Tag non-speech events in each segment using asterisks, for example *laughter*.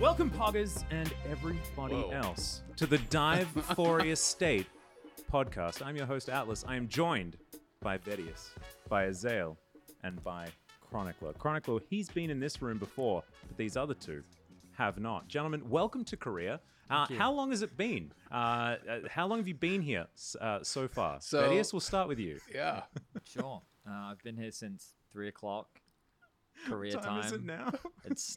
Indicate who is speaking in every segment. Speaker 1: Welcome, Poggers and everybody
Speaker 2: Whoa.
Speaker 1: else, to the
Speaker 2: *laughs*
Speaker 1: Dive for Estate podcast. I'm your host, Atlas. I am joined by Vedius, by Azale, and by Chronicler. Chronicler, he's been in this room before, but these other two have not. Gentlemen, welcome to Korea. Uh, how long has it been? Uh, uh, how long have you been here s- uh, so far?
Speaker 2: So-
Speaker 1: Vedius, we'll start with you.
Speaker 2: Yeah.
Speaker 3: Sure. Uh, I've been here since three o'clock Korea time.
Speaker 1: now? *laughs*
Speaker 3: It's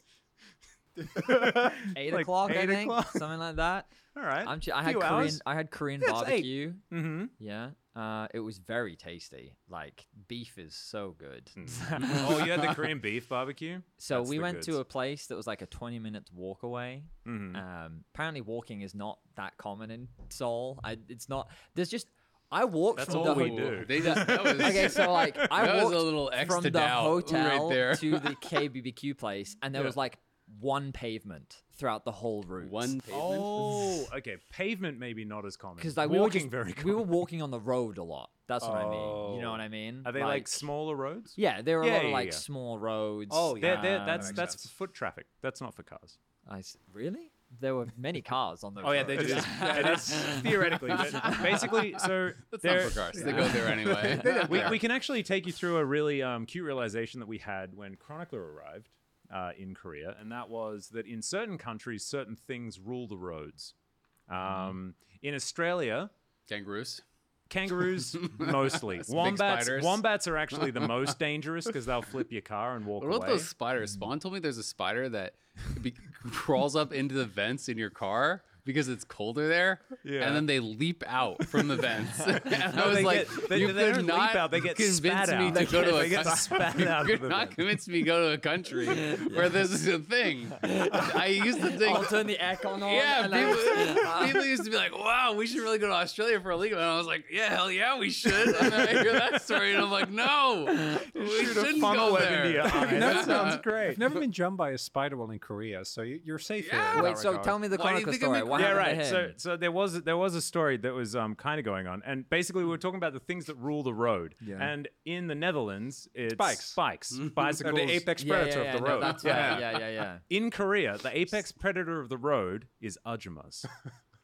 Speaker 3: eight
Speaker 1: Like
Speaker 3: o'clock, I
Speaker 1: eight
Speaker 3: think,
Speaker 1: o'clock?
Speaker 3: something
Speaker 1: *laughs*
Speaker 3: like that.
Speaker 1: All right.
Speaker 3: I'm. Ch- I had
Speaker 1: Few
Speaker 3: Korean.
Speaker 1: hours.
Speaker 3: I had Korean
Speaker 1: it's eight.
Speaker 3: barbecue.
Speaker 1: Mm-hmm.
Speaker 3: Yeah. Uh, it was very tasty. Like beef is so good.
Speaker 1: oh, you had the Korean beef barbecue.
Speaker 3: *laughs* so
Speaker 1: That's
Speaker 3: we
Speaker 1: the
Speaker 3: went
Speaker 1: goods. Mm-hmm.
Speaker 3: to a place that was like a 20 minute walk away. Um, apparently, walking is not that common in Seoul. I, it's not. There's just. I walked
Speaker 1: That's
Speaker 3: from
Speaker 1: all
Speaker 3: the
Speaker 1: we
Speaker 3: ho-
Speaker 1: do.
Speaker 2: They just,
Speaker 3: *laughs*
Speaker 2: that was,
Speaker 3: okay,
Speaker 2: *laughs*
Speaker 3: so like I
Speaker 2: That was a
Speaker 3: walked
Speaker 2: little extra
Speaker 3: from the
Speaker 2: doubt
Speaker 3: hotel
Speaker 2: right there.
Speaker 3: to
Speaker 1: *laughs*
Speaker 3: the KBBQ place, and there
Speaker 1: Yeah.
Speaker 3: was like one pavement throughout the whole route.
Speaker 2: one pavement.
Speaker 1: Oh, okay. Pavement maybe not as common.
Speaker 3: because Oh. like we were
Speaker 1: walking
Speaker 3: just,
Speaker 1: very common.
Speaker 3: we were walking on the road a lot. That's what I mean. You
Speaker 1: Oh.
Speaker 3: know what I mean?
Speaker 1: Are they like, smaller roads?
Speaker 3: Yeah, there were
Speaker 1: Yeah,
Speaker 3: a lot
Speaker 1: yeah,
Speaker 3: of like
Speaker 1: yeah. Oh,
Speaker 3: small roads.
Speaker 1: They're- they're-
Speaker 3: um,
Speaker 1: that's
Speaker 2: makes
Speaker 1: that's
Speaker 2: sense.
Speaker 1: for foot traffic. That's not for cars.
Speaker 3: I s- really. There were many cars on those.
Speaker 1: Oh,
Speaker 3: roads.
Speaker 1: It is-
Speaker 3: *laughs*
Speaker 1: it is theoretically, but basically, so they're-
Speaker 2: So They go *laughs* there anyway.
Speaker 1: we, we can actually take you through a really um, cute realization that we had when Chronicler arrived uh, in Korea, and that was that in certain countries, certain things rule the roads.
Speaker 3: Mm-hmm.
Speaker 1: Um, In Australia,
Speaker 2: Kangaroos.
Speaker 4: *laughs*
Speaker 1: Kangaroos mostly. Wombats.
Speaker 2: spiders.
Speaker 1: Wombats are actually the
Speaker 4: *laughs*
Speaker 1: most dangerous because they'll flip your car and walk
Speaker 2: What about
Speaker 1: away.
Speaker 2: those spiders? Spawn told me there's a spider that be- crawls up into the vents in your car because it's colder there,
Speaker 1: Yeah.
Speaker 2: and then they leap out from the *laughs* vents. and I
Speaker 1: No,
Speaker 2: was
Speaker 1: they
Speaker 2: like,
Speaker 1: get- they-
Speaker 2: you
Speaker 1: they
Speaker 2: could
Speaker 1: don't
Speaker 2: not
Speaker 1: leap out, they get
Speaker 2: convince
Speaker 1: spat
Speaker 2: me
Speaker 1: out.
Speaker 2: to
Speaker 1: They
Speaker 2: *laughs* go
Speaker 1: get- *laughs*
Speaker 2: to
Speaker 1: they
Speaker 2: a
Speaker 1: get
Speaker 2: country.
Speaker 1: spat out of
Speaker 2: You
Speaker 1: the
Speaker 2: could not
Speaker 1: vent.
Speaker 2: convince me to go to
Speaker 1: *laughs*
Speaker 2: a country where this is a thing. I used to think
Speaker 3: *laughs* I'll turn the aircon on.
Speaker 2: Yeah,
Speaker 3: and I-
Speaker 2: people, *laughs* people used to be like, "Wow, we should really go to Australia for a legal." And I was like, "Yeah, hell yeah, we should." And then I hear that story, and I'm like, "No, we shouldn't go *laughs* there."
Speaker 1: That sounds great.
Speaker 4: I've never been jumped by a spider while in Korea, so you- you're safe
Speaker 1: *laughs*
Speaker 2: Yeah.
Speaker 4: here.
Speaker 3: *laughs*
Speaker 4: in
Speaker 3: Wait,
Speaker 4: that
Speaker 3: so
Speaker 4: regard.
Speaker 3: tell me the
Speaker 2: Why do you
Speaker 3: Chronicler
Speaker 2: think I'm
Speaker 3: story.
Speaker 2: in
Speaker 3: What
Speaker 2: Korea?
Speaker 1: yeah,
Speaker 3: happened to
Speaker 1: right. So,
Speaker 3: him?
Speaker 1: so there was there was a story that was um, kind of going on, and basically we were talking about the things that rule the road.
Speaker 4: Yeah.
Speaker 1: And in the Netherlands, it's
Speaker 4: Bikes.
Speaker 1: bikes,
Speaker 4: *laughs*
Speaker 1: bicycles.
Speaker 4: the apex
Speaker 3: yeah, yeah,
Speaker 4: predator
Speaker 3: yeah,
Speaker 4: of the
Speaker 3: no,
Speaker 4: road.
Speaker 3: that's right.
Speaker 1: *laughs* Yeah.
Speaker 3: yeah, yeah, yeah.
Speaker 1: In Korea, the apex predator of the road is *laughs* ajumas.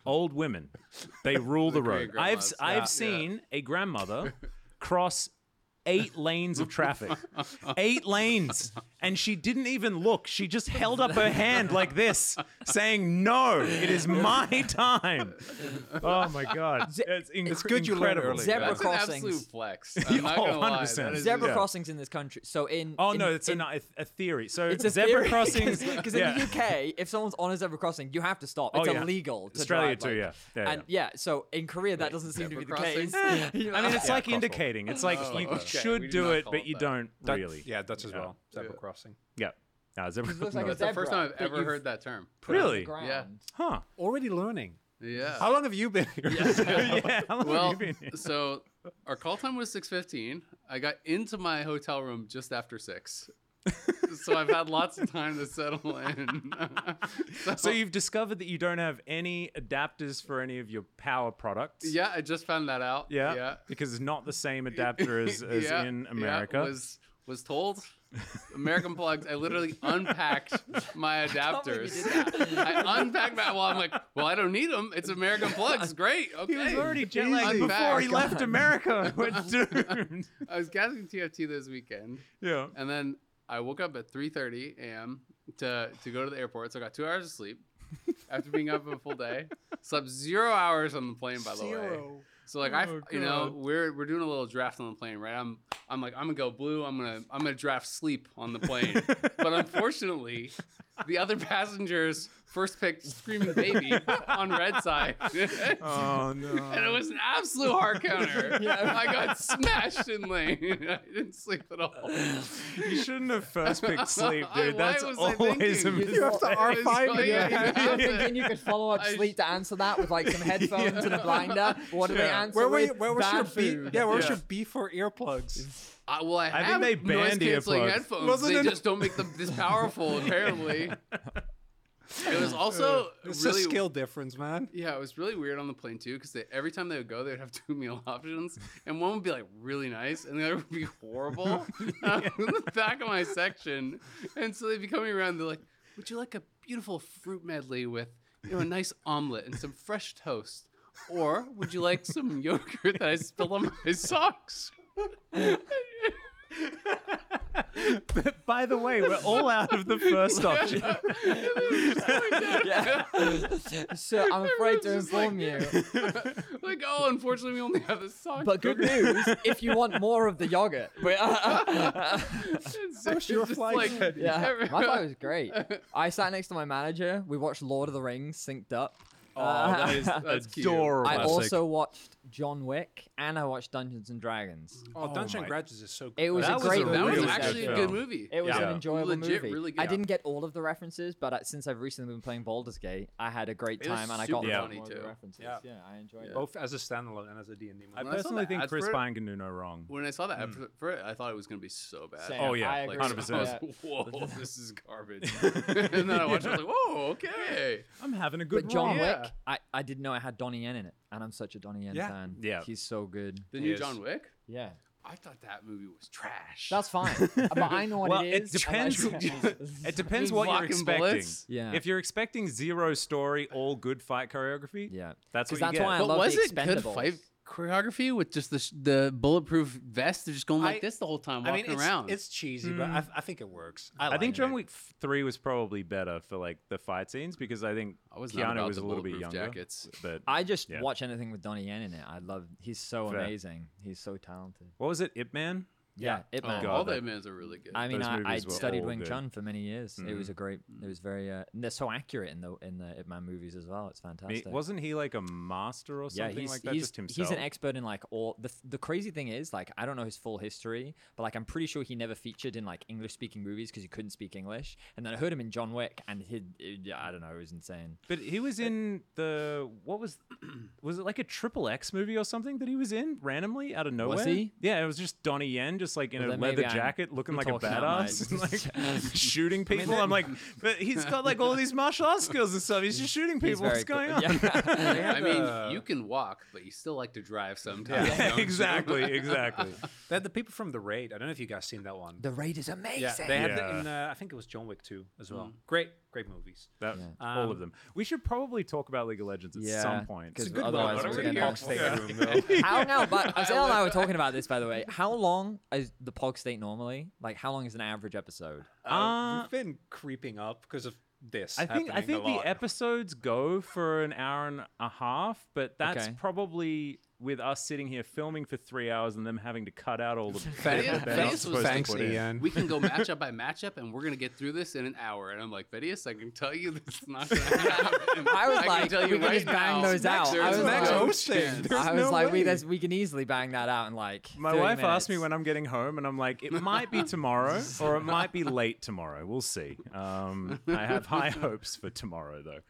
Speaker 1: Old women. They rule the, road.
Speaker 2: Korean
Speaker 1: I've
Speaker 2: grandmas.
Speaker 1: I've seen a
Speaker 3: *laughs*
Speaker 1: grandmother cross eight lanes of traffic. Eight lanes. And she didn't even look. She just held up her hand like this, saying, No, it is my time. *laughs* Oh my God. It's, inc-
Speaker 4: It's good you learned
Speaker 1: incredible.
Speaker 4: early.
Speaker 3: Zebra
Speaker 2: That's an
Speaker 3: crossings.
Speaker 2: absolute flex. I'm not
Speaker 1: Oh,
Speaker 2: gonna lie.
Speaker 1: 100%.
Speaker 2: That is
Speaker 3: Zebra
Speaker 1: Yeah.
Speaker 3: crossings in this country. So in
Speaker 1: Oh
Speaker 3: in-
Speaker 1: no, it's
Speaker 3: in,
Speaker 1: a, a theory. So
Speaker 3: It's a
Speaker 1: zebra
Speaker 3: theory, *laughs*
Speaker 1: crossings.
Speaker 3: because
Speaker 1: yeah.
Speaker 3: in the UK, if someone's on a zebra crossing, you have to stop.
Speaker 1: Oh,
Speaker 3: It's
Speaker 1: yeah.
Speaker 3: illegal. To
Speaker 1: Australia
Speaker 3: drive,
Speaker 1: too,
Speaker 3: like-
Speaker 1: yeah. Yeah,
Speaker 3: and yeah, so in Korea that doesn't seem to be the
Speaker 2: zebra
Speaker 3: case.
Speaker 2: crossings? *laughs*
Speaker 3: *laughs* You
Speaker 1: I mean,
Speaker 3: know?
Speaker 1: it's like indicating. It's like
Speaker 2: Oh,
Speaker 1: you
Speaker 2: okay.
Speaker 1: should
Speaker 2: We do
Speaker 1: do,
Speaker 2: not
Speaker 1: it,
Speaker 2: call
Speaker 1: but
Speaker 2: it
Speaker 1: you
Speaker 2: that.
Speaker 1: don't
Speaker 4: That-
Speaker 1: really.
Speaker 4: Yeah, Dutch as
Speaker 1: Yeah.
Speaker 4: well. Zebra crossing.
Speaker 1: Yeah. Uh, zebra.
Speaker 3: looks like
Speaker 1: no,
Speaker 3: a
Speaker 1: it's-
Speaker 2: the first time
Speaker 3: Zebra,
Speaker 2: I've
Speaker 3: but
Speaker 2: ever
Speaker 3: you've
Speaker 2: heard that term.
Speaker 1: really?
Speaker 3: ground.
Speaker 2: Yeah.
Speaker 1: Huh.
Speaker 4: Already learning.
Speaker 2: Yeah.
Speaker 4: How long have you been
Speaker 1: *laughs*
Speaker 2: *laughs*
Speaker 4: here?
Speaker 1: yeah. How long
Speaker 2: well,
Speaker 1: have you been here?
Speaker 2: so our call time was 6:15. I got into my hotel room just after 6. so I've had lots of time to settle in. *laughs*
Speaker 1: So you've discovered that you don't have any adapters for any of your power products.
Speaker 2: yeah, I just found that out.
Speaker 1: Yeah.
Speaker 2: Yeah.
Speaker 1: Because it's not the
Speaker 2: *laughs*
Speaker 1: same adapter as, as
Speaker 2: Yeah,
Speaker 1: in
Speaker 2: yeah,
Speaker 1: America.
Speaker 2: was was told American plugs.
Speaker 1: *laughs*
Speaker 2: I literally unpacked my adapters. *laughs* I unpacked my. Well, I'm like, well, I don't need them. It's American
Speaker 1: *laughs*
Speaker 2: plugs. Great. Okay.
Speaker 1: he was already jet
Speaker 2: Easy.
Speaker 1: lagged
Speaker 2: I'm
Speaker 1: before
Speaker 2: back.
Speaker 1: he left
Speaker 2: *laughs*
Speaker 1: America. We're doomed.
Speaker 2: I was gathering TFT this weekend, *laughs*
Speaker 1: Yeah.
Speaker 2: and then I woke up at 3:30 a.m. to to go to the airport. So I got two hours of sleep after being up a full day. Slept zero hours on the plane, by the way. So like I,
Speaker 1: Oh,
Speaker 2: you know,
Speaker 1: God.
Speaker 2: we're we're doing a little draft on the plane, right? I'm I'm like I'm gonna go blue. I'm gonna I'm gonna draft sleep on the plane.
Speaker 1: *laughs*
Speaker 2: but unfortunately, the other passengers first picked screaming baby on red side,
Speaker 1: Oh
Speaker 2: and it
Speaker 1: no.
Speaker 2: was an absolute
Speaker 1: *laughs*
Speaker 2: hard counter.
Speaker 3: Yeah.
Speaker 2: I got smashed in lane. *laughs* I didn't sleep
Speaker 1: *laughs*
Speaker 2: at all.
Speaker 1: you shouldn't have first picked sleep,
Speaker 2: I-
Speaker 1: dude.
Speaker 2: *laughs* why
Speaker 1: That's
Speaker 2: was I
Speaker 1: always a
Speaker 2: thinking?
Speaker 1: mistake.
Speaker 4: You have to
Speaker 3: *laughs*
Speaker 2: It was
Speaker 4: R5
Speaker 2: funny. *laughs*
Speaker 4: again.
Speaker 3: I'm thinking you could follow up
Speaker 2: I-
Speaker 3: sleep to answer that with like
Speaker 2: *laughs*
Speaker 3: some headphones and a blinder. What do they
Speaker 1: Yeah.
Speaker 3: answer
Speaker 4: *laughs* Where were
Speaker 3: with?
Speaker 4: you, where was
Speaker 3: Bad
Speaker 4: your
Speaker 3: food.
Speaker 4: B? Yeah, where was
Speaker 1: Yeah.
Speaker 4: your B for earplugs?
Speaker 2: I, well, I,
Speaker 1: think
Speaker 2: have
Speaker 1: they
Speaker 2: noise
Speaker 1: banned
Speaker 2: canceling
Speaker 1: earplugs.
Speaker 2: headphones.
Speaker 4: Wasn't
Speaker 2: they
Speaker 4: it-
Speaker 2: just don't make them this powerful, apparently. It was also
Speaker 4: It's
Speaker 2: really
Speaker 4: a skill difference, man.
Speaker 2: Yeah, it was really weird on the plane too, because every time they would go, they'd have *laughs* two meal options, and one would be like really nice, and the other would be um, *laughs* horrible. And I'm in the back of my section, and so they'd be coming around. They're like, "Would you like a beautiful fruit medley with you know a nice omelet and some fresh toast? Or would you like some *laughs* yogurt that I spilled on my socks? *laughs* *laughs*
Speaker 1: By the way, we're all out of the first option.
Speaker 3: *laughs* Yeah. *laughs* so I'm afraid to
Speaker 2: Everyone's just like-
Speaker 3: inform you.
Speaker 2: *laughs* like, oh, unfortunately, we only have the socks.
Speaker 3: But good news, if you want more of the yogurt, *laughs* but,
Speaker 2: *laughs* It's- it's
Speaker 4: your
Speaker 2: just
Speaker 4: flight
Speaker 2: like- *laughs*
Speaker 4: good?
Speaker 3: yeah, my
Speaker 2: everyone-
Speaker 3: flight was great. I sat next to my manager. We watched Lord of the Rings synced up.
Speaker 1: Oh, that
Speaker 3: *laughs*
Speaker 1: is
Speaker 2: That's cute.
Speaker 1: adorable.
Speaker 3: I also watched John Wick and I watched Dungeons and Dragons.
Speaker 4: Oh,
Speaker 1: Oh
Speaker 4: Dungeon
Speaker 1: my-
Speaker 4: Grudges is so good.
Speaker 3: It was
Speaker 1: That
Speaker 3: a
Speaker 1: was
Speaker 3: great
Speaker 1: a
Speaker 2: that
Speaker 1: really
Speaker 2: was
Speaker 1: good
Speaker 2: actually a
Speaker 1: film.
Speaker 2: good movie.
Speaker 3: It was
Speaker 1: Yeah.
Speaker 3: an enjoyable
Speaker 2: Legit,
Speaker 3: movie.
Speaker 2: really
Speaker 3: I
Speaker 2: good.
Speaker 3: didn't get all of the references, but uh, since I've recently been playing Baldur's Gate, I had a great
Speaker 2: It was
Speaker 3: time and I got
Speaker 2: super
Speaker 3: a lot
Speaker 2: funny
Speaker 3: more of
Speaker 2: too.
Speaker 3: the references. Yeah,
Speaker 4: Yeah.
Speaker 3: I enjoyed it.
Speaker 4: both as a standalone and as a D and D.
Speaker 1: I
Speaker 2: When I saw
Speaker 1: personally
Speaker 2: the
Speaker 1: think
Speaker 2: ads
Speaker 1: Chris
Speaker 2: for it-
Speaker 1: Pine can do no wrong.
Speaker 2: When I saw that
Speaker 3: Mm.
Speaker 2: ad for- for it, I thought it was gonna be so bad.
Speaker 3: Same.
Speaker 1: Oh yeah,
Speaker 3: I
Speaker 2: Like,
Speaker 3: agree.
Speaker 1: hundred
Speaker 2: I was
Speaker 1: percent.
Speaker 3: Yeah.
Speaker 2: like,
Speaker 3: *laughs*
Speaker 2: whoa, this is garbage. and then I watched it, I was like, whoa, okay.
Speaker 1: I'm having a good
Speaker 3: But John
Speaker 1: romp.
Speaker 2: role. Yeah.
Speaker 3: Wick, I, I didn't know it had Donnie Yen in it, and I'm such a Donnie Yen
Speaker 4: Yeah.
Speaker 3: fan.
Speaker 1: Yeah.
Speaker 3: he's so good.
Speaker 2: The new
Speaker 1: Yes.
Speaker 2: John Wick?
Speaker 3: Yeah,
Speaker 2: I thought that movie was trash.
Speaker 3: that's fine. but I know what
Speaker 1: Well,
Speaker 3: it
Speaker 1: it
Speaker 3: is.
Speaker 1: depends.
Speaker 3: and I-
Speaker 1: *laughs* It depends
Speaker 2: Just
Speaker 1: what you're
Speaker 2: walking
Speaker 1: expecting.
Speaker 2: bullets?
Speaker 3: Yeah.
Speaker 1: If you're expecting zero story, all good fight choreography,
Speaker 3: yeah,
Speaker 1: that's what
Speaker 3: 'Cause
Speaker 1: you
Speaker 3: that's
Speaker 1: get.
Speaker 3: why I
Speaker 2: but
Speaker 3: love
Speaker 2: was
Speaker 3: the
Speaker 2: it good
Speaker 3: Expendables.
Speaker 2: fight choreography with just the sh- the bulletproof vest? They're just going like
Speaker 4: I-
Speaker 2: this the whole time,
Speaker 4: I
Speaker 2: walking
Speaker 4: mean, it's,
Speaker 2: around.
Speaker 4: it's cheesy, but I, I think it works. I,
Speaker 1: I think
Speaker 4: like
Speaker 1: John
Speaker 4: it.
Speaker 1: Wick three was probably better for like the fight scenes because I think
Speaker 2: I was not
Speaker 1: Keanu
Speaker 2: about
Speaker 1: was
Speaker 2: the
Speaker 1: a little bit
Speaker 2: bulletproof
Speaker 1: younger.
Speaker 2: jackets.
Speaker 1: But
Speaker 3: I just
Speaker 1: Yeah.
Speaker 3: watch anything with Donnie Yen in it. I love. He's so
Speaker 1: Fair.
Speaker 3: amazing. He's so talented.
Speaker 1: what was it, Ip Man?
Speaker 3: Yeah, it
Speaker 2: oh,
Speaker 3: man.
Speaker 1: God,
Speaker 2: all
Speaker 1: that-
Speaker 2: the Mans are really good.
Speaker 3: I mean,
Speaker 1: Those
Speaker 3: I, I
Speaker 1: movies were
Speaker 3: studied
Speaker 1: all
Speaker 3: Wing
Speaker 1: good. Mm-hmm.
Speaker 3: Chun for many years. It was a great. It was very. Uh, and they're so accurate in the in the Ip Man movies as well. It's
Speaker 1: I mean,
Speaker 3: fantastic.
Speaker 1: wasn't he like a master or
Speaker 3: yeah,
Speaker 1: something
Speaker 3: he's
Speaker 1: like that?
Speaker 3: he's,
Speaker 1: just himself.
Speaker 3: he's an expert in like all the the crazy thing is like I don't know his full history, but like I'm pretty sure he never featured in like English speaking movies because he couldn't speak English. And then I heard him in John Wick, and he it, yeah, I don't know, it was insane.
Speaker 1: but he was in the what was was it like a triple X movie or something that he was in randomly out of nowhere?
Speaker 3: he?
Speaker 1: Yeah, it was just Donnie Yen, just like in
Speaker 3: Well,
Speaker 1: a
Speaker 3: then
Speaker 1: leather
Speaker 3: maybe I'm
Speaker 1: jacket, looking like a
Speaker 3: talking out my-
Speaker 1: badass, *laughs*
Speaker 3: *laughs*
Speaker 1: and, like shooting people. I'm like, but he's got like all these martial arts skills and stuff. He's just shooting
Speaker 3: He's
Speaker 1: people. What's
Speaker 3: very cool.
Speaker 1: going on?
Speaker 3: *laughs* Yeah.
Speaker 2: *laughs* I
Speaker 4: uh,
Speaker 2: mean, you can walk, but you still like to drive
Speaker 4: *laughs*
Speaker 2: sometimes. don't
Speaker 1: Yeah,
Speaker 3: *laughs*
Speaker 2: you?
Speaker 1: exactly, exactly.
Speaker 4: They're *laughs* the people from the raid. I don't know if you guys seen that one.
Speaker 3: the raid is amazing.
Speaker 4: yeah, they had
Speaker 1: Yeah.
Speaker 4: the, in, uh, I think it was John Wick 2 as well. Great, great movies.
Speaker 1: That,
Speaker 3: Yeah.
Speaker 1: All of
Speaker 4: Um,
Speaker 1: them. We should probably talk about League of Legends at some point.
Speaker 3: because
Speaker 4: good one.
Speaker 3: otherwise
Speaker 4: What are
Speaker 3: we're
Speaker 4: we
Speaker 3: gonna
Speaker 4: here
Speaker 3: pog
Speaker 4: for?
Speaker 3: state.
Speaker 4: Yeah.
Speaker 3: I don't know, but Azale and I were talking about this by the way. How long is the pog state normally? Like, how long is an average episode?
Speaker 4: Uh,
Speaker 1: Uh,
Speaker 4: we've been creeping up because of this.
Speaker 1: I think I
Speaker 4: happening
Speaker 1: think
Speaker 4: a lot.
Speaker 1: the episodes go for an hour and a half, but that's
Speaker 3: Okay.
Speaker 1: probably with us sitting here filming for three hours and them having to cut out all the
Speaker 4: Thank-
Speaker 1: bit that they're not
Speaker 2: Thanks-
Speaker 1: supposed to
Speaker 4: thanks,
Speaker 1: put in.
Speaker 4: Ian.
Speaker 2: We can go matchup by matchup, and we're gonna get through this in an hour. And I'm like, Vedius, I can tell you this is
Speaker 3: *laughs*
Speaker 2: not gonna happen.
Speaker 3: I was
Speaker 2: can
Speaker 3: like,
Speaker 2: tell
Speaker 3: we
Speaker 2: you
Speaker 3: can
Speaker 2: right
Speaker 3: just
Speaker 2: now,
Speaker 3: bang those out.
Speaker 2: there's
Speaker 3: I was
Speaker 2: no
Speaker 3: like- "Oh,
Speaker 4: Hosting. There's
Speaker 3: I was
Speaker 4: no
Speaker 3: like, we
Speaker 4: way.
Speaker 3: there's, we can easily bang that out in like.
Speaker 1: My
Speaker 3: 30
Speaker 1: wife asked me
Speaker 3: minutes.
Speaker 1: when I'm getting home, and I'm like, it might be tomorrow, or it might be late tomorrow. We'll see. Um, I have high hopes for tomorrow, though.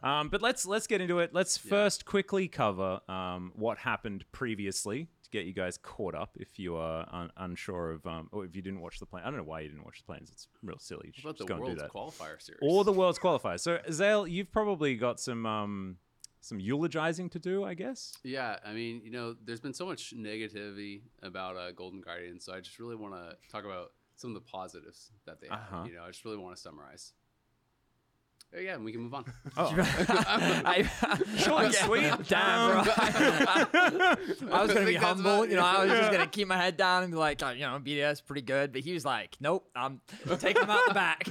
Speaker 1: Um, but let's let's get into it. Let's first quickly cover um, what happened previously to get you guys caught up. If you are un- unsure of, um, or if you didn't watch the plan, I don't know why you didn't watch the plans. It's real silly. You should
Speaker 2: What
Speaker 1: just
Speaker 2: about the
Speaker 1: go and do
Speaker 2: world's
Speaker 1: that.
Speaker 2: qualifier series?
Speaker 1: Or the world's qualifiers. So Zale, you've probably got some um, some eulogizing to do, I guess.
Speaker 2: Yeah, I mean, you know, there's been so much negativity about uh, Golden Guardian, so I just really want to talk about some of the positives that they
Speaker 1: Uh-huh.
Speaker 2: have. You know, I just really want to summarize. There you go, and we can move on.
Speaker 1: *laughs*
Speaker 3: *laughs*
Speaker 1: Oh.
Speaker 3: I, *laughs*
Speaker 1: Short and
Speaker 3: Okay.
Speaker 1: sweet.
Speaker 3: Damn,
Speaker 1: Um,
Speaker 3: bro. *laughs* I was gonna be
Speaker 2: think *laughs* that's
Speaker 3: humble,
Speaker 2: about-
Speaker 3: you know. I was just
Speaker 1: Yeah.
Speaker 3: gonna keep my head down and be like, oh, you know, BDS pretty good, but he was like, nope, I'm *laughs* taking him out the back.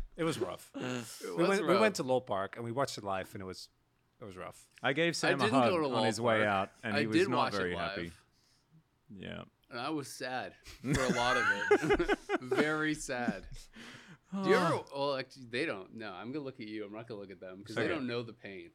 Speaker 3: *laughs*
Speaker 4: *laughs* It was rough.
Speaker 2: It
Speaker 4: we,
Speaker 2: was
Speaker 4: went, we
Speaker 2: rough.
Speaker 4: went to Lowell Park and we watched it live, and it was it was rough.
Speaker 1: I gave
Speaker 2: I
Speaker 1: Sam a
Speaker 2: didn't
Speaker 1: hug
Speaker 2: go to
Speaker 1: on
Speaker 2: Lowell
Speaker 1: his way
Speaker 2: Park.
Speaker 1: out, and
Speaker 2: I
Speaker 1: he was
Speaker 2: did
Speaker 1: not
Speaker 2: watch it
Speaker 1: very
Speaker 2: live,
Speaker 1: happy. Yeah.
Speaker 2: And I was sad for a lot of it. *laughs* very sad. Do you ever? Well, actually, they don't. No, I'm gonna look at you. I'm not gonna look at them because
Speaker 1: Okay.
Speaker 2: they don't know the pain.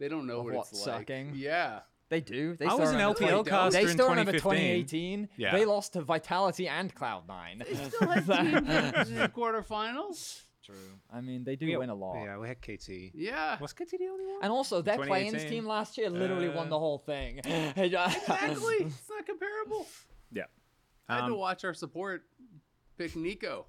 Speaker 2: They don't know
Speaker 3: Of
Speaker 2: what,
Speaker 3: what,
Speaker 2: it's like.
Speaker 3: sucking?
Speaker 2: Yeah.
Speaker 3: they do. They
Speaker 1: I
Speaker 3: still
Speaker 1: was an
Speaker 3: remember-
Speaker 1: LPL
Speaker 2: They don't.
Speaker 1: caster
Speaker 3: They
Speaker 1: in
Speaker 3: still remember
Speaker 1: 2015.
Speaker 3: 2018.
Speaker 1: Yeah.
Speaker 3: They lost to Vitality and Cloud9.
Speaker 1: *laughs*
Speaker 2: Quarterfinals.
Speaker 3: *laughs* True. I mean, they do win a lot.
Speaker 4: Yeah, we had KT.
Speaker 2: Yeah.
Speaker 4: Was KT the only one?
Speaker 3: And also, their play-ins
Speaker 1: 2018.
Speaker 3: team last year literally won
Speaker 1: Uh,
Speaker 3: the whole thing. *laughs*
Speaker 2: Exactly. it's not comparable.
Speaker 1: Yeah.
Speaker 2: I had to
Speaker 1: Um,
Speaker 2: watch our support
Speaker 1: *laughs*
Speaker 2: pick Nico,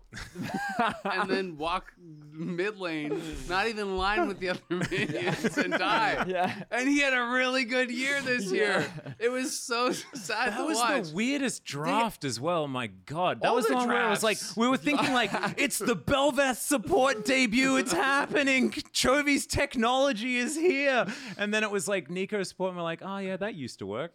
Speaker 2: and then walk mid lane, not even in line with
Speaker 1: *laughs*
Speaker 2: the other minions, and die.
Speaker 3: Yeah.
Speaker 2: And he had a really good year this year. It was so *laughs* sad
Speaker 1: That
Speaker 2: to
Speaker 1: was
Speaker 2: watch.
Speaker 1: the weirdest draft as well. My God, that
Speaker 2: All
Speaker 1: was the
Speaker 2: the
Speaker 1: one where I was like,
Speaker 2: drafts.
Speaker 1: we were thinking
Speaker 2: *laughs*
Speaker 1: like, it's the Belveth support debut. It's happening. Chovy's technology is here. And then it was like Nico support, and we're like, oh yeah, that used to work.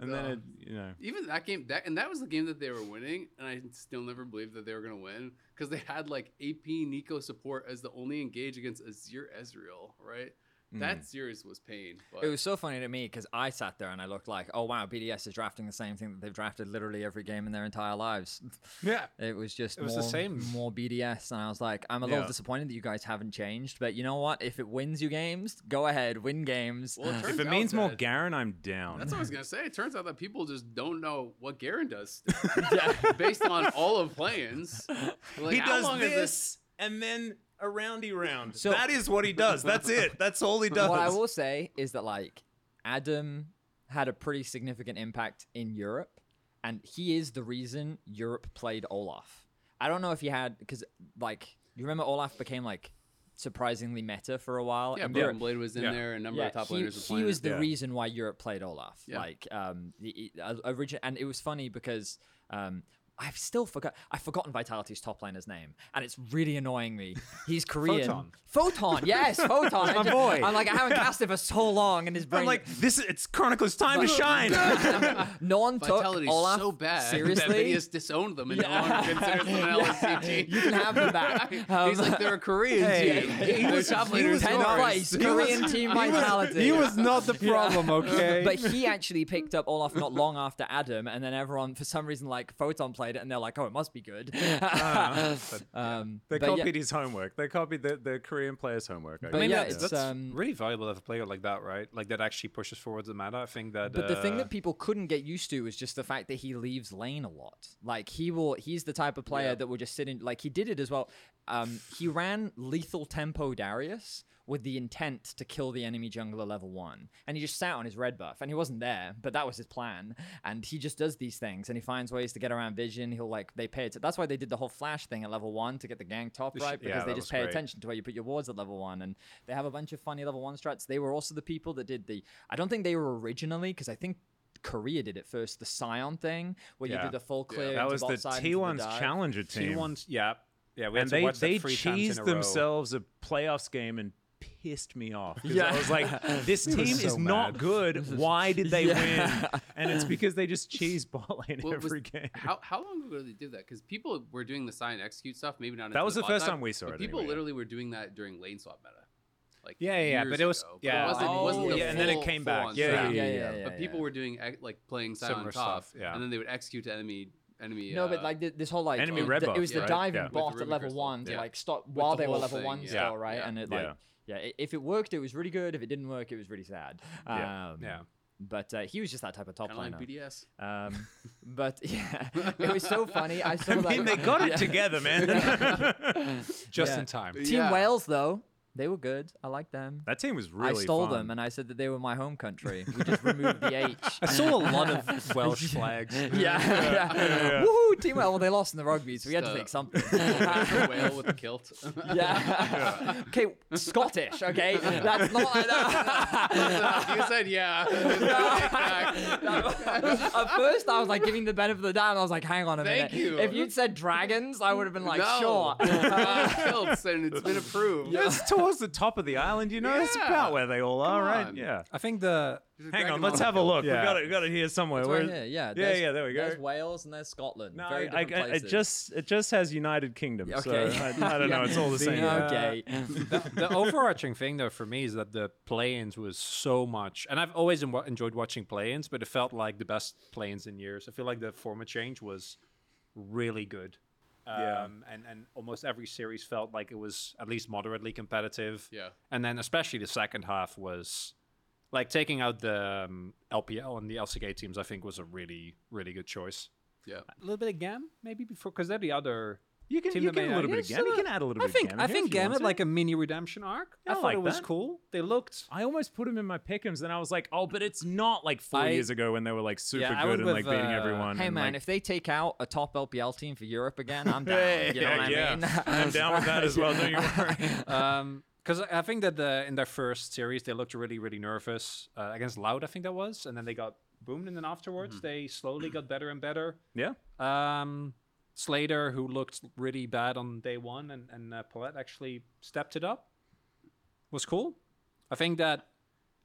Speaker 1: And then it, you know,
Speaker 2: even that game that and that was the game that they were winning and i still never believed that they were going to win because they had like ap nico support as the only engage against azir ezreal right
Speaker 1: Hmm.
Speaker 2: that series was pain but
Speaker 3: It was so funny to me because I sat there and I looked like, oh wow, BDS is drafting the same thing that they've drafted literally every game in their entire lives. *laughs*
Speaker 4: Yeah.
Speaker 3: It was just
Speaker 4: It was
Speaker 3: more,
Speaker 4: the same.
Speaker 3: more BDS, and I was like, I'm a little
Speaker 1: Yeah.
Speaker 3: disappointed that you guys haven't changed, but you know what? If it wins you games, go ahead, win games. *laughs*
Speaker 2: well, it turns
Speaker 1: if it
Speaker 2: out
Speaker 1: means more
Speaker 2: that-
Speaker 1: Garen, I'm down.
Speaker 2: that's what i was going to say it turns out that people just don't know what Garen does
Speaker 1: *laughs*
Speaker 2: *laughs* based on all of plans like,
Speaker 1: he
Speaker 2: how
Speaker 1: does
Speaker 2: long
Speaker 1: this,
Speaker 2: is this
Speaker 1: and then a roundy round.
Speaker 3: So-
Speaker 1: that is what he does. That's it. That's all
Speaker 3: *laughs*
Speaker 1: he does.
Speaker 3: what I will say is that like Adam had a pretty significant impact in Europe, and he is the reason Europe played Olaf. I don't know if he had because like you remember Olaf became like surprisingly meta for a while.
Speaker 2: yeah
Speaker 3: and
Speaker 2: Broken
Speaker 3: Europe-
Speaker 2: Blade was in
Speaker 1: Yeah.
Speaker 2: there a number of top
Speaker 3: he,
Speaker 2: laners were
Speaker 3: he
Speaker 2: playing
Speaker 3: was
Speaker 2: it.
Speaker 3: the
Speaker 1: Yeah.
Speaker 3: reason why Europe played Olaf.
Speaker 2: Yeah.
Speaker 3: Like um, the, original, and it was funny because um, I've still forgot. I've forgotten Vitality's top laner's name, and it's really annoying me.
Speaker 1: *laughs*
Speaker 3: He's Korean.
Speaker 4: Photon.
Speaker 3: Photon, yes, Photon.
Speaker 1: my
Speaker 3: I just-
Speaker 1: boy.
Speaker 3: I'm like, I haven't cast it for so long, and his brain.
Speaker 1: I'm like, this. Is, it's Chronicles' time to shine.
Speaker 3: no one took
Speaker 2: Vitality's
Speaker 3: Olaf
Speaker 2: so bad *laughs* that
Speaker 3: seriously.
Speaker 2: Vidius disowned them and no one considers
Speaker 3: *laughs*
Speaker 2: them an LSCG.
Speaker 3: You can have them back.
Speaker 2: *laughs* He's
Speaker 3: Um,
Speaker 2: like they're a Korean
Speaker 3: Hey,
Speaker 2: team.
Speaker 3: he
Speaker 2: Their
Speaker 3: was-
Speaker 2: top
Speaker 3: he
Speaker 2: leaders
Speaker 3: was
Speaker 2: are
Speaker 3: ten
Speaker 2: ours.
Speaker 3: place, Korean team vitality.
Speaker 4: He was not the problem, okay?
Speaker 3: but he actually picked up Olaf not long after Adam, and then everyone, for some reason, like Photon played it, and they're like, "Oh, it must be good." *laughs* Ah, um,
Speaker 1: They
Speaker 3: but yeah-
Speaker 1: copied his homework. They copied the, the Korean player's homework. I
Speaker 3: But
Speaker 1: guess.
Speaker 3: yeah,
Speaker 4: that's,
Speaker 3: it's,
Speaker 4: that's
Speaker 3: um,
Speaker 4: really valuable to have a player like that, right? Like that actually pushes forward the meta. I think that.
Speaker 3: But the thing
Speaker 4: uh,
Speaker 3: that people couldn't get used to was just the fact that he leaves lane a lot. Like he will, he's the type of player that will just sit in. Like he did it as well. Um, he ran lethal tempo Darius with the intent to kill the enemy jungler level one, and he just sat on his red buff, and he wasn't there, but that was his plan. And he just does these things, and he finds ways to get around vision. He'll like they pay. It- that's why they did the whole flash thing at level one to get the gang top right because
Speaker 1: yeah,
Speaker 3: they
Speaker 1: that
Speaker 3: just
Speaker 1: was
Speaker 3: pay
Speaker 1: great.
Speaker 3: attention attention to where you put your wards at level one, and they have a bunch of funny level one strats. They were also the people that did the. I don't think they were originally because I think Korea did it first. The Scion thing where
Speaker 4: Yeah.
Speaker 3: you do the full clear.
Speaker 1: that
Speaker 3: into
Speaker 1: was the
Speaker 3: bot side, into
Speaker 1: T1's
Speaker 3: dive. *laughs*
Speaker 1: challenger team.
Speaker 4: T1's yeah, yeah. We had
Speaker 1: and
Speaker 4: to
Speaker 1: they,
Speaker 4: watch that
Speaker 1: they
Speaker 4: three times in
Speaker 1: cheesed
Speaker 4: a row.
Speaker 1: themselves a playoffs game and pissed me off. 'Cause
Speaker 3: Yeah.
Speaker 1: I was like, this team
Speaker 4: so
Speaker 1: is not
Speaker 4: mad.
Speaker 1: good. Why did they
Speaker 3: *laughs*
Speaker 1: win? And it's because they just cheese bot lane
Speaker 2: Well, it was-
Speaker 1: every game.
Speaker 2: How, how long ago did they do that? Because people were doing the sign execute stuff. Maybe not.
Speaker 1: That
Speaker 2: into
Speaker 1: was the
Speaker 2: bot
Speaker 1: first
Speaker 2: dive,
Speaker 1: time we saw
Speaker 2: but
Speaker 1: it
Speaker 2: People
Speaker 1: anyway.
Speaker 2: literally were doing that during lane swap meta. Like
Speaker 4: Yeah, yeah, yeah,
Speaker 2: years
Speaker 4: but it was-
Speaker 2: ago,
Speaker 4: yeah.
Speaker 2: But it wasn't, it
Speaker 3: Oh,
Speaker 2: wasn't the
Speaker 3: yeah,
Speaker 1: and then it
Speaker 2: full-
Speaker 1: came
Speaker 2: full
Speaker 1: back.
Speaker 2: on
Speaker 1: Yeah,
Speaker 2: strat.
Speaker 1: yeah, yeah,
Speaker 3: yeah, yeah,
Speaker 2: But
Speaker 3: yeah,
Speaker 2: people
Speaker 3: yeah.
Speaker 2: were doing ec- like playing silent
Speaker 4: Similar
Speaker 2: top,
Speaker 4: stuff, yeah.
Speaker 2: and then they would execute to enemy enemy.
Speaker 3: No, but
Speaker 2: uh,
Speaker 3: like th- this whole like
Speaker 1: Enemy
Speaker 3: it,
Speaker 1: red
Speaker 3: the- it
Speaker 1: buff,
Speaker 3: was the
Speaker 1: right?
Speaker 3: diving
Speaker 1: Yeah. With
Speaker 2: the
Speaker 3: bot at
Speaker 2: Ruby
Speaker 3: level
Speaker 2: crystal,
Speaker 3: one to
Speaker 2: yeah.
Speaker 3: like stop while
Speaker 2: the
Speaker 3: they were
Speaker 2: whole
Speaker 3: level
Speaker 2: thing,
Speaker 3: one
Speaker 2: yeah.
Speaker 3: still, right?
Speaker 2: Yeah.
Speaker 3: And it like
Speaker 1: Yeah.
Speaker 3: yeah. i- if it worked, it was really good. If it didn't work, it was really sad.
Speaker 1: Yeah.
Speaker 3: Um,
Speaker 4: Yeah.
Speaker 3: But uh, he was just that type of top
Speaker 2: kind
Speaker 3: laner.
Speaker 2: of like BDS.
Speaker 3: *laughs* um, but *laughs* yeah, it was so funny. I saw
Speaker 1: I
Speaker 3: that.
Speaker 1: mean, they got it
Speaker 3: *laughs* Yeah.
Speaker 1: together, man.
Speaker 4: just
Speaker 3: Yeah.
Speaker 4: in time.
Speaker 3: Team
Speaker 2: Yeah.
Speaker 3: Wales, though, they were good. I like them.
Speaker 1: that team was really
Speaker 3: I stole
Speaker 1: fun.
Speaker 3: them and I said that they were my home country. We just removed the H.
Speaker 4: I saw a lot
Speaker 3: *laughs*
Speaker 4: of Welsh flags.
Speaker 3: Yeah, *laughs* yeah. Woohoo, Team Wales. Well, they lost in the rugby, so we had
Speaker 2: Just,
Speaker 3: to
Speaker 2: uh, *laughs*
Speaker 3: take something. *laughs*
Speaker 2: Whale with a kilt. *laughs*
Speaker 3: yeah. *laughs* Okay, Scottish, okay? That's not.
Speaker 2: *laughs* you said yeah.
Speaker 3: At first, I was like giving the benefit of the doubt. and I was like, hang on a
Speaker 2: Thank
Speaker 3: minute.
Speaker 2: you.
Speaker 3: If you'd said dragons, I would have been like,
Speaker 2: no.
Speaker 3: sure.
Speaker 2: *laughs* Uh, kilts, and it's been approved.
Speaker 1: That's towards the top of the island, you know? That's
Speaker 2: Yeah.
Speaker 1: about where they all are,
Speaker 2: Come
Speaker 1: right?
Speaker 2: on.
Speaker 1: Yeah.
Speaker 4: I think the
Speaker 1: Hang on, let's have a look.
Speaker 4: Yeah.
Speaker 1: We got it. We got it here somewhere.
Speaker 3: It's right
Speaker 1: Where-
Speaker 3: here, yeah.
Speaker 1: yeah,
Speaker 3: there's-
Speaker 1: yeah. There we go.
Speaker 3: There's Wales and there's Scotland.
Speaker 1: No,
Speaker 3: very
Speaker 1: I, I,
Speaker 3: different
Speaker 1: it
Speaker 3: places.
Speaker 1: just it just has United Kingdom.
Speaker 3: okay.
Speaker 1: So I, I don't
Speaker 3: *laughs*
Speaker 1: know. It's all the same.
Speaker 4: Yeah.
Speaker 3: Okay.
Speaker 4: the, the overarching thing though for me is that the play-ins was so much, and I've always en- enjoyed watching play-ins, but it felt like the best play-ins in years. I feel like the format change was really good. Um,
Speaker 1: Yeah.
Speaker 4: and, and almost every series felt like it was at least moderately competitive.
Speaker 2: Yeah.
Speaker 4: And then especially the second half was like taking out the um, LPL and the LCK teams, I think was a really, really good choice
Speaker 2: Yeah.
Speaker 4: a little bit of Gam maybe before because they're the other
Speaker 1: You can,
Speaker 4: Team
Speaker 1: you
Speaker 4: that
Speaker 1: can
Speaker 4: may
Speaker 1: a little
Speaker 4: not-
Speaker 1: bit of
Speaker 4: Yeah,
Speaker 1: Gamut. You
Speaker 4: sort of-
Speaker 1: can add a little
Speaker 4: I
Speaker 1: bit
Speaker 4: think
Speaker 1: of Gamut.
Speaker 4: I
Speaker 1: here
Speaker 4: think
Speaker 1: if you want
Speaker 4: Gamut
Speaker 1: to.
Speaker 4: like a mini redemption arc.
Speaker 1: Yeah,
Speaker 4: I,
Speaker 1: I
Speaker 4: thought
Speaker 1: like
Speaker 4: it was
Speaker 1: that.
Speaker 4: cool. They looked
Speaker 1: I almost put him in my pickums, and I was like, "Oh, but it's not like four
Speaker 4: I-
Speaker 1: years ago when they were like super
Speaker 4: Yeah, I
Speaker 1: good
Speaker 4: went
Speaker 1: and
Speaker 4: with,
Speaker 1: like beating
Speaker 4: uh,
Speaker 1: everyone."
Speaker 3: Hey
Speaker 1: and,
Speaker 3: man,
Speaker 1: like-
Speaker 3: if they take out a top LPL team for Europe again, I'm down.
Speaker 1: *laughs*
Speaker 3: you know
Speaker 1: Yeah,
Speaker 3: what I
Speaker 1: yeah.
Speaker 3: mean?
Speaker 1: *laughs*
Speaker 3: *laughs*
Speaker 1: I'm down with that as well, don't you worry.
Speaker 4: um because I think that the in their first series they looked really really nervous uh, against Loud. I think that was, and then they got boomed, and then afterwards
Speaker 1: Mm-hmm.
Speaker 4: they slowly got better and better.
Speaker 1: yeah,
Speaker 4: Um, Slater, who looked really bad on day one, and and uh, Paulette actually stepped it up. Was cool. I think that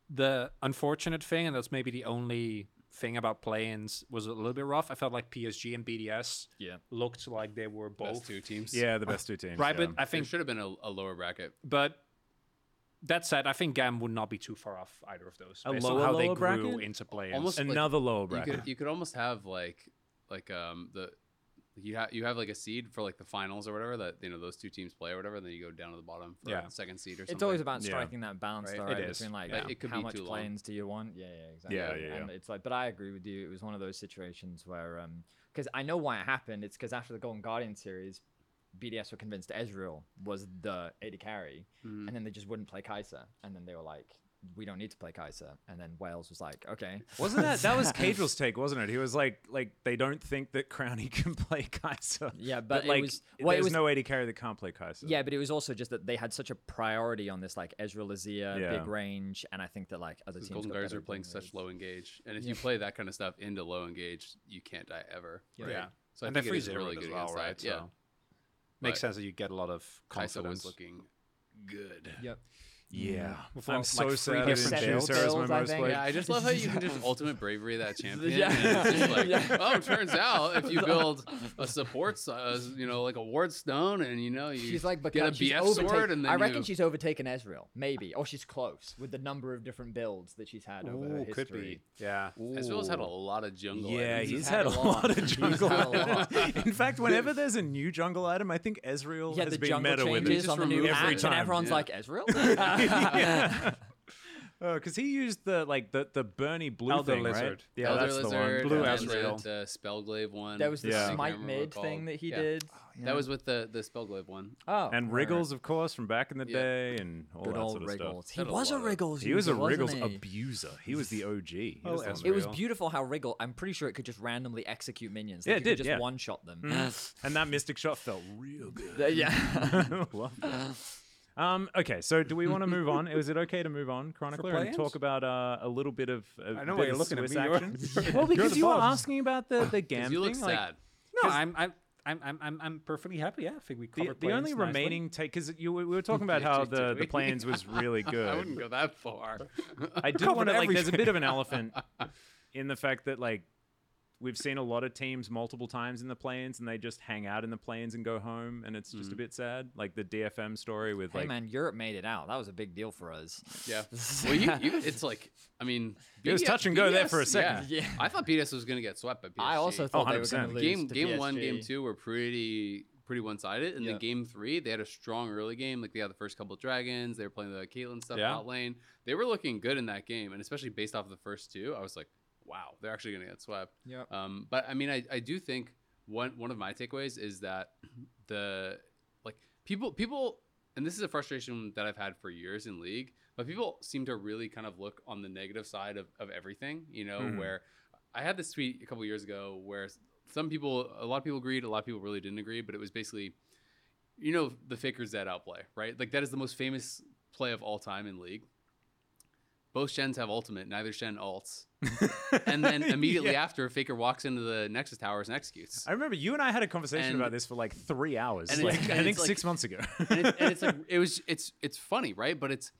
Speaker 4: the unfortunate thing, and that's maybe the only thing about play-ins, was a little bit rough. I felt like PSG and BDS
Speaker 2: Yeah.
Speaker 4: looked like they were both
Speaker 2: Best two teams.
Speaker 1: yeah, the best two teams.
Speaker 4: right,
Speaker 1: yeah.
Speaker 4: but I
Speaker 2: There
Speaker 4: think
Speaker 2: should have been a, a lower bracket.
Speaker 4: but that said, I think Gam would not be too far off either of those.
Speaker 1: A
Speaker 4: based on
Speaker 1: lower,
Speaker 4: how they
Speaker 1: lower
Speaker 4: grew
Speaker 1: bracket?
Speaker 4: into play.
Speaker 2: Almost like-
Speaker 1: another lower
Speaker 2: You
Speaker 1: bracket.
Speaker 2: could you could almost have like like um the you have you have like a seed for like the finals or whatever that you know those two teams play or whatever, and then you go down to the bottom for
Speaker 4: Yeah.
Speaker 2: a second seed or something.
Speaker 3: It's always about
Speaker 1: Yeah.
Speaker 3: striking that balance,
Speaker 2: Right.
Speaker 3: though,
Speaker 4: It
Speaker 3: right?
Speaker 4: is.
Speaker 3: Between like,
Speaker 2: Yeah. It could
Speaker 3: how
Speaker 2: be
Speaker 3: much
Speaker 2: too long.
Speaker 3: planes do you want? Yeah, yeah, exactly.
Speaker 1: Yeah,
Speaker 3: and,
Speaker 1: yeah,
Speaker 3: and
Speaker 1: yeah.
Speaker 3: it's like, but I agree with you. It was one of those situations where, um, because I know why it happened. It's because after the Golden Guardian series, BDS were convinced Ezreal was the AD carry,
Speaker 2: Mhm.
Speaker 3: and then they just wouldn't play Kaiser, and then they were like, we don't need to play Kaiser, and then Wales was like, okay,
Speaker 1: Wasn't that that was Cadrill's take, wasn't it? He was like, like they don't think that Crownie *laughs* can play Kaiser.
Speaker 3: Yeah, but it
Speaker 1: like,
Speaker 3: was- well, it
Speaker 1: there's
Speaker 3: was-
Speaker 1: no AD carry that can't play Kaiser.
Speaker 3: Yeah, but it was also just that they had such a priority on this like Ezreal Azir,
Speaker 1: Yeah.
Speaker 3: big range, and I think that like other
Speaker 2: Because
Speaker 3: teams
Speaker 2: Golden
Speaker 3: got
Speaker 2: Guards
Speaker 3: better
Speaker 2: are
Speaker 3: at
Speaker 2: playing
Speaker 3: doing
Speaker 2: such
Speaker 3: those.
Speaker 2: low engage, and if you play that kind of stuff into low engage, you can't die ever.
Speaker 3: Yeah.
Speaker 2: right?
Speaker 4: Yeah.
Speaker 2: So I
Speaker 4: and they
Speaker 2: think it
Speaker 4: freeze
Speaker 2: is
Speaker 4: it
Speaker 2: really
Speaker 4: really
Speaker 2: good
Speaker 4: as well,
Speaker 2: against
Speaker 4: right?
Speaker 2: that. Yeah.
Speaker 4: So makes
Speaker 2: But
Speaker 4: sense that you get a lot of
Speaker 2: Kaisa was
Speaker 4: confidence.
Speaker 2: looking good.
Speaker 3: Yep.
Speaker 1: yeah.
Speaker 4: Before,
Speaker 1: I'm
Speaker 4: like,
Speaker 1: so
Speaker 4: three
Speaker 1: sad. I didn't
Speaker 3: different
Speaker 1: choose her as my
Speaker 3: builds, I
Speaker 1: most
Speaker 3: think.
Speaker 1: played.
Speaker 2: Yeah, I just love how you can just ultimate bravery *laughs* that champion.
Speaker 3: Yeah.
Speaker 2: and it's *laughs* just like,
Speaker 3: Yeah.
Speaker 2: oh, it turns out if you *laughs* build a support, s- uh, you know, like a ward stone, and you know, you
Speaker 3: She's like
Speaker 2: get a
Speaker 3: because she's
Speaker 2: BF sword,
Speaker 3: overtaken.
Speaker 2: and then
Speaker 3: I reckon
Speaker 2: you-
Speaker 3: she's overtaken Ezreal, maybe, or she's close with the number of different builds that she's had over her
Speaker 4: Ooh,
Speaker 3: history.
Speaker 4: could be. Yeah.
Speaker 2: Ezreal's had a lot of jungle.
Speaker 1: Yeah,
Speaker 2: items.
Speaker 1: he's, had, a lot, of
Speaker 3: He's
Speaker 1: jungle
Speaker 3: had a lot.
Speaker 1: items. *laughs* In fact, whenever there's a new jungle item, I think Ezreal
Speaker 3: Yeah,
Speaker 1: has
Speaker 3: the
Speaker 1: been
Speaker 3: jungle
Speaker 1: meta with
Speaker 3: changes
Speaker 1: it. *laughs*
Speaker 2: Just
Speaker 3: on the new
Speaker 2: remove
Speaker 1: every
Speaker 3: app,
Speaker 1: time.
Speaker 3: and everyone's
Speaker 2: Yeah.
Speaker 3: like
Speaker 1: *laughs*
Speaker 3: Ezreal. *laughs*
Speaker 1: Because Oh, he used the like the, the Bernie blue
Speaker 4: Elder
Speaker 1: thing, right?
Speaker 4: lizard.
Speaker 1: Yeah,
Speaker 2: Elder
Speaker 1: that's
Speaker 2: Lizard,
Speaker 1: the one.
Speaker 4: Blue
Speaker 2: and then
Speaker 4: Ezreal.
Speaker 2: The, the Spellglaive one.
Speaker 3: there was the
Speaker 1: Yeah.
Speaker 3: smite
Speaker 2: Remember
Speaker 3: mid
Speaker 2: called.
Speaker 3: thing that he
Speaker 2: Yeah.
Speaker 3: did.
Speaker 2: That was with the the Spellglaive one.
Speaker 3: Oh,
Speaker 1: and
Speaker 3: right, right.
Speaker 1: Wriggles, of course, from back in the
Speaker 2: Yeah.
Speaker 1: day, and all
Speaker 3: Good
Speaker 1: that
Speaker 3: old
Speaker 1: sort of
Speaker 3: Wriggles.
Speaker 1: stuff.
Speaker 3: He
Speaker 2: Had a
Speaker 3: was a
Speaker 2: lot of-
Speaker 3: Wriggles.
Speaker 1: He was a
Speaker 3: user, wasn't
Speaker 1: Wriggles
Speaker 3: he?
Speaker 1: abuser. He was the OG. He
Speaker 4: Oh,
Speaker 1: was the one
Speaker 4: Ezreal.
Speaker 3: It was
Speaker 4: Real.
Speaker 3: beautiful how Wriggle. I'm pretty sure it could just randomly execute minions. Like
Speaker 1: Yeah, it
Speaker 3: you could
Speaker 1: did,
Speaker 3: Just
Speaker 1: yeah. Mm.
Speaker 3: one shot them. *laughs*
Speaker 1: And that mystic shot felt real
Speaker 4: *laughs*
Speaker 1: good. *laughs*
Speaker 3: yeah.
Speaker 1: Love that. Um, okay, so do we want to move on? Is it okay to move
Speaker 4: *laughs*
Speaker 1: on, Chronicler, and
Speaker 4: play-ins?
Speaker 1: talk about uh, a little bit of a
Speaker 4: I know
Speaker 1: bit
Speaker 4: why you're
Speaker 1: of
Speaker 4: looking at
Speaker 1: Swiss
Speaker 4: me. You're-
Speaker 1: action? *laughs*
Speaker 4: *laughs* you're-
Speaker 1: well,
Speaker 4: you're
Speaker 1: because
Speaker 4: the
Speaker 1: you were
Speaker 4: boss.
Speaker 1: asking about the
Speaker 4: *laughs*
Speaker 1: the gam
Speaker 2: You look
Speaker 1: thing, like,
Speaker 2: sad.
Speaker 4: No, I'm I'm I'm I'm I'm I'm perfectly happy. Yeah, I think we
Speaker 1: the,
Speaker 4: covered
Speaker 1: the only
Speaker 4: play-ins nicely.
Speaker 1: remaining take because we were
Speaker 4: *laughs*
Speaker 1: talking about how the the
Speaker 2: Did we?
Speaker 1: planes was really good.
Speaker 2: I wouldn't go that far.
Speaker 1: I do want to like. There's a
Speaker 4: everything.
Speaker 1: bit of an elephant in the fact that like we've seen a lot of teams multiple times in the planes, and they just hang out in the planes and go home, and it's just a bit sad. Like the DFM story with
Speaker 3: Hey
Speaker 1: like
Speaker 3: man, Europe made it out. That was a big deal for us. *laughs*
Speaker 2: Yeah. Well, you, you, it's like, I mean,
Speaker 1: It was
Speaker 2: BDS
Speaker 1: touch and go there for a
Speaker 2: yeah.
Speaker 1: second.
Speaker 3: Yeah.
Speaker 2: I thought BDS was going to get swept by PSG.
Speaker 3: I
Speaker 1: Oh,
Speaker 3: also thought they were going
Speaker 1: 100%.
Speaker 3: to lose.
Speaker 2: game
Speaker 3: to
Speaker 2: game one,
Speaker 3: PSG.
Speaker 2: game two were pretty pretty one sided, and
Speaker 3: Yeah.
Speaker 2: then game three they had a strong early game. Like they had the first couple of dragons, they were playing the Caitlyn stuff
Speaker 4: Yeah.
Speaker 2: out lane. They were looking good in that game, and especially based off the first two, I was like, wow, they're actually going to get swept.
Speaker 3: Yep.
Speaker 2: Um, but I mean, I, I do think one one of my takeaways is that the like people people and this is a frustration that I've had for years in league, but people seem to really kind of look on the negative side of, of everything, you know,
Speaker 1: Mhm.
Speaker 2: where I had this tweet a couple years ago where s- some people a lot of people agreed, a lot of people really didn't agree, but it was basically you know the faker Zed outplay, right? Like that is the most famous play of all time in league. Both Shens have ultimate, neither Shen alts. and then immediately after, Faker walks into the Nexus Towers and executes.
Speaker 1: I remember you and I had a conversation
Speaker 2: And-
Speaker 1: about this for like three hours.
Speaker 2: and
Speaker 1: like,
Speaker 2: it's- and
Speaker 1: I think
Speaker 2: it's like-
Speaker 1: six months ago.
Speaker 2: and,
Speaker 1: *laughs*
Speaker 2: it's, and it's like it was it's it's funny right but it's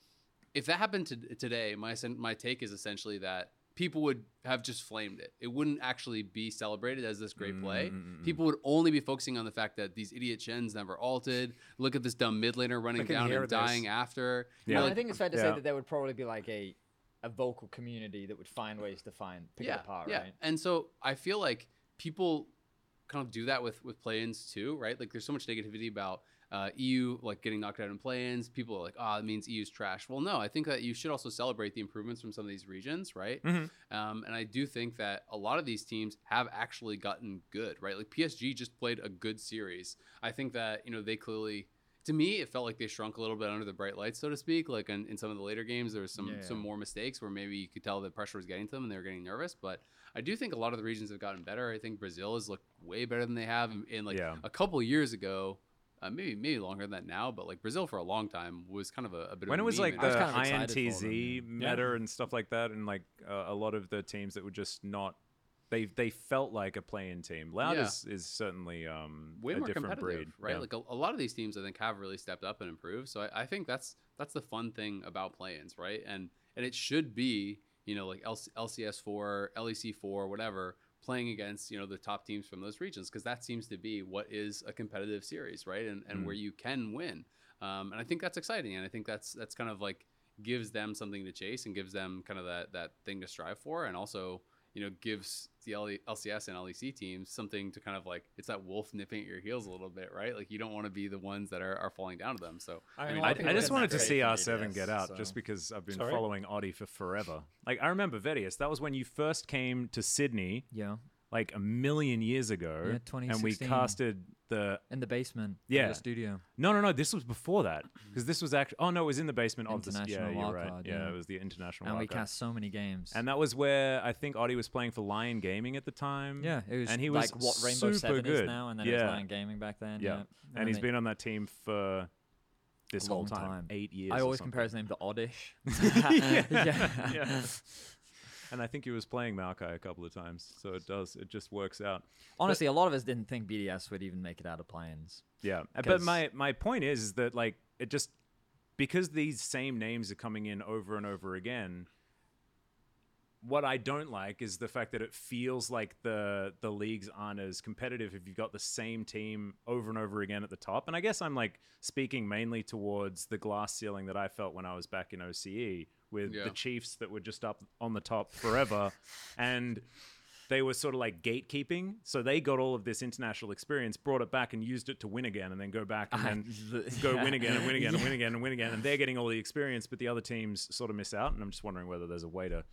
Speaker 2: if that happened to, today my sen- my take is essentially that people would have just flamed it it wouldn't actually be celebrated as this great play
Speaker 1: Mm-hmm.
Speaker 2: people would only be focusing on the fact that these idiot chens never alted look at this dumb mid laner running
Speaker 1: can
Speaker 2: down
Speaker 1: hear
Speaker 2: and
Speaker 1: this.
Speaker 2: dying after You
Speaker 1: Yeah.
Speaker 2: know,
Speaker 3: Well, I
Speaker 2: like,
Speaker 3: think it's fair to
Speaker 1: Yeah.
Speaker 3: say that there would probably be like a a vocal community that would find ways to find pick it apart, right?
Speaker 2: And so I feel like people kind of do that with with play-ins too, right? Like there's so much negativity about uh, EU like getting knocked out in play-ins. People are like, "Ah, it means EU's trash." Well, no, I think that you should also celebrate the improvements from some of these regions, right?
Speaker 1: Mhm.
Speaker 2: Um, and I do think that a lot of these teams have actually gotten good, right? Like PSG just played a good series. I think that you know they clearly. To me, it felt like they shrunk a little bit under the bright lights, so to speak. Like in, in some of the later games, there was some
Speaker 5: Yeah.
Speaker 2: some more mistakes where maybe you could tell the pressure was getting to them and they were getting nervous. But I do think a lot of the regions have gotten better. I think Brazil has looked way better than they have in, in like
Speaker 1: Yeah.
Speaker 2: a couple years ago. Uh, maybe maybe longer than that now, but like Brazil for a long time was kind of a, a bit
Speaker 1: when it
Speaker 2: of a
Speaker 1: was
Speaker 2: meme
Speaker 1: like
Speaker 2: in
Speaker 1: the
Speaker 5: I was
Speaker 2: Africa.
Speaker 5: kind of excited for
Speaker 1: INTZ
Speaker 5: them,
Speaker 1: meta and stuff like that, and like uh, a lot of the teams that were just not. They, they felt like a play-in team. Loud
Speaker 2: Yeah.
Speaker 1: is, is certainly um,
Speaker 2: way
Speaker 1: a
Speaker 2: more
Speaker 1: different
Speaker 2: competitive,
Speaker 1: breed,
Speaker 2: right?
Speaker 1: Yeah.
Speaker 2: Like a, a lot of these teams, I think, have really stepped up and improved. So I, I think that's that's the fun thing about play-ins, right? And and it should be, you know, like LC, LCS four, LEC four, whatever, playing against you know the top teams from those regions because that seems to be what is a competitive series, right? And and
Speaker 1: Mm.
Speaker 2: where you can win. Um, and I think that's exciting, and I think that's that's kind of like gives them something to chase and gives them kind of that that thing to strive for, and also you know, gives the E, LE LCS and LEC teams something to kind of like it's that wolf nipping at your heels a little bit, right? Like you don't want to be the ones that are, are falling down to them. So
Speaker 5: I mean,
Speaker 2: mean,
Speaker 5: a lot
Speaker 1: I,
Speaker 5: of people
Speaker 1: I
Speaker 5: are
Speaker 1: just
Speaker 5: getting
Speaker 1: wanted
Speaker 5: that
Speaker 1: to see
Speaker 5: grade
Speaker 1: R7
Speaker 5: from BTS,
Speaker 1: get out
Speaker 5: so-
Speaker 1: just because I've been
Speaker 4: Sorry?
Speaker 1: following Audi for forever. Like, I remember Vettius, that was when you first came to Sydney
Speaker 5: Yeah,
Speaker 1: like a million years ago.
Speaker 5: Yeah,
Speaker 1: And we
Speaker 5: 2016.
Speaker 1: casted the.
Speaker 5: in the basement. of
Speaker 1: Yeah.
Speaker 5: the studio.
Speaker 1: No, no, no, this was before that. Because this was actually. Oh, no, it was in the basement of the. Yeah,
Speaker 5: International
Speaker 1: you're
Speaker 5: wild
Speaker 1: right.
Speaker 5: card,
Speaker 1: yeah.
Speaker 5: yeah.
Speaker 1: it was the international
Speaker 5: and we
Speaker 1: wild card.
Speaker 5: cast so many games.
Speaker 1: And that was where I think Audi was playing for Lion Gaming at the time.
Speaker 5: yeah, it was
Speaker 1: and he was
Speaker 5: like what Rainbow
Speaker 1: super
Speaker 5: Seven
Speaker 1: good.
Speaker 5: is now, and then
Speaker 1: yeah.
Speaker 5: it was Lion Gaming back then.
Speaker 1: Yeah.
Speaker 5: Yeah,
Speaker 1: And he's
Speaker 5: they-
Speaker 1: been on that team for this whole
Speaker 5: long
Speaker 1: time,
Speaker 5: time.
Speaker 1: eight years.
Speaker 5: I
Speaker 1: or
Speaker 5: always
Speaker 1: something.
Speaker 5: compare his name to Oddish.
Speaker 3: *laughs*
Speaker 5: *laughs*
Speaker 1: yeah. And I think he was playing Maokai a couple of times, so it does. It just works out.
Speaker 5: Honestly, a lot of us didn't think BDS would even make it out of play-ins.
Speaker 1: Yeah. Uh, But
Speaker 5: 'Cause-
Speaker 1: my my point is, is that like it just because these same names are coming in over and over again. What I don't like is the fact that it feels like the the leagues aren't as competitive if you've got the same team over and over again at the top. And I guess I'm like speaking mainly towards the glass ceiling that I felt when I was back in OCE with
Speaker 2: Yeah.
Speaker 1: the Chiefs that were just up on the top forever, and they were sort of like gatekeeping. So they got all of this international experience, brought it back and used it to win again, and then go back and
Speaker 5: *laughs*
Speaker 1: then go win again and win again and win again and win again. And they're getting all the experience, but the other teams sort of miss out. And I'm just wondering whether there's a way to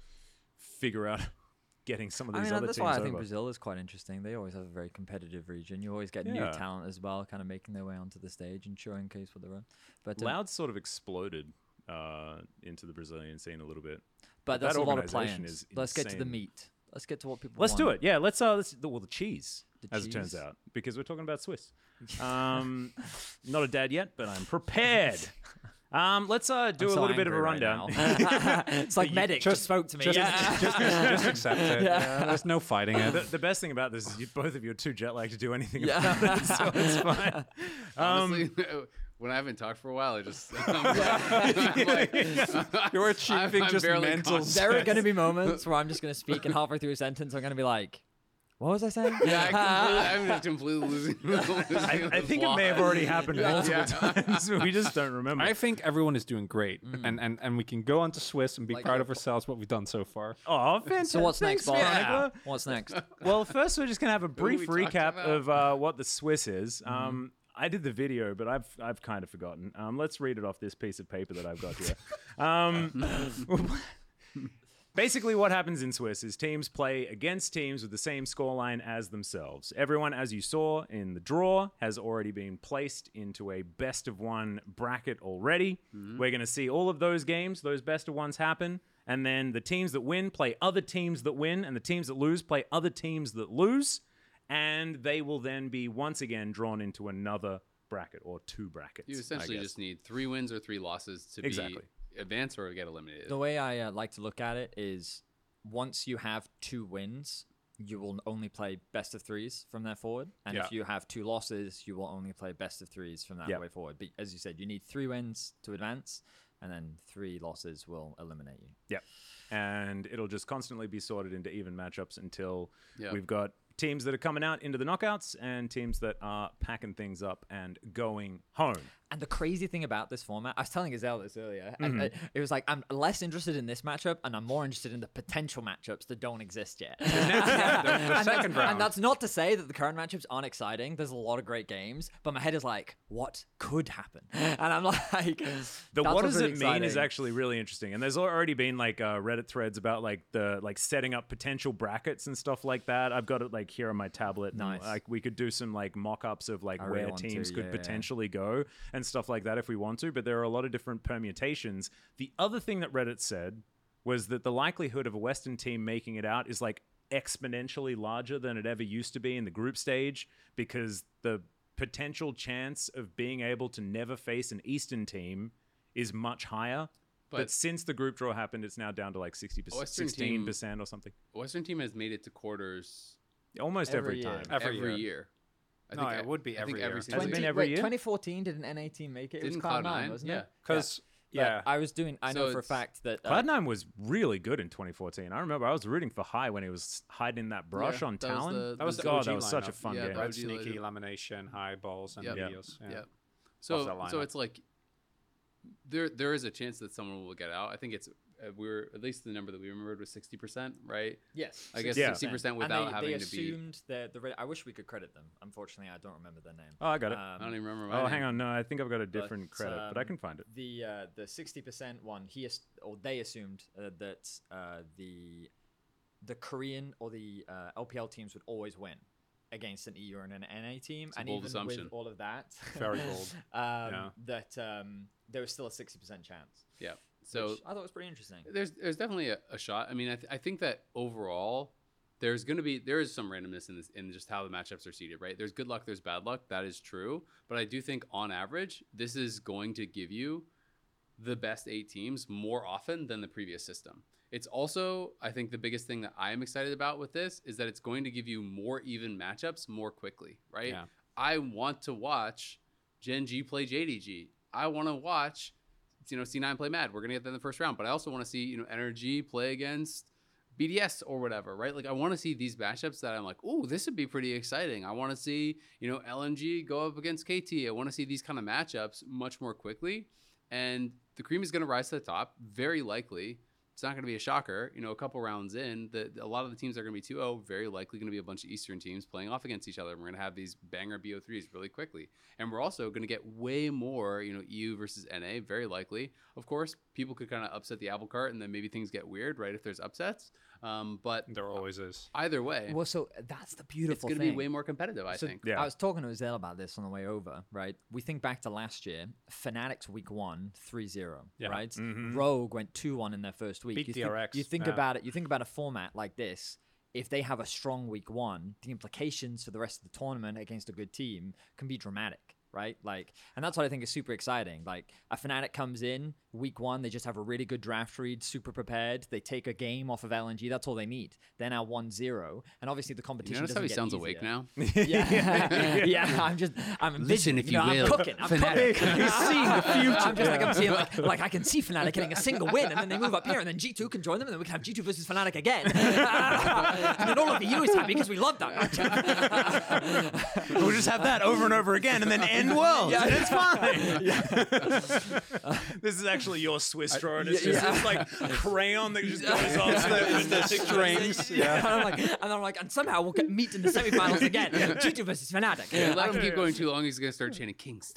Speaker 1: figure out *laughs* getting some of
Speaker 5: I
Speaker 1: these
Speaker 5: mean, uh,
Speaker 1: other
Speaker 5: that's
Speaker 1: teams
Speaker 5: why I
Speaker 1: over.
Speaker 5: think Brazil is quite interesting. They always have a very competitive region. You always get
Speaker 1: Yeah.
Speaker 5: new talent as well, kind of making their way onto the stage and showing case for their own. But um,
Speaker 1: Loud sort of exploded uh, into the Brazilian scene a little bit.
Speaker 5: but that's
Speaker 1: that
Speaker 5: a lot of
Speaker 1: organization
Speaker 5: plans.
Speaker 1: is
Speaker 5: Let's get to the
Speaker 1: insane.
Speaker 5: meat. Let's get to what people.
Speaker 1: Let's do
Speaker 5: want.
Speaker 1: it. Yeah, let's uh, let's well the cheese
Speaker 5: The
Speaker 1: as it turns
Speaker 5: cheese.
Speaker 1: out because we're talking about Swiss. Um, *laughs* not a dad yet, but I'm *laughs* prepared. Um, let's uh do
Speaker 5: I'm
Speaker 1: a
Speaker 5: so
Speaker 1: little bit of a
Speaker 5: angry right
Speaker 1: rundown. *laughs*
Speaker 5: now. *laughs* it's like medic just, spoke to me.
Speaker 4: Just,
Speaker 5: yeah.
Speaker 4: just, just accept it. Yeah, there's no fighting
Speaker 1: *laughs*
Speaker 4: it.
Speaker 1: the, the best thing about this is you, both of you are too jet lagged to do anything *laughs*
Speaker 5: Yeah.
Speaker 1: about it,
Speaker 5: *laughs*
Speaker 1: so it's fine. Um,
Speaker 2: honestly, *laughs* when I haven't talked for a while, I just *laughs* I'm like,
Speaker 4: *laughs* You're
Speaker 2: I'm,
Speaker 4: achieving
Speaker 2: I'm
Speaker 4: just
Speaker 2: barely
Speaker 4: mental
Speaker 2: conscious.
Speaker 4: *laughs* s-
Speaker 5: there are going to be
Speaker 1: *laughs*
Speaker 5: moments where I'm just going to speak, and halfway through a sentence, I'm going to be like, "What was I saying?"
Speaker 2: Yeah, I completely, I'm just completely
Speaker 4: *laughs*
Speaker 2: losing. *laughs* losing
Speaker 1: I, I
Speaker 2: the
Speaker 1: think it may have
Speaker 2: plot.
Speaker 1: already happened multiple *laughs*
Speaker 2: Yeah.
Speaker 1: times. We just don't remember.
Speaker 4: I think everyone is doing great, and, and and we can go on to Swiss and be
Speaker 5: Like
Speaker 4: proud
Speaker 5: a-
Speaker 4: of ourselves what we've done so far.
Speaker 1: oh, fantastic.
Speaker 5: *laughs* so what's next, Bob?
Speaker 1: Thanks,
Speaker 5: Yeah.
Speaker 1: Veronica.
Speaker 5: What's next?
Speaker 1: Well, first we're just gonna
Speaker 2: *laughs*
Speaker 1: have a brief
Speaker 2: we talked
Speaker 1: recap
Speaker 2: about? Mm-hmm.
Speaker 1: of uh, what the Swiss is. Um, I did the video, but I've I've kind of forgotten. Um, let's read it off this piece of paper that I've got
Speaker 2: *laughs*
Speaker 1: here. Um, Basically, what happens in Swiss is teams play against teams with the same scoreline as themselves. Everyone, as you saw in the draw, has already been placed into a best of one bracket already.
Speaker 2: Mm-hmm.
Speaker 1: We're going to see all of those games, those best of ones happen. And then the teams that win play other teams that win, and the teams that lose play other teams that lose. And they will then be once again drawn into another bracket or two brackets.
Speaker 2: You
Speaker 1: I
Speaker 2: essentially
Speaker 1: guess.
Speaker 2: just need three wins or three losses to
Speaker 1: Exactly.
Speaker 2: be advance or get eliminated.
Speaker 5: The way I uh, like to look at it is once you have two wins, you will only play best of threes from there forward. And
Speaker 1: Yeah.
Speaker 5: if you have two losses, you will only play best of threes from that
Speaker 1: Yeah.
Speaker 5: way forward. But as you said, you need three wins to advance, and then three losses will eliminate you.
Speaker 1: Yep. And it'll just constantly be sorted into even matchups until
Speaker 2: Yeah.
Speaker 1: we've got teams that are coming out into the knockouts and teams that are packing things up and going home.
Speaker 5: And the crazy thing about this format, I was telling Gazelle this earlier. and,
Speaker 1: Mm-hmm.
Speaker 5: uh, it was like I'm less interested in this matchup, and I'm more interested in the potential matchups that don't
Speaker 1: *laughs*
Speaker 5: exist yet.
Speaker 4: the
Speaker 5: and,
Speaker 4: second
Speaker 5: that's,
Speaker 4: round.
Speaker 5: and that's not to say that the current matchups aren't exciting. There's a lot of great games, but my head is like, what could happen? *laughs* And I'm like,
Speaker 1: The
Speaker 5: that's
Speaker 1: what
Speaker 5: what's
Speaker 1: does it
Speaker 5: really
Speaker 1: mean is
Speaker 5: exciting.
Speaker 1: actually really interesting, and there's already been like uh, Reddit threads about like the like setting up potential brackets and stuff like that. I've got it like here on my tablet. and,
Speaker 5: Nice.
Speaker 1: like we could do some like mock-ups of like
Speaker 5: I really
Speaker 1: where
Speaker 5: want to,
Speaker 1: teams could
Speaker 5: yeah, yeah.
Speaker 1: potentially go and stuff like that if we want to. But there are a lot of different permutations. The other thing that Reddit said was that the likelihood of a Western team making it out is like exponentially larger than it ever used to be in the group stage because the potential chance of being able to never face an Eastern team is much higher. But,
Speaker 2: But-
Speaker 1: since the group draw happened, it's now down to like 60%,
Speaker 2: Western
Speaker 1: 16%
Speaker 2: team-
Speaker 1: or something.
Speaker 2: Western team has made it to quarters
Speaker 1: Almost every,
Speaker 5: Every year.
Speaker 1: time.
Speaker 4: Every
Speaker 2: every,
Speaker 4: year.
Speaker 2: year. I
Speaker 4: No, it
Speaker 2: I-
Speaker 4: would be
Speaker 2: I think
Speaker 4: every year.
Speaker 2: single
Speaker 1: Has it been
Speaker 2: year.
Speaker 1: every year?
Speaker 5: 2014 did an NA team make it? it
Speaker 2: Didn't
Speaker 5: was Cloud9,
Speaker 2: Cloud9,
Speaker 5: wasn't
Speaker 2: yeah.
Speaker 5: it?
Speaker 4: Because
Speaker 5: But
Speaker 4: yeah,
Speaker 5: I was doing. I
Speaker 2: So
Speaker 5: know for a
Speaker 2: it's-
Speaker 5: fact that uh,
Speaker 1: Cloud9 was really good in 2014. I remember I was rooting for High when he was hiding in that brush
Speaker 2: Yeah,
Speaker 1: on
Speaker 2: that was
Speaker 1: Talon.
Speaker 2: the-
Speaker 4: that was the
Speaker 1: God,
Speaker 4: OG
Speaker 1: that was such a
Speaker 4: lineup.
Speaker 1: fun
Speaker 2: Yeah,
Speaker 1: game.
Speaker 2: that
Speaker 4: Red
Speaker 2: was the
Speaker 4: sneaky
Speaker 2: laser-
Speaker 4: lamination, high balls, and
Speaker 2: Yep.
Speaker 1: Yeah.
Speaker 4: videos. Yeah.
Speaker 2: Yep.
Speaker 4: Love
Speaker 2: So
Speaker 4: that
Speaker 2: so
Speaker 4: lineup.
Speaker 2: it's like there there is a chance that someone will get out. I think it's uh, we were at least the number that we remembered was sixty percent, right?
Speaker 5: yes,
Speaker 2: I guess
Speaker 1: 60%.
Speaker 2: 60%
Speaker 5: And
Speaker 2: without
Speaker 5: they,
Speaker 2: having
Speaker 5: they
Speaker 2: to be.
Speaker 5: assumed that the. Red- I wish we could credit them. Unfortunately, I don't remember their name.
Speaker 1: Oh, I
Speaker 3: Uh,
Speaker 1: got it.
Speaker 5: um,
Speaker 2: I don't even remember. my
Speaker 1: oh,
Speaker 2: name.
Speaker 1: hang on. No, I think I've got a different
Speaker 5: But,
Speaker 1: credit, but I
Speaker 5: um,
Speaker 1: can find it.
Speaker 5: The uh, the sixty percent one, he as- or they assumed uh, that uh, the the Korean or the uh, LPL teams would always win against an EU and an NA team,
Speaker 2: a
Speaker 5: and
Speaker 2: bold
Speaker 5: even
Speaker 2: assumption.
Speaker 5: with all of that,
Speaker 2: *laughs*
Speaker 4: Very bold.
Speaker 5: *laughs* um,
Speaker 4: Yeah.
Speaker 5: That um, there was still a sixty percent chance.
Speaker 2: Yeah. So
Speaker 5: which I thought was pretty interesting.
Speaker 2: there's there's definitely a, a shot. I mean, I, th- I think that overall there's going to be there is some randomness in this in just how the matchups are seeded, right? There's good luck, there's bad luck, that is true, but I do think on average this is going to give you the best 8 teams more often than the previous system. It's also I think the biggest thing that I am excited about with this is that it's going to give you more even matchups more quickly, right?
Speaker 4: Yeah.
Speaker 2: I want to watch Gen G play JDG. I want to watch you know C9 play Mad. We're gonna get that in the first round, but I also want to see you know Energy play against BDS or whatever, right? Like I want to see these matchups that I'm like, oh, this would be pretty exciting. I want to see you know LNG go up against KT. I want to see these kind of matchups much more quickly, and the cream is gonna rise to the top very likely. It's not going to be a shocker, you know. A couple rounds in, the, a lot of the teams that are going to be 2-0. Very likely going to be a bunch of Eastern teams playing off against each other. We're going to have these banger BO3s really quickly and we're also going to get way more you know eu versus na very likely of course people could kind of upset the apple cart and then maybe things get weird right if there's upsets um, but
Speaker 5: Mm.
Speaker 4: there always is.
Speaker 2: either way
Speaker 5: Well, so that's the
Speaker 2: it's
Speaker 5: beautiful
Speaker 2: going to
Speaker 5: thing.
Speaker 2: be way more competitive i
Speaker 5: So
Speaker 2: think
Speaker 1: Yeah. *laughs*
Speaker 5: I was talking to Azel about this on the way over, right? We think back to last year, Fanatics week one, 3-0,
Speaker 4: Yeah. Mm-hmm.
Speaker 5: right? Rogue went 2-1 in their first week.
Speaker 4: Beat
Speaker 5: you think,
Speaker 4: DRX,
Speaker 5: you think
Speaker 4: yeah.
Speaker 5: about it, you think about a format like this, if they have a strong week one, the implications for the rest of the tournament against a good team can be dramatic. Right, like, and that's what I think is super exciting. Like, a fanatic comes in week one, they just have a really good draft read, super prepared. They take a game off of LNG. That's all they need. They're now 1-0. and obviously the
Speaker 2: you
Speaker 5: competition.
Speaker 2: notice how
Speaker 5: doesn't
Speaker 2: he
Speaker 5: get
Speaker 2: sounds
Speaker 5: easier.
Speaker 2: awake now
Speaker 5: Yeah, yeah. I'm just, I'm
Speaker 2: Listen,
Speaker 5: envisioning,
Speaker 2: if
Speaker 5: you know,
Speaker 2: you
Speaker 5: I'm
Speaker 2: will,
Speaker 5: cooking. I'm
Speaker 2: fanatic.
Speaker 5: cooking. *laughs* He's seeing the future. I'm just like, I'm seeing, like, like, I can see Fnatic getting a single win, and then they move up here, and then G2 can join them, and then we can have G2 versus Fnatic *laughs* again. and then all of the EU is happy because we love that matchup.
Speaker 1: we'll just have that over and over again and then end world.
Speaker 5: Yeah.
Speaker 1: And
Speaker 5: *laughs*
Speaker 1: it's fine. *laughs* this is actually your Swiss drawer. And it's
Speaker 5: Yeah,
Speaker 1: just
Speaker 5: yeah.
Speaker 1: it's like crayon that just goes off the, with the strings.
Speaker 5: and, I'm like, and I'm like, and somehow we'll get meet in the semifinals *laughs* again. G2 versus Fnatic.
Speaker 2: If you let him keep going too long he's going to start chanting kings
Speaker 4: *laughs*
Speaker 5: *laughs*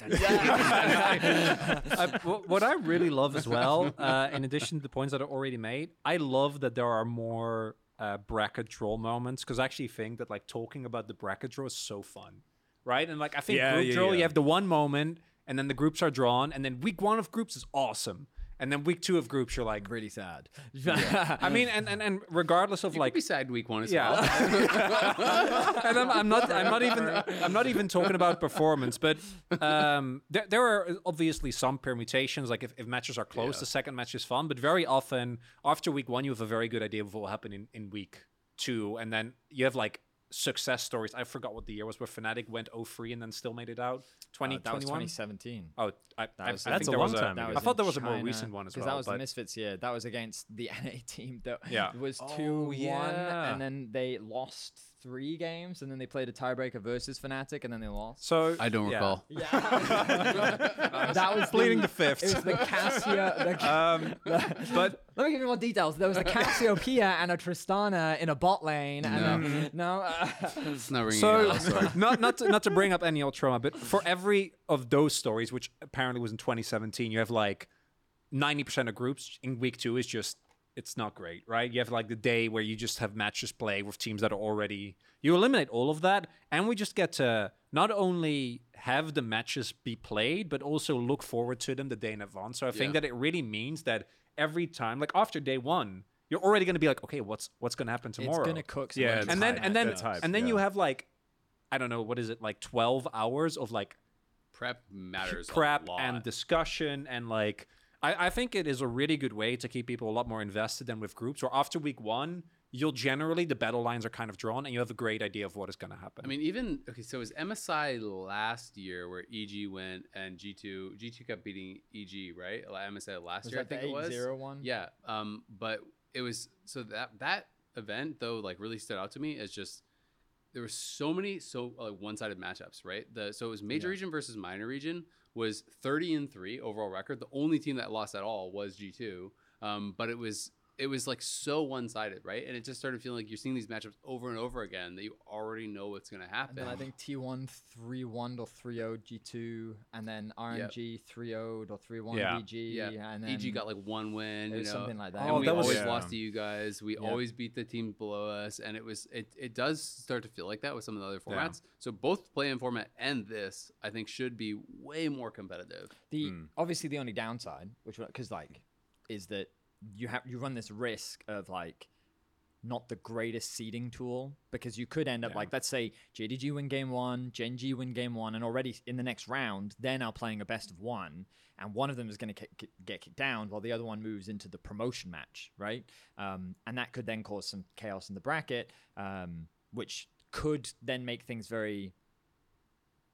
Speaker 4: I, what, what I really love as *laughs* well, uh, in addition to the points that I already made, I love that there are more uh, bracket draw moments because I actually think that like talking about the bracket draw is so fun, right? And like I think
Speaker 1: Yeah,
Speaker 4: group
Speaker 1: yeah,
Speaker 4: draw, you
Speaker 1: yeah.
Speaker 4: have the one moment, and then the groups are drawn, and then week one of groups is awesome, and then week two of groups you're like,
Speaker 5: Really sad.
Speaker 4: *laughs* I mean, and and, and regardless of
Speaker 2: *laughs* like
Speaker 4: like
Speaker 2: be sad week one as well
Speaker 4: *laughs* and I'm, I'm not I'm not even I'm not even talking about performance, but um, there, there are obviously some permutations. Like if, if matches are close, the second match is fun, but very often after week one, you have a very good idea of what will happen in, in week two, and then you have like success stories. I forgot what the year was where Fnatic went 0-3 and then still made it out. 2021.
Speaker 5: 2017
Speaker 4: Oh, I, I,
Speaker 5: was-
Speaker 4: I
Speaker 1: That's
Speaker 4: think
Speaker 1: a
Speaker 4: there was
Speaker 1: long
Speaker 4: a,
Speaker 1: time ago.
Speaker 4: I thought
Speaker 5: in
Speaker 4: there was a more
Speaker 5: China,
Speaker 4: recent one as
Speaker 5: 'cause
Speaker 4: well.
Speaker 5: That was
Speaker 4: but
Speaker 5: the Misfits year. *laughs* That *laughs* was against the NA team that
Speaker 4: Yeah.
Speaker 5: was
Speaker 4: Oh,
Speaker 5: two one,
Speaker 4: yeah.
Speaker 5: and then they lost three games, and then they played a tiebreaker versus Fnatic, and then they lost.
Speaker 4: So *laughs*
Speaker 2: I don't
Speaker 4: yeah.
Speaker 2: recall.
Speaker 5: Yeah, that was
Speaker 4: Pleading the
Speaker 5: the,
Speaker 4: fifth.
Speaker 5: It was the Cassia.
Speaker 4: *laughs*
Speaker 5: The,
Speaker 4: Um, but
Speaker 5: let me give you more details. There was a
Speaker 4: *laughs*
Speaker 5: Cassiopeia and a Tristana in a bot lane. And a,
Speaker 4: Mm-hmm.
Speaker 5: no uh,
Speaker 2: It's not ringing a
Speaker 4: so
Speaker 2: bell, sorry.
Speaker 4: *laughs* not not to, not to bring up any old trauma, but for every of those stories, which apparently was in 2017, you have like 90% of groups in week two is just it's not great, right? You have like the day where you just have matches play with teams that are already you eliminate all of that, and we just get to not only have the matches be played, but also look forward to them the day in advance. So I think
Speaker 2: Yeah.
Speaker 4: that it really means that every time, like after day one, you're already gonna be like, okay, what's what's gonna happen
Speaker 5: it's
Speaker 4: tomorrow?
Speaker 5: gonna cook. some
Speaker 1: Yeah,
Speaker 5: lunch
Speaker 1: it's
Speaker 4: and then
Speaker 5: time.
Speaker 4: and then
Speaker 1: That's hype,
Speaker 4: and then
Speaker 1: yeah.
Speaker 4: you have like i don't know what is it like 12 hours of like
Speaker 2: prep matters. a
Speaker 4: prep
Speaker 2: lot.
Speaker 4: and discussion and like I, I think it is a really good way to keep people a lot more invested than with groups Or after week one you'll generally the battle lines are kind of drawn and you have a great idea of what is going to happen
Speaker 2: I mean, even okay. So it was MSI last year where EG went and G two G two kept beating EG, right? Like MSI last *laughs*
Speaker 5: was
Speaker 2: year,
Speaker 5: that the
Speaker 2: I think it was.
Speaker 5: 8-0 one?
Speaker 2: Yeah. Um, but it was so that that event though, like really stood out to me as just there were so many so like one sided matchups, right? The so it was major region versus minor region was thirty and three overall record. The only team that lost at all was G two. Um, but it was it was like so one sided, right? And it just started feeling like you're seeing these matchups over and over again that you already know what's gonna happen.
Speaker 5: And then I think T1 3 1 or 3 0 G2, oh, and then RNG 3 0 or 3 1
Speaker 4: Yeah.
Speaker 5: DG.
Speaker 2: Yeah,
Speaker 5: And then
Speaker 2: EG got like one win,
Speaker 5: it
Speaker 2: you know,
Speaker 5: was something like that.
Speaker 2: And
Speaker 4: Oh,
Speaker 2: we
Speaker 4: that was-
Speaker 2: always
Speaker 1: Yeah.
Speaker 2: lost to you guys. We
Speaker 5: Yeah.
Speaker 2: always beat the team below us, and it was it. It does start to feel like that with some of the other
Speaker 4: Yeah.
Speaker 2: formats. So both play-in format and this, I think, should be way more competitive.
Speaker 5: the
Speaker 2: Hmm.
Speaker 1: Mm.
Speaker 5: obviously the only downside, which because like, is that you have you run this risk of like not the greatest seeding tool because you could end up
Speaker 4: Yeah.
Speaker 5: like let's say JDG win game one, Gen G win game one, and already in the next round they're now playing a best of one, and one of them is going to get kicked down while the other one moves into the promotion match, right? Um, and that could then cause some chaos in the bracket, um, which could then make
Speaker 1: *laughs*
Speaker 5: things very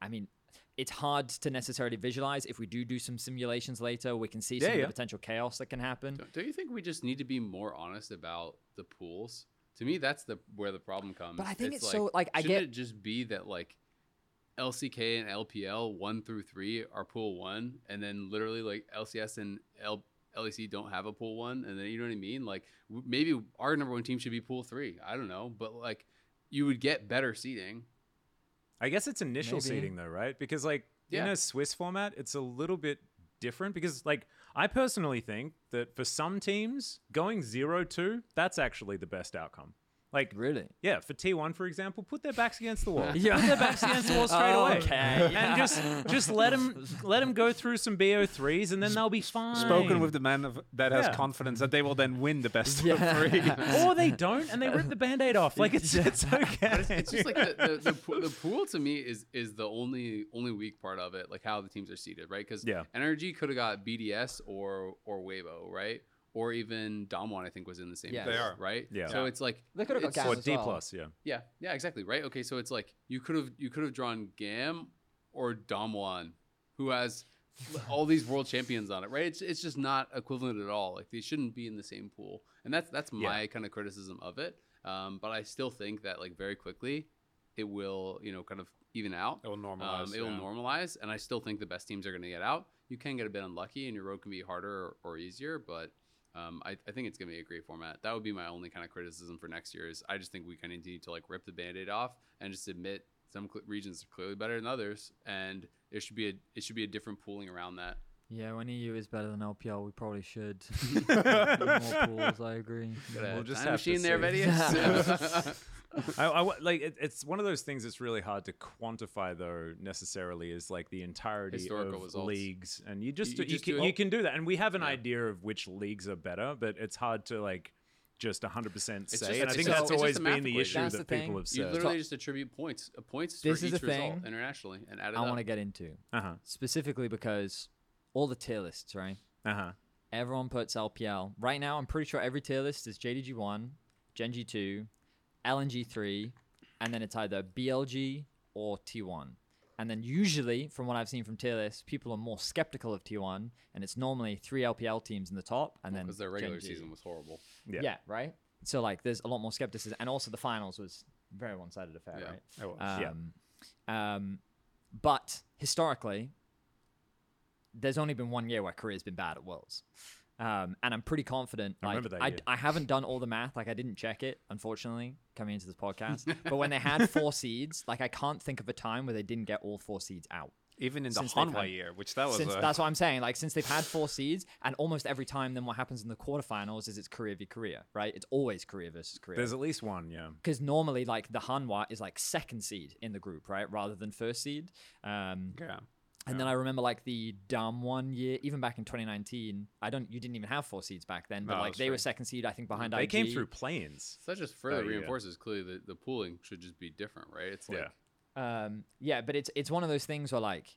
Speaker 5: I mean, it's hard to necessarily visualize. If we do do some simulations later, we can see some
Speaker 1: Yeah,
Speaker 5: of
Speaker 1: yeah.
Speaker 5: the potential chaos that can happen.
Speaker 2: Don't, don't you think we just need to be more honest about the pools? To me, that's the where the problem comes.
Speaker 5: But I think it's so, like, I
Speaker 2: shouldn't
Speaker 5: get-
Speaker 2: it just be that like LCK and LPL one through three are pool one, and then literally like LCS and L- LEC don't have a pool one, and then you know what I mean? Like w- maybe our number one team should be pool three. I don't know, but like you would get better seating.
Speaker 1: I guess it's initial
Speaker 5: Maybe.
Speaker 1: seeding though, right? Because like in
Speaker 2: Yeah.
Speaker 1: a Swiss format, it's a little bit different because like I personally think that for some teams, going 0-2, that's actually the best outcome. Like
Speaker 5: Really?
Speaker 1: yeah, for T1 for example, put their backs against the
Speaker 5: *laughs*
Speaker 1: wall.
Speaker 5: Yeah.
Speaker 1: Put their backs against the
Speaker 5: *laughs*
Speaker 1: wall straight away.
Speaker 5: Okay,
Speaker 1: *laughs*
Speaker 5: yeah.
Speaker 1: And just just let them let them go through some BO3s and then they'll be fine.
Speaker 4: spoken with the man of, that has
Speaker 1: Yeah.
Speaker 4: confidence that they will then win the best of three
Speaker 1: or they don't and they rip the band-aid off. Like
Speaker 5: *laughs*
Speaker 1: it's it's okay.
Speaker 2: It's just like the, the, the, pool, the pool to me is is the only only weak part of it, like how the teams are seated, right? Because
Speaker 1: Yeah.
Speaker 2: Energy could have got BDS or or Weibo, right? Or even Damwon, I think, was in the same.
Speaker 5: Yeah.
Speaker 2: pool,
Speaker 4: They are.
Speaker 2: right.
Speaker 1: Yeah.
Speaker 2: So it's like
Speaker 5: They could have got
Speaker 2: it's-
Speaker 1: or
Speaker 5: Gam as
Speaker 1: D
Speaker 5: well.
Speaker 1: plus, yeah.
Speaker 2: Yeah, yeah, exactly, right? Okay, so it's like you could have you could have drawn Gam or Damwon, who has all these world champions on it, right? It's it's just not equivalent at all. Like they shouldn't be in the same pool, and that's that's
Speaker 1: Yeah.
Speaker 2: my kind of criticism of it. Um, but I still think that like very quickly, it will you know kind of even out.
Speaker 4: It will normalize,
Speaker 2: Um, it will
Speaker 4: yeah.
Speaker 2: normalize, and I still think the best teams are going to get out. You can get a bit unlucky, and your road can be harder or, or easier, but um, I, I think it's going to be a great format. That would be my only kind of criticism for next year is I just think we kind of need to like rip the band-aid off and just admit some cl- regions are clearly better than others, and there should be a it should be a different pooling around that.
Speaker 5: *laughs* Yeah, when EU is better than LPL, we probably should. More pools, I agree.
Speaker 2: Got a
Speaker 1: We'll just
Speaker 2: time
Speaker 1: have to
Speaker 2: machine there,
Speaker 1: see.
Speaker 5: *laughs*
Speaker 2: Vedius. *laughs*
Speaker 1: I, I wa- like it, it's one of those things that's really hard to quantify though necessarily is like the entirety
Speaker 2: Historical
Speaker 1: of
Speaker 2: results.
Speaker 1: leagues and you just
Speaker 2: You-
Speaker 1: do-
Speaker 2: you
Speaker 1: you,
Speaker 2: just
Speaker 1: can,
Speaker 2: do it.
Speaker 1: you can do that and we have an
Speaker 2: Yeah.
Speaker 1: idea of which leagues are better but it's hard to like just 100% say
Speaker 2: just-
Speaker 1: and I
Speaker 2: it's
Speaker 1: think
Speaker 5: just-
Speaker 1: that's
Speaker 5: it's just
Speaker 1: always
Speaker 2: a
Speaker 1: been
Speaker 2: math
Speaker 1: the
Speaker 2: equation.
Speaker 1: issue
Speaker 5: That's
Speaker 1: that
Speaker 5: the
Speaker 1: people
Speaker 5: thing.
Speaker 1: have
Speaker 2: you
Speaker 1: said
Speaker 2: literally just attribute points, uh, points for
Speaker 5: This is
Speaker 2: each
Speaker 5: the
Speaker 2: result
Speaker 5: thing
Speaker 2: internationally, and add it
Speaker 5: I
Speaker 2: up.
Speaker 5: want to get into
Speaker 1: uh-huh
Speaker 5: specifically because all the tier lists, right?
Speaker 1: uh-huh
Speaker 5: Everyone puts LPL. Right now, I'm pretty sure every tier list is JDG1, Gen G2, LNG3, and then it's either BLG or T1. And then usually, from what I've seen from tier lists, people are more skeptical of T1, and it's normally three LPL teams in the top, and then
Speaker 2: because their Oh, regular
Speaker 5: Gen G.
Speaker 2: season was horrible.
Speaker 1: Yeah.
Speaker 5: Yeah. right. So like, there's a lot more skepticism, and also the finals was very one-sided affair,
Speaker 2: Yeah,
Speaker 5: right?
Speaker 4: it was.
Speaker 1: Yeah.
Speaker 5: Um, um, but historically, there's only been one year where Korea's been bad at Worlds. Um, and I'm pretty confident.
Speaker 1: I
Speaker 5: like,
Speaker 1: remember that
Speaker 5: I,
Speaker 1: year.
Speaker 5: I haven't done all the math. Like I didn't check it, unfortunately, coming into this podcast.
Speaker 1: *laughs*
Speaker 5: but when they had four seeds, like I can't think of a time where they didn't get all four seeds out.
Speaker 4: Even in the
Speaker 5: since they've
Speaker 4: Hanwha
Speaker 5: had-
Speaker 4: year, which that was
Speaker 5: Since
Speaker 4: a,
Speaker 5: that's what I'm saying. Like since they've had four seeds, and almost every time, then what happens in the quarterfinals is it's Korea v Korea, right? It's always Korea versus Korea
Speaker 1: There's at least one, yeah.
Speaker 5: because normally like the Hanwha is like second seed in the group, right, rather than first seed. Um,
Speaker 4: yeah.
Speaker 5: and then I remember like the Dam one year, even back in 2019, I don't, you didn't even have four seeds back then, but
Speaker 4: No,
Speaker 5: like
Speaker 4: that's
Speaker 5: they were
Speaker 4: true.
Speaker 5: second seed, I think behind
Speaker 1: They
Speaker 5: IG.
Speaker 1: came through planes.
Speaker 2: So that just further
Speaker 1: Oh, yeah.
Speaker 2: reinforces clearly that the pooling should just be different, right? It's like
Speaker 1: Yeah.
Speaker 5: Um, yeah, but it's it's one of those things where like,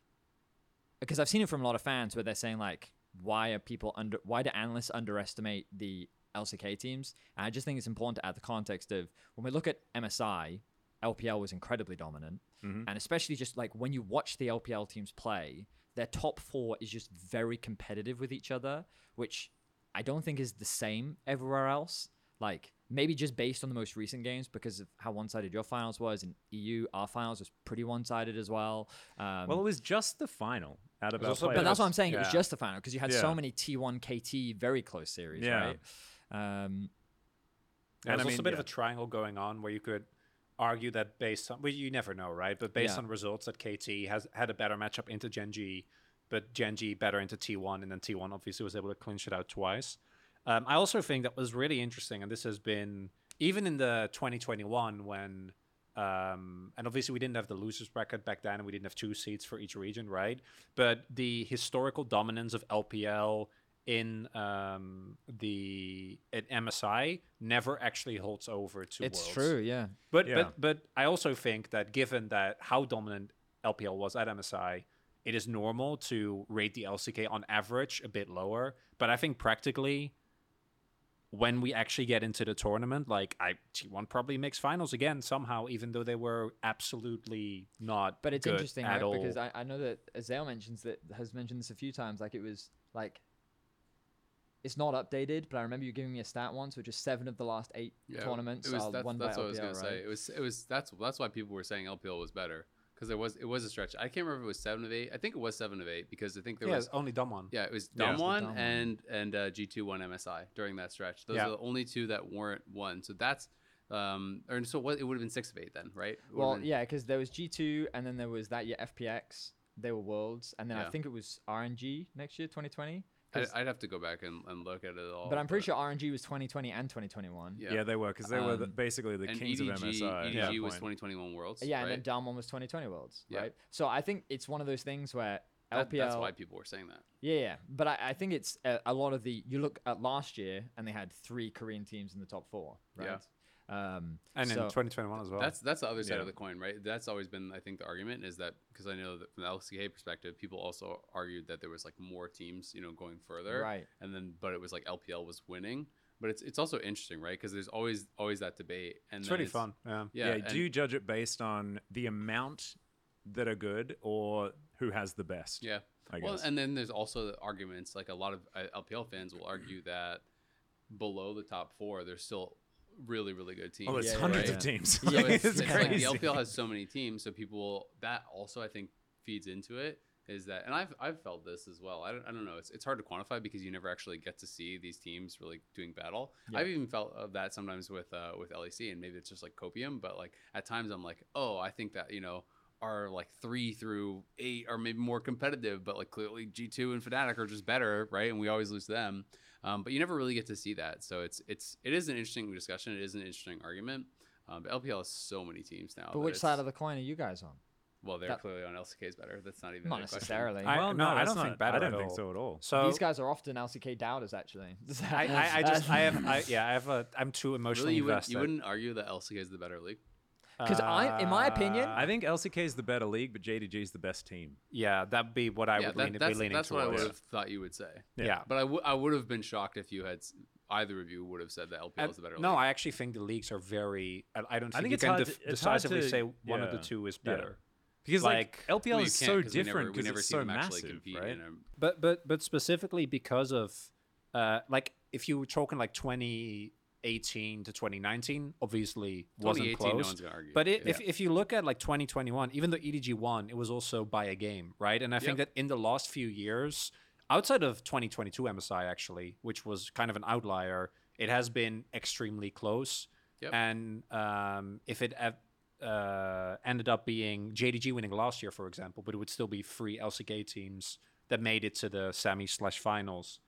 Speaker 5: because I've seen it from a lot of fans where they're saying like, why are people under? Why do analysts underestimate the LCK teams? And I just think it's important to add the context of when we look at MSI, LPL was incredibly dominant, and especially just like when you watch the LPL teams play, their top four is just very competitive with each other, which I don't think is the same everywhere else. Like maybe just based on the most recent games because of how one-sided your finals was, and EU our finals was pretty one-sided as well. Um,
Speaker 1: Well, it was just the final out of our
Speaker 4: also a bit
Speaker 5: but
Speaker 1: playoffs.
Speaker 5: that's what I'm saying. It was
Speaker 4: yeah.
Speaker 5: just the final because you had
Speaker 1: Yeah.
Speaker 5: so many T1 KT very close series,
Speaker 1: Yeah.
Speaker 5: right? Um,
Speaker 4: There's
Speaker 1: And I
Speaker 4: also
Speaker 1: mean,
Speaker 4: a bit
Speaker 1: yeah.
Speaker 4: of a triangle going on where you could argue that based on well, you never know, right? But based
Speaker 5: Yeah.
Speaker 4: on results that KT has had a better matchup into Gen G, but Gen G better into T1, and then T1 obviously was able to clinch it out twice. Um, I also think that was really interesting, and this has been even in the 2021 when. Um, and obviously, we didn't have the losers bracket back then, and we didn't have two seats for each region, right? But the historical dominance of LPL in um, the at MSI never actually holds over to
Speaker 5: it's
Speaker 4: Worlds.
Speaker 5: true, yeah.
Speaker 4: But
Speaker 1: Yeah.
Speaker 4: but but I also think that given that how dominant LPL was at MSI, it is normal to rate the LCK on average a bit lower. But I think practically, when we actually get into the tournament, like I T1 probably makes finals again somehow, even though they were absolutely not.
Speaker 5: But it's
Speaker 4: good
Speaker 5: interesting,
Speaker 4: at
Speaker 5: right?
Speaker 4: all.
Speaker 5: Because I, I know that Azale mentions that has mentioned this a few times. Like it was like it's not updated, but I remember you giving me a stat once, which is seven of the last eight
Speaker 2: yeah,
Speaker 5: tournaments
Speaker 2: It was,
Speaker 5: are
Speaker 2: that's
Speaker 5: won
Speaker 2: that's
Speaker 5: by
Speaker 2: what I was
Speaker 5: LPL,
Speaker 2: gonna
Speaker 5: right?
Speaker 2: say. It was it was that's that's why people were saying LPL was better because there was it was a stretch. I can't remember if it was seven of eight. I think it was seven of eight because I think there
Speaker 4: yeah,
Speaker 2: was
Speaker 4: only dumb one.
Speaker 2: yeah it was
Speaker 4: Yeah, it
Speaker 2: Dom
Speaker 4: was the
Speaker 2: one
Speaker 4: Dom one.
Speaker 2: and and uh, G two one MSI during that stretch. Those
Speaker 4: Yeah.
Speaker 2: are the only two that weren't one. So that's um or so what it would have been six of eight then, right? It would've
Speaker 5: Well,
Speaker 2: been-
Speaker 5: yeah, because there was G two, and then there was that year FPX. They were worlds, and then I
Speaker 2: Yeah.
Speaker 5: think it was RNG next year, 2020. 'cause-
Speaker 2: I, I'd have to go back and, and look at it all.
Speaker 5: but I'm pretty sure RNG was 2020 and 2021.
Speaker 1: Yeah, they were because they were the,
Speaker 5: Um,
Speaker 1: basically the
Speaker 2: and E
Speaker 1: kings
Speaker 2: EDG,
Speaker 1: of MSI. at
Speaker 2: EDG
Speaker 1: that
Speaker 2: was
Speaker 1: point.
Speaker 2: 2021 Worlds.
Speaker 5: Yeah, and
Speaker 2: right?
Speaker 5: then Dom one was 2020 Worlds,
Speaker 2: Yeah.
Speaker 5: right? So I think it's one of those things where LPL.
Speaker 2: That- That's why people were saying that.
Speaker 5: Yeah, yeah. But I, I think it's uh, a, a lot of the. You look at last year, and they had three Korean teams in the top four,
Speaker 2: Yeah.
Speaker 5: right? Um,
Speaker 4: and in
Speaker 5: so-
Speaker 4: 2021 as well.
Speaker 2: That's that's the other side
Speaker 1: Yeah.
Speaker 2: of the coin, right? That's always been, I think, the argument is that because I know that from the LCK perspective, people also argued that there was like more teams, you know, going further,
Speaker 5: Right.
Speaker 2: And then, but it was like LPL was winning, but it's it's also interesting, right? Because there's always always that debate, and
Speaker 4: it's
Speaker 2: then
Speaker 4: really fun. Yeah.
Speaker 2: Yeah,
Speaker 1: yeah,
Speaker 2: and-
Speaker 1: do you judge it based on the amount that are good or who has the best?
Speaker 2: Yeah.
Speaker 1: I
Speaker 2: well,
Speaker 1: guess.
Speaker 2: and then there's also the arguments like a lot of uh, LPL fans will argue that below the top four, there's still really really good teams.
Speaker 1: Oh, there's
Speaker 5: Yeah,
Speaker 1: hundreds
Speaker 5: yeah.
Speaker 1: of teams.
Speaker 2: *laughs*
Speaker 5: Yeah,
Speaker 1: *laughs*
Speaker 2: So
Speaker 1: Like,
Speaker 2: it's,
Speaker 1: it's,
Speaker 2: it's like
Speaker 1: crazy.
Speaker 2: the LPL has so many teams, so people will, that also I think feeds into it is that, and I've I've felt this as well. I don't, I don't know. It's it's hard to quantify because you never actually get to see these teams really doing battle.
Speaker 5: Yeah.
Speaker 2: I've even felt of that sometimes with uh, with LEC, and maybe it's just like copium, but like at times I'm like, oh, I think that you know are like three through eight are maybe more competitive, but like clearly G2 and Fnatic are just better, right? And we always lose to them. Um, but you never really get to see that. So it's it's it is an interesting discussion. It is an interesting argument. Um, but LPL has so many teams now.
Speaker 5: But which side of the coin are you guys on?
Speaker 2: the well, they're
Speaker 5: that-
Speaker 2: clearly on LCK is better. That's not even
Speaker 5: Not
Speaker 2: a question.
Speaker 5: necessarily.
Speaker 4: I-
Speaker 1: well, no,
Speaker 4: no,
Speaker 1: I
Speaker 4: that's
Speaker 1: don't
Speaker 4: not
Speaker 1: think
Speaker 4: bad
Speaker 1: I don't
Speaker 4: at
Speaker 1: think
Speaker 4: all.
Speaker 1: so at all.
Speaker 4: So
Speaker 5: These guys are often LCK doubters, actually. *laughs*
Speaker 4: I, I, I just I have I, yeah I have a I'm too
Speaker 2: Really,
Speaker 4: emotionally
Speaker 2: you, would,
Speaker 4: invested.
Speaker 2: you wouldn't argue that LCK is the better league?
Speaker 5: 'Cause I- in
Speaker 4: Uh,
Speaker 5: my opinion-
Speaker 1: I think LCK is the better league, but JDG is the best team.
Speaker 4: yeah, that'd be what I
Speaker 2: yeah,
Speaker 4: would
Speaker 2: that-
Speaker 4: lean,
Speaker 2: that's,
Speaker 4: be leaning
Speaker 2: that's what I
Speaker 4: towards.
Speaker 2: would have thought you would say.
Speaker 4: yeah.
Speaker 2: But I, w- I would have been shocked if you had s- either of you would have said that LPL
Speaker 4: And-
Speaker 2: is the better league.
Speaker 4: no, I actually think the leagues are very. I, I don't think,
Speaker 1: I think
Speaker 4: you
Speaker 1: it's
Speaker 4: can
Speaker 1: hard
Speaker 4: def-
Speaker 1: to- it's hard
Speaker 4: decisively
Speaker 1: to-
Speaker 4: say one of the
Speaker 1: yeah.
Speaker 4: two is
Speaker 1: Yeah.
Speaker 4: better.
Speaker 1: Because like,
Speaker 4: Like,
Speaker 1: LPL
Speaker 2: Well, you
Speaker 1: is
Speaker 2: can't,
Speaker 1: so
Speaker 2: 'cause we never-
Speaker 1: different
Speaker 2: we
Speaker 1: because
Speaker 2: never
Speaker 1: it's
Speaker 2: see
Speaker 1: so
Speaker 2: them actually
Speaker 1: massive,
Speaker 2: compete
Speaker 1: right?
Speaker 2: in a-
Speaker 4: But but but specifically because of, uh, like if you were talking like 20 2018 to 2019 obviously wasn't
Speaker 2: 2018, no
Speaker 4: close.
Speaker 2: one's gonna argue.
Speaker 4: But it,
Speaker 2: Yeah.
Speaker 4: if, if you look at like 2021, even though EDG won, it was also by a game, right? And I think that
Speaker 2: Yep.
Speaker 4: in the last few years, outside of 2022 MSI actually, which was kind of an outlier, it has been extremely close.
Speaker 2: Yep.
Speaker 4: And um, if it ev- uh, ended up being JDG winning last year, for example, but it would still be three LCK teams that made it to the semi slash finals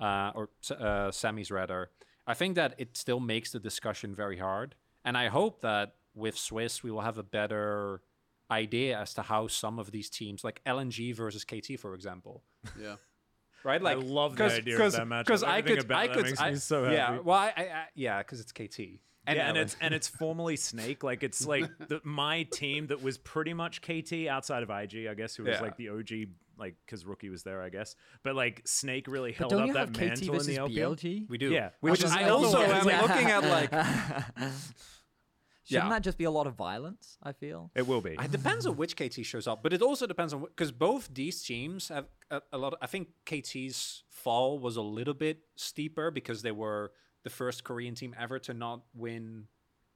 Speaker 4: uh, or s- uh, semis rather, I think that it still makes the discussion very hard. And I hope that with Swiss, we will have a better idea as to how some of these teams, like LNG versus KT, for example,
Speaker 2: yeah.
Speaker 4: right? Like,
Speaker 1: I love the idea of that matchup.
Speaker 4: Because I
Speaker 1: Everything
Speaker 4: could,
Speaker 1: about
Speaker 4: I
Speaker 1: that
Speaker 4: could,
Speaker 1: makes
Speaker 4: I,
Speaker 1: me so happy.
Speaker 4: yeah, well, I, I, I- yeah, because it's KT. And,
Speaker 1: yeah, and
Speaker 4: LNG.
Speaker 1: it's and it's formerly Snake. Like it's
Speaker 2: *laughs*
Speaker 1: like the, my team that was pretty much KT outside of IG, I guess, who was
Speaker 4: Yeah.
Speaker 1: like the OG, like because Rookie was there, I guess. But like Snake really held
Speaker 5: But don't
Speaker 1: up
Speaker 5: you
Speaker 1: that
Speaker 5: have KT
Speaker 1: mantle in
Speaker 5: versus
Speaker 1: the LPL.
Speaker 5: BLG?
Speaker 4: we do,
Speaker 1: yeah.
Speaker 4: Which
Speaker 1: I
Speaker 4: is
Speaker 1: just
Speaker 4: I
Speaker 1: love
Speaker 4: also
Speaker 1: it.
Speaker 4: am
Speaker 1: Yeah.
Speaker 4: looking *laughs* at like
Speaker 5: Shouldn't
Speaker 4: Yeah.
Speaker 5: that just be a lot of violence? I feel.
Speaker 1: It will be.
Speaker 4: It depends on which KT shows up, but it also depends on because both these teams have a, a lot. Of, I think KT's fall was a little bit steeper because they were the first Korean team ever to not win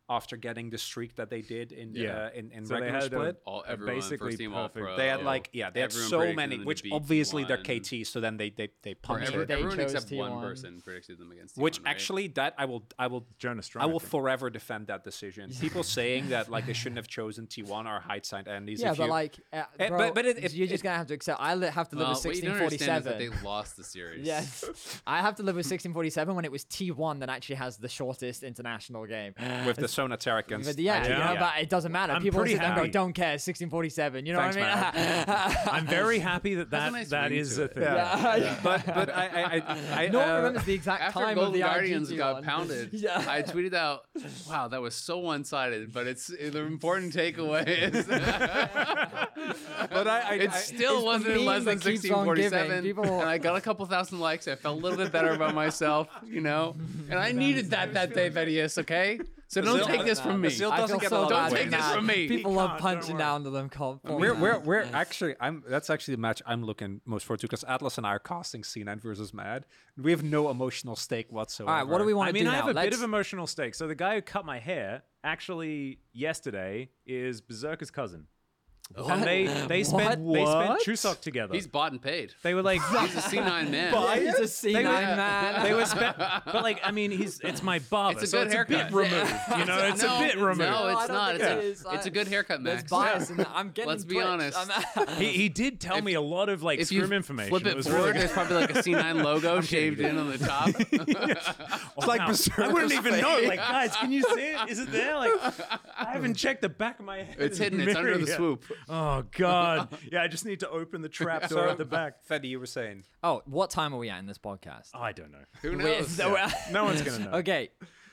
Speaker 4: after getting the streak that they did in
Speaker 1: Yeah.
Speaker 4: uh, in, in
Speaker 1: So they
Speaker 4: regular
Speaker 1: had a-
Speaker 4: split.
Speaker 2: All
Speaker 1: A
Speaker 2: everyone
Speaker 1: basically
Speaker 2: first team all
Speaker 1: perfect-
Speaker 2: pro.
Speaker 4: they had like yeah, they had
Speaker 2: everyone
Speaker 4: so
Speaker 2: predicted
Speaker 4: many,
Speaker 2: them to
Speaker 4: which
Speaker 2: beat
Speaker 4: obviously they're
Speaker 2: T1.
Speaker 4: KT, so then they they they
Speaker 2: Or
Speaker 4: pumped
Speaker 2: every-
Speaker 4: it.
Speaker 5: they
Speaker 2: everyone
Speaker 5: chose
Speaker 2: except one
Speaker 5: T1.
Speaker 2: person predicted them against.
Speaker 4: Which
Speaker 2: T1, right?
Speaker 4: actually, that I will I will
Speaker 1: Jonas Strong.
Speaker 4: I will
Speaker 1: think.
Speaker 4: forever defend that decision. People saying that like they shouldn't have chosen T1 or hindsight Andes.
Speaker 5: Yeah,
Speaker 4: if
Speaker 5: but
Speaker 4: you-
Speaker 5: like, uh,
Speaker 4: Eh,
Speaker 5: bro,
Speaker 4: but- but it- it-
Speaker 5: you're just
Speaker 4: it-
Speaker 5: gonna have to accept. I li- have to live
Speaker 2: Well,
Speaker 5: with
Speaker 2: what you don't understand is that
Speaker 5: 1647.
Speaker 2: they lost the series.
Speaker 5: *laughs* Yes, I have to live with 1647 when it was T1 that actually has the shortest international game.
Speaker 4: with the Sonatar against
Speaker 5: But yeah,
Speaker 4: IG.
Speaker 1: Yeah.
Speaker 5: You know, but it doesn't matter.
Speaker 1: I'm
Speaker 5: People
Speaker 1: pretty
Speaker 5: sit there and go,
Speaker 1: happy.
Speaker 5: "Don't care." 1647. *laughs* You know
Speaker 4: Thanks,
Speaker 5: what I mean? *laughs*
Speaker 1: I'm very happy that
Speaker 2: Has
Speaker 1: that,
Speaker 2: a nice
Speaker 1: that
Speaker 2: ring
Speaker 1: is
Speaker 2: to
Speaker 1: a
Speaker 2: it.
Speaker 1: thing.
Speaker 5: *laughs* Yeah.
Speaker 4: *laughs* but but I I, I, I
Speaker 5: no one
Speaker 4: uh,
Speaker 5: remembers the exact
Speaker 2: After
Speaker 5: time of
Speaker 2: Golden
Speaker 5: the
Speaker 2: Guardians
Speaker 5: RGT
Speaker 2: got
Speaker 5: one. *laughs*
Speaker 2: pounded,
Speaker 5: yeah.
Speaker 2: I tweeted out, "Wow, that was so one-sided." But it's the important takeaway
Speaker 5: *laughs*
Speaker 2: is,
Speaker 4: But I- I-
Speaker 2: it
Speaker 4: I-
Speaker 2: still
Speaker 5: It's the
Speaker 2: wasn't
Speaker 5: meme
Speaker 2: less than
Speaker 5: that keeps on giving.
Speaker 2: 1647,
Speaker 5: People-
Speaker 2: and I got a couple thousand likes. I felt a little bit better about myself, you know. And I needed that that day, Vedius. Okay, so don't
Speaker 4: Zil-
Speaker 2: take this from me.
Speaker 4: Zil
Speaker 5: I
Speaker 4: doesn't
Speaker 5: feel
Speaker 4: get
Speaker 5: so
Speaker 4: along
Speaker 2: Don't
Speaker 5: bad
Speaker 2: take
Speaker 5: for
Speaker 2: this
Speaker 5: that.
Speaker 2: from me.
Speaker 5: People
Speaker 1: He
Speaker 5: love
Speaker 1: can't, don't
Speaker 5: punching
Speaker 1: worry.
Speaker 5: down to them. Can't
Speaker 4: We're,
Speaker 5: *laughs*
Speaker 4: we're, we're actually I'm that's actually the match I'm looking most forward to because Atlas and I are casting C9 versus Mad. We have no emotional stake whatsoever.
Speaker 5: All right, what do we want
Speaker 1: I
Speaker 5: to
Speaker 1: mean,
Speaker 5: do
Speaker 1: I
Speaker 5: now?
Speaker 1: have a bit
Speaker 5: Let's-
Speaker 1: of emotional stake. So the guy who cut my hair actually yesterday is Berserker's cousin, and they they spent they spent
Speaker 5: What?
Speaker 1: Chusok together.
Speaker 2: He's bought and paid.
Speaker 1: they were like
Speaker 2: He's a C9 man.
Speaker 5: Yeah, he's a C9
Speaker 1: were-
Speaker 5: man.
Speaker 1: they were spent, but like I mean, he's it's my barber.
Speaker 2: It's a
Speaker 1: so
Speaker 2: good
Speaker 1: it's a
Speaker 2: haircut.
Speaker 1: bit
Speaker 2: *laughs*
Speaker 1: removed. You know, it's
Speaker 2: no,
Speaker 1: a bit removed.
Speaker 2: No,
Speaker 5: I
Speaker 2: it's
Speaker 5: don't
Speaker 2: not.
Speaker 5: think
Speaker 2: It's,
Speaker 5: it
Speaker 2: a,
Speaker 5: is. I-
Speaker 2: it's a good haircut,
Speaker 5: There's
Speaker 2: Max.
Speaker 5: bias in that. I'm getting.
Speaker 2: Let's be
Speaker 5: twitched.
Speaker 2: honest.
Speaker 5: I'm-
Speaker 1: He, he did tell me a lot of like
Speaker 2: you
Speaker 1: scrim information.
Speaker 2: Flip
Speaker 1: It
Speaker 2: it
Speaker 1: was
Speaker 2: forward.
Speaker 1: really good.
Speaker 2: there's probably like a
Speaker 1: *laughs*
Speaker 2: C9 logo shaved in on the top.
Speaker 1: It's
Speaker 4: like
Speaker 1: I
Speaker 4: Berserker's
Speaker 1: wouldn't even know.
Speaker 4: face.
Speaker 1: Like, guys, can you see it? Is it there? Like, I
Speaker 4: *laughs*
Speaker 1: haven't checked the back of my head.
Speaker 2: It's
Speaker 1: in
Speaker 2: hidden. It's under
Speaker 1: mirror
Speaker 2: the
Speaker 1: yet.
Speaker 2: swoop.
Speaker 1: Oh God! Yeah, I just need to open the trap door at the back. Oh,
Speaker 4: Fedi, you were saying
Speaker 5: oh, what time are we at in this podcast?
Speaker 1: I don't know.
Speaker 2: Who
Speaker 5: Wait,
Speaker 2: knows?
Speaker 5: so-
Speaker 1: No one's gonna know.
Speaker 5: Okay.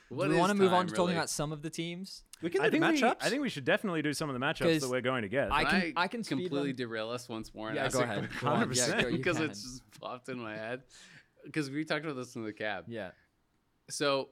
Speaker 2: What
Speaker 5: do we
Speaker 2: is
Speaker 5: want to move on
Speaker 2: time,
Speaker 5: to talking
Speaker 2: really?
Speaker 5: about some of the teams?
Speaker 4: we can
Speaker 1: I
Speaker 4: do
Speaker 1: think we,
Speaker 4: matchups.
Speaker 1: I think we should definitely do some of the matchups
Speaker 5: 'Cause
Speaker 1: that we're going to get.
Speaker 5: I
Speaker 2: Can
Speaker 5: can- I can speed
Speaker 2: completely
Speaker 5: run.
Speaker 2: derail us once more. And
Speaker 5: Yeah,
Speaker 2: ask
Speaker 5: go
Speaker 2: a
Speaker 5: ahead.
Speaker 2: quick
Speaker 5: Go on.
Speaker 2: *laughs*
Speaker 5: *laughs* Yeah,
Speaker 1: 100%.
Speaker 5: go- you
Speaker 2: because
Speaker 5: can.
Speaker 2: it just popped in my head. Because we talked about this in the cab.
Speaker 5: yeah.
Speaker 2: So,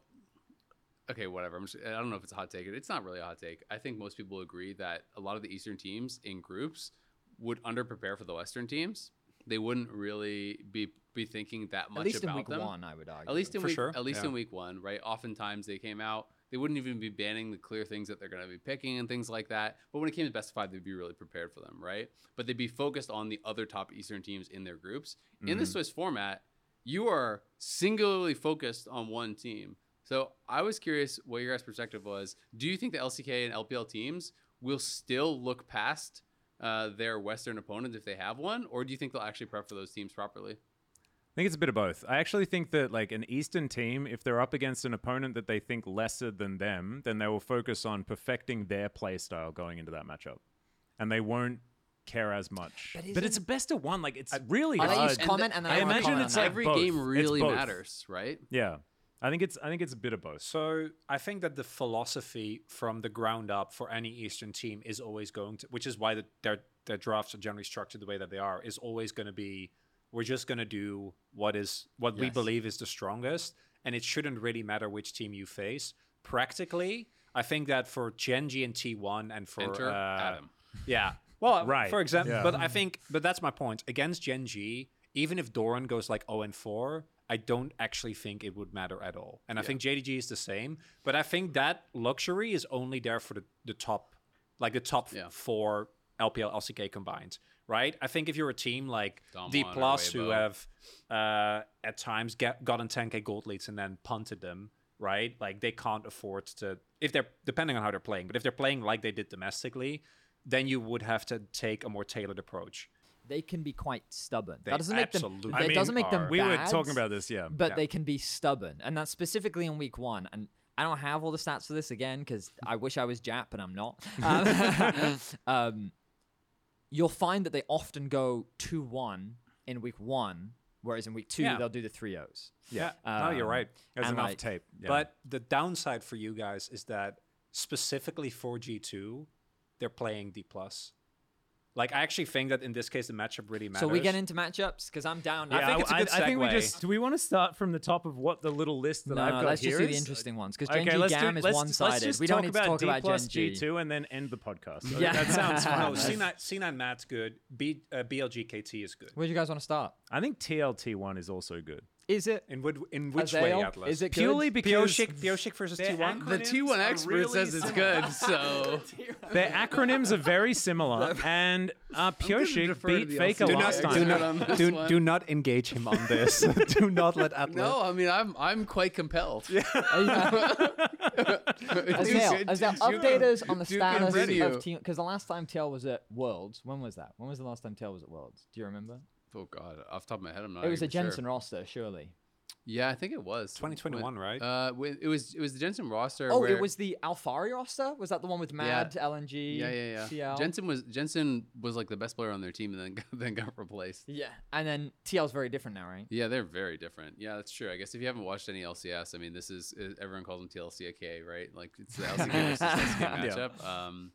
Speaker 2: okay, whatever. I'm just, I don't know if it's a hot take. It's not really a hot take. I think most people agree that a lot of the Eastern teams in groups would underprepare for the Western teams. They wouldn't really be be thinking that much
Speaker 5: At least in
Speaker 2: about
Speaker 5: week
Speaker 2: them.
Speaker 5: one, I would argue.
Speaker 2: At least in
Speaker 4: For
Speaker 2: week,
Speaker 4: sure,
Speaker 2: at least
Speaker 4: yeah.
Speaker 2: in week one, right? Oftentimes they came out. They wouldn't even be banning the clear things that they're going to be picking and things like that. But when it came to best of five, they'd be really prepared for them, right? But they'd be focused on the other top Eastern teams in their groups.
Speaker 4: Mm-hmm.
Speaker 2: In the
Speaker 1: Mhm.
Speaker 2: Swiss format, you are singularly focused on one team. So I was curious what your guys' perspective was. Do you think the LCK and LPL teams will still look past uh, their Western opponents if they have one, or do you think they'll actually prep for those teams properly?
Speaker 1: I think it's a bit of both. I actually think that like an Eastern team, if they're up against an opponent that they think lesser than them, then they will focus on perfecting their play style going into that matchup, and they won't care as much.
Speaker 5: But
Speaker 1: But,
Speaker 5: isn't-
Speaker 1: it's a best of one. Like it's really
Speaker 5: I'll let you
Speaker 1: hard.
Speaker 5: s- comment and then I
Speaker 1: I imagine
Speaker 5: comment
Speaker 1: it's
Speaker 5: on
Speaker 1: like
Speaker 5: that.
Speaker 2: every
Speaker 1: both.
Speaker 2: game
Speaker 1: It's
Speaker 2: really
Speaker 1: both.
Speaker 2: matters, right?
Speaker 1: Yeah, I think it's I think it's a bit of both.
Speaker 4: So I think that the philosophy from the ground up for any Eastern team is always going to, which is why the, their their drafts are generally structured the way that they are, is always going to be, we're just going to do what is what we
Speaker 5: Yes.
Speaker 4: believe is the strongest, and it shouldn't really matter which team you face. Practically, I think that for Genji and T1 and for
Speaker 2: Enter
Speaker 4: uh,
Speaker 2: Adam.
Speaker 4: yeah. Well,
Speaker 1: Right,
Speaker 4: For example,
Speaker 1: yeah.
Speaker 4: but I think, but that's my point. Against Gen G, even if Doran goes like 0 and 4, I don't actually think it would matter at all. And I think JDG is the same, but I think that luxury is only there for the, the top, like the top
Speaker 2: Yeah.
Speaker 4: four LPL LCK combined, right? I think if you're a team like
Speaker 2: Dom
Speaker 4: D
Speaker 2: on or
Speaker 4: Plus who
Speaker 2: Weibo.
Speaker 4: have uh, at times get, gotten 10k gold leads and then punted them, right? Like they can't afford to if they're depending on how they're playing, but if they're playing like they did domestically, then you would have to take a more tailored approach.
Speaker 5: They can be quite stubborn.
Speaker 4: They
Speaker 5: that doesn't make them.
Speaker 4: absolutely
Speaker 5: That doesn't make them.
Speaker 4: are.
Speaker 1: We were
Speaker 5: bad,
Speaker 1: talking about this, yeah.
Speaker 5: but
Speaker 4: Yeah.
Speaker 5: they can be stubborn, and that's specifically in week one. And I don't have all the stats for this again because I wish I was Jap, but I'm not. *laughs* Um, *laughs* um, you'll find that they often go two one in week one, whereas in week two
Speaker 4: Yeah.
Speaker 5: they'll do the three O's.
Speaker 4: Yeah. no, you're
Speaker 5: Um,
Speaker 4: right.
Speaker 1: There's
Speaker 5: and
Speaker 1: enough
Speaker 5: like-
Speaker 1: tape. Yeah.
Speaker 4: But the downside for you guys is that specifically for G2, they're playing D plus. Like I actually think that in this case the matchup really matters.
Speaker 5: So we get into matchups because I'm down. now.
Speaker 4: Yeah, I think it's a good
Speaker 1: I, think we
Speaker 4: segue.
Speaker 1: just. Do we want to start from the top of what the little list that
Speaker 5: no,
Speaker 1: I've got
Speaker 5: let's
Speaker 1: here
Speaker 5: just do the
Speaker 1: is?
Speaker 5: interesting ones because
Speaker 1: Okay,
Speaker 5: Gen G
Speaker 1: let's
Speaker 5: Gam
Speaker 1: do,
Speaker 5: is
Speaker 1: let's, Let's
Speaker 5: one-sided.
Speaker 1: just
Speaker 5: We don't
Speaker 1: talk
Speaker 5: need to
Speaker 1: about
Speaker 5: talk
Speaker 1: D
Speaker 5: about
Speaker 1: plus
Speaker 5: Gen G.
Speaker 1: G2 and then end the podcast.
Speaker 5: Yeah.
Speaker 1: that
Speaker 4: *laughs*
Speaker 1: sounds
Speaker 4: no
Speaker 1: fine.
Speaker 4: C9 C9 Matt's good. B uh, BLGKT is good.
Speaker 5: Where do you guys want to start?
Speaker 1: I think TLT one is also good.
Speaker 5: Is it *laughs*
Speaker 4: In what in which way Atlas?
Speaker 5: Is it
Speaker 1: Purely because
Speaker 4: Pioshik Pioshik versus
Speaker 1: They're
Speaker 4: T1?
Speaker 1: ac-
Speaker 2: The
Speaker 1: Acronyms
Speaker 2: T1
Speaker 1: are
Speaker 2: expert
Speaker 1: really
Speaker 2: says it's
Speaker 1: *laughs*
Speaker 2: good, so
Speaker 5: *laughs*
Speaker 1: their acronyms are very similar, and uh, Pioshik
Speaker 2: defer to
Speaker 1: beat
Speaker 2: the
Speaker 1: Faker
Speaker 2: LCK
Speaker 1: last
Speaker 2: expert
Speaker 1: time. *laughs*
Speaker 2: not- on this
Speaker 4: do,
Speaker 2: one.
Speaker 4: do not engage him on *laughs* this. do not let Atlas.
Speaker 2: no, I mean I'm I'm quite compelled. *laughs* Yeah.
Speaker 5: Azel, Azel, update us on the
Speaker 2: Duke
Speaker 5: status
Speaker 2: Ready.
Speaker 5: of team because the last time TL was at Worlds, when was that? When was the last time TL was at Worlds? Do you remember?
Speaker 2: Oh god, off the top of my head, I'm not.
Speaker 5: it was a
Speaker 2: even sure.
Speaker 5: Jensen roster, surely.
Speaker 2: Yeah, I think it was
Speaker 4: 2021,
Speaker 2: When-
Speaker 4: right?
Speaker 2: Uh, when- it was it was the Jensen roster.
Speaker 5: Oh,
Speaker 2: where-
Speaker 5: it was the Alfari roster. Was that the one with Mad LNG?
Speaker 2: Yeah, yeah, yeah.
Speaker 5: TL?
Speaker 2: Jensen was Jensen was like the best player on their team, and then *laughs* got- then got replaced.
Speaker 5: Yeah, and then TL's very different now, right?
Speaker 2: Yeah, they're very different. Yeah, that's true. I guess if you haven't watched any LCS, I mean, this is uh, everyone calls them TLCK, right? Like it's the LCK versus
Speaker 1: Yeah.
Speaker 2: LCK matchup. Um,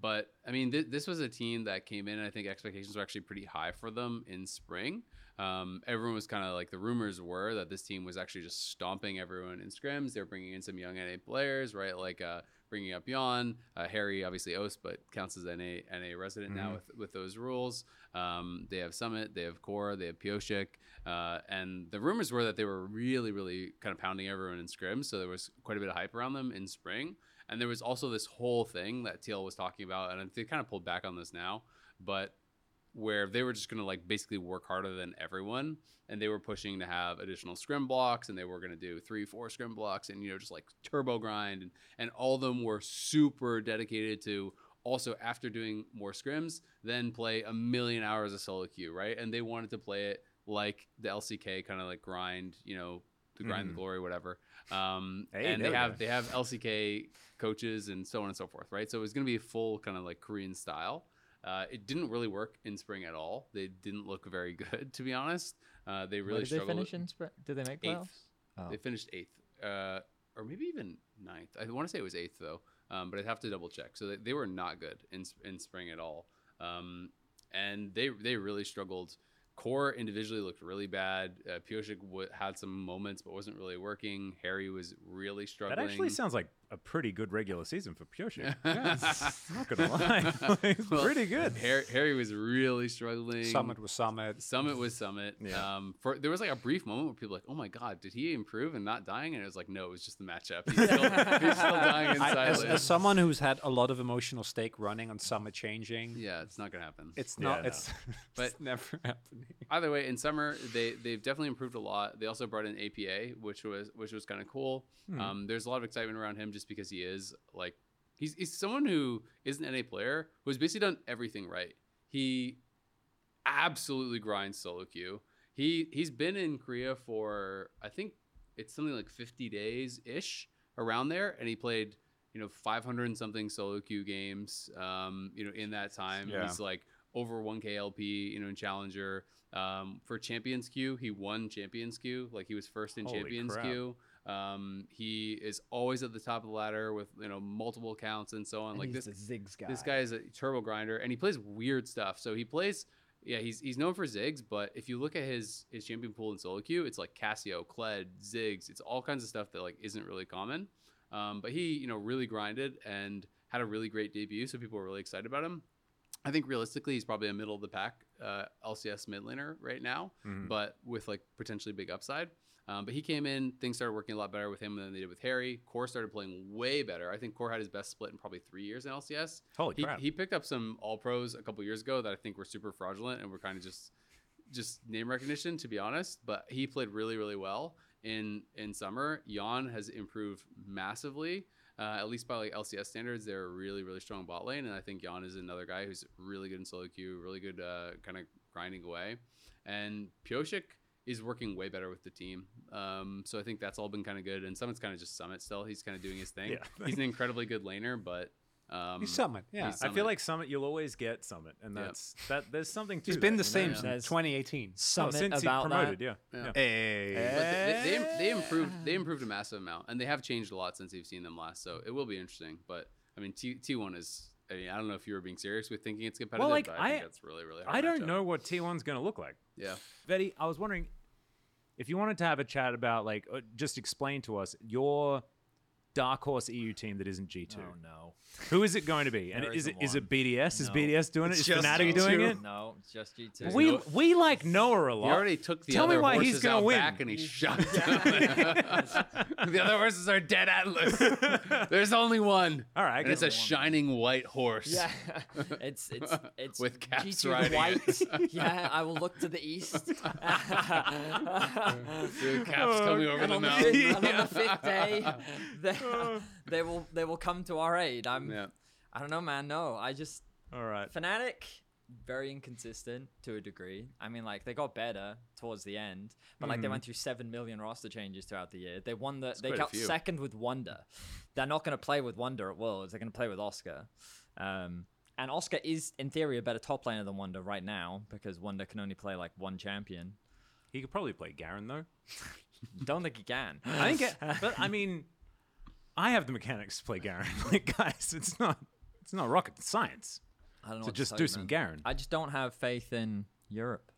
Speaker 2: but I mean, th- this was a team that came in. and I think expectations were actually pretty high for them in spring. Um, everyone was kind of like the rumors were that this team was actually just stomping everyone in scrims. They were bringing in some young NA players, right? Like uh, bringing up Yon, uh, Harry, obviously Ost, but counts as NA NA resident now with with those rules. Um, they have Summit, they have Core, they have Pioshik, uh, and the rumors were that they were really, really kind of pounding everyone in scrims. So there was quite a bit of hype around them in spring. And there was also this whole thing that TL was talking about, and they kind of pulled back on this now, but where they were just going to like basically work harder than everyone, and they were pushing to have additional scrim blocks, and they were going to do three, four scrim blocks, and you know just like turbo grind, and and all of them were super dedicated to also after doing more scrims, then play a million hours of solo queue, right? And they wanted to play it like the LCK kind of like grind, you know, the grind the
Speaker 1: Mhm.
Speaker 2: glory, whatever. Um,
Speaker 1: Hey,
Speaker 2: and they
Speaker 1: there we
Speaker 2: have
Speaker 1: go.
Speaker 2: they have LCK coaches and so on and so forth, right? So it was going to be full kind of like Korean style. Uh, it didn't really work in spring at all. They didn't look very *laughs* good, to be honest. Uh, they
Speaker 5: Where
Speaker 2: really
Speaker 5: did they
Speaker 2: struggled.
Speaker 5: finish in spring? Did they *laughs* make
Speaker 2: Eighth.
Speaker 5: playoffs? Oh.
Speaker 2: They finished eighth, uh, or maybe even ninth. I want to say it was eighth though, um, but I'd have to double check. So they, they were not good in s- in spring at all, um, and they they really struggled. Core individually looked really bad. Uh, Pioshik w- had some moments, but wasn't really working. Harry was really struggling.
Speaker 1: That actually sounds like a pretty good regular season for Pioshik.
Speaker 2: *laughs*
Speaker 1: I'm not gonna
Speaker 4: *laughs*
Speaker 1: lie, it's
Speaker 2: Well,
Speaker 1: pretty good.
Speaker 2: Harry, Harry was really struggling.
Speaker 4: Summit was Summit.
Speaker 2: Summit was Summit.
Speaker 1: Yeah.
Speaker 2: Um, for there was like a brief moment where people were like, "Oh my God, did he improve and not dying?" And it was like, "No, it was just the matchup. He's
Speaker 4: *laughs*
Speaker 2: still, he's still dying in
Speaker 4: I- as,
Speaker 2: silence."
Speaker 4: as someone who's had a lot of emotional stake running on Summit changing,
Speaker 2: yeah, it's not gonna happen.
Speaker 4: it's
Speaker 1: Yeah,
Speaker 4: not.
Speaker 1: no.
Speaker 4: It's, *laughs*
Speaker 2: But-
Speaker 4: it's never happening.
Speaker 2: Either way, in summer they they've definitely improved a lot. They also brought in APA, which was which was kind of cool.
Speaker 4: Hmm.
Speaker 2: Um, there's a lot of excitement around him just because he is like he's, he's someone who is an NA player who's basically done everything right. He absolutely grinds solo queue. He he's been in Korea for I think it's something like 50 days ish around there, and he played you know 500 and something solo queue games. Um, you know in that time
Speaker 4: Yeah.
Speaker 2: he's like over 1k LP. You know in Challenger. Um, for Champions Queue, he won Champions Queue. Like he was first in
Speaker 1: Holy
Speaker 2: Champions
Speaker 1: crap.
Speaker 2: Queue. Um, he is always at the top of the ladder with you know multiple counts and so on.
Speaker 5: And
Speaker 2: like
Speaker 5: he's
Speaker 2: this
Speaker 5: the Ziggs guy.
Speaker 2: this guy is a turbo grinder and he plays weird stuff. So he plays yeah, he's he's known for Ziggs, but if you look at his his champion pool in solo queue, it's like Casio, Cled, Ziggs, it's all kinds of stuff that like isn't really common. Um, but he, you know, really grinded and had a really great debut, so people were really excited about him. I think realistically, he's probably a middle of the pack uh, LCS mid laner right now,
Speaker 1: Mhm.
Speaker 2: but with like potentially big upside. Um, but he came in, things started working a lot better with him than they did with Harry. Core started playing way better. I think Core had his best split in probably three years in LCS.
Speaker 1: Holy
Speaker 2: he,
Speaker 1: crap.
Speaker 2: he picked up some All Pros a couple years ago that I think were super fraudulent and were kind of just just name recognition to be honest. But he played really really well in in summer. Yon has improved massively. Uh, at least by like LCS standards, they're a really, really strong bot lane, and I think Yon is another guy who's really good in solo queue, really good uh, kind of grinding away. And Pioshik is working way better with the team, um, so I think that's all been kind of good. And Summit's kind of just Summit still; he's kind of doing his
Speaker 1: *laughs*
Speaker 2: thing.
Speaker 1: Yeah.
Speaker 2: he's an incredibly good laner, but um,
Speaker 4: He's Summit. Yeah.
Speaker 2: he's-
Speaker 1: I
Speaker 2: Summit.
Speaker 1: feel like Summit, you'll always get Summit, and
Speaker 2: Yep.
Speaker 1: that's that. There's something. To
Speaker 4: He's been
Speaker 1: that,
Speaker 4: the
Speaker 1: you know?
Speaker 4: same
Speaker 2: Yeah.
Speaker 4: since
Speaker 5: Says-
Speaker 4: 2018.
Speaker 1: Oh,
Speaker 5: Summit
Speaker 1: since he
Speaker 5: about
Speaker 1: promoted,
Speaker 5: that.
Speaker 1: yeah.
Speaker 2: Yeah.
Speaker 1: yeah.
Speaker 4: Hey.
Speaker 2: But they, they, they-
Speaker 1: Eh.
Speaker 2: they improved they improved a massive amount, and they have changed a lot since you've seen them last. So it will be interesting. But I mean, T T one is. I mean, I don't know if you were being serious with thinking it's competitive.
Speaker 1: like,
Speaker 2: but I, think
Speaker 1: I-
Speaker 2: that's really really. Hard
Speaker 1: I don't
Speaker 2: matchup.
Speaker 1: know what T1's going to look like.
Speaker 2: Yeah.
Speaker 1: Betty, I was wondering if you wanted to have a chat about, like, uh, just explain to us your Dark Horse EU team that isn't G2.
Speaker 5: Oh no.
Speaker 1: Who is it going to be? And
Speaker 5: There
Speaker 1: is it
Speaker 5: isn't
Speaker 1: is it
Speaker 5: one.
Speaker 1: BDS? Is
Speaker 5: No.
Speaker 1: BDS doing it?
Speaker 4: It's
Speaker 1: Is
Speaker 4: just
Speaker 1: Fnatic
Speaker 4: G2.
Speaker 1: doing it?
Speaker 5: No, it's just you two.
Speaker 2: There's
Speaker 1: We
Speaker 2: no-
Speaker 1: we like Noah a
Speaker 2: He
Speaker 1: lot.
Speaker 2: already took the
Speaker 1: Tell
Speaker 2: other
Speaker 1: me why he's
Speaker 2: horses
Speaker 1: gonna
Speaker 2: out
Speaker 1: win. *laughs*
Speaker 2: back and he shot them. *laughs* the other horses are
Speaker 1: *laughs*
Speaker 2: dead atlas. There's only one.
Speaker 1: All right, I
Speaker 2: and it's a
Speaker 1: guess-
Speaker 2: shining white horse.
Speaker 5: Yeah, it's
Speaker 2: *laughs*
Speaker 5: it's it's
Speaker 2: With caps
Speaker 5: G2
Speaker 2: riding *laughs* it.
Speaker 5: white. yeah, I will look to the *laughs* east.
Speaker 2: The caps
Speaker 1: Oh,
Speaker 2: coming over
Speaker 5: and
Speaker 2: the
Speaker 5: on the,
Speaker 2: mountain.
Speaker 1: *laughs*
Speaker 5: fifth, and on the fifth day,
Speaker 2: *laughs*
Speaker 5: they, *laughs* they will they will come to our aid. I'm
Speaker 2: Oh. Yeah.
Speaker 5: I don't know, man. No, I just
Speaker 1: All right.
Speaker 5: Fnatic very inconsistent to a degree. I mean, like they got better towards the end, but like they went through seven million roster changes throughout the year. They won the they
Speaker 2: Mm-hmm. quite a
Speaker 5: got
Speaker 2: few.
Speaker 5: second with Wonder. They're not going to play with Wonder at Worlds. They're going to play with Oscar. Um, and Oscar is in theory a better top laner than Wonder right now because Wonder can only play like one champion.
Speaker 1: He could probably play Garen though.
Speaker 5: Don't think he can.
Speaker 1: I think, it, but I mean, I have the mechanics to play Garen. *laughs* Like guys, it's not it's not rocket science.
Speaker 5: I don't know.
Speaker 1: So
Speaker 5: what to
Speaker 1: just
Speaker 5: tell
Speaker 1: do
Speaker 5: you,
Speaker 1: some
Speaker 5: man.
Speaker 1: Garen.
Speaker 5: I just don't have faith in Europe.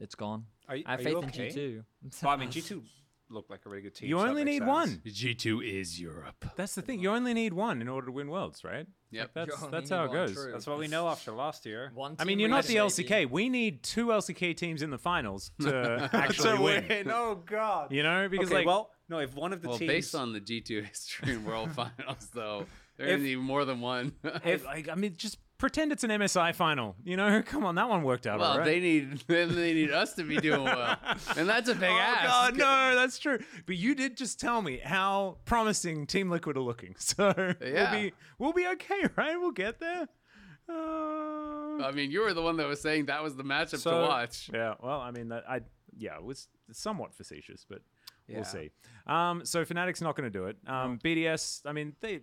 Speaker 5: It's gone.
Speaker 4: Are you-
Speaker 5: I have
Speaker 4: are
Speaker 5: faith
Speaker 4: you
Speaker 5: in
Speaker 4: okay?
Speaker 5: G two.
Speaker 4: Well, I mean, G2 looked like a really good team.
Speaker 1: you
Speaker 4: so that
Speaker 1: only
Speaker 4: makes
Speaker 1: need
Speaker 4: sense.
Speaker 1: one.
Speaker 2: G2 is Europe.
Speaker 1: That's the thing. You only need one in order to win worlds, right?
Speaker 2: Yep.
Speaker 1: That's
Speaker 5: You only
Speaker 1: that's
Speaker 5: need
Speaker 1: how it
Speaker 5: one,
Speaker 1: goes.
Speaker 5: true.
Speaker 4: That's what we know after last year.
Speaker 5: One
Speaker 1: I
Speaker 5: team
Speaker 1: mean, you're not
Speaker 5: reach,
Speaker 1: the
Speaker 5: baby.
Speaker 1: LCK. We need two LCK teams in the
Speaker 5: *laughs*
Speaker 1: finals to actually win.
Speaker 4: Oh God.
Speaker 1: You know, because
Speaker 4: okay,
Speaker 1: like,
Speaker 4: well, no. If one of the
Speaker 2: Well,
Speaker 4: teams,
Speaker 2: based on the *laughs* G2 history and World Finals, though, there
Speaker 4: If-
Speaker 2: going need more than one.
Speaker 1: if, like, I mean, just pretend it's an MSI final. You know, *laughs* come on, that one worked out.
Speaker 2: *laughs* well,
Speaker 1: all right.
Speaker 2: they need then they need us to be doing well, and that's a big ask.
Speaker 1: Oh god, no, that's true. But you did just tell me how promising Team Liquid are looking. *laughs* So
Speaker 2: Yeah.
Speaker 1: we'll be we'll be okay, *laughs* right? We'll get there. Uh,
Speaker 2: *laughs* I mean, you were the one that was saying that was the matchup
Speaker 4: So-
Speaker 2: to watch.
Speaker 1: yeah. Well, I mean, that, I yeah, it was somewhat facetious, but
Speaker 4: Yeah.
Speaker 1: we'll see. Um, so Fnatic's not going to do it. Um, BDS, I mean, they.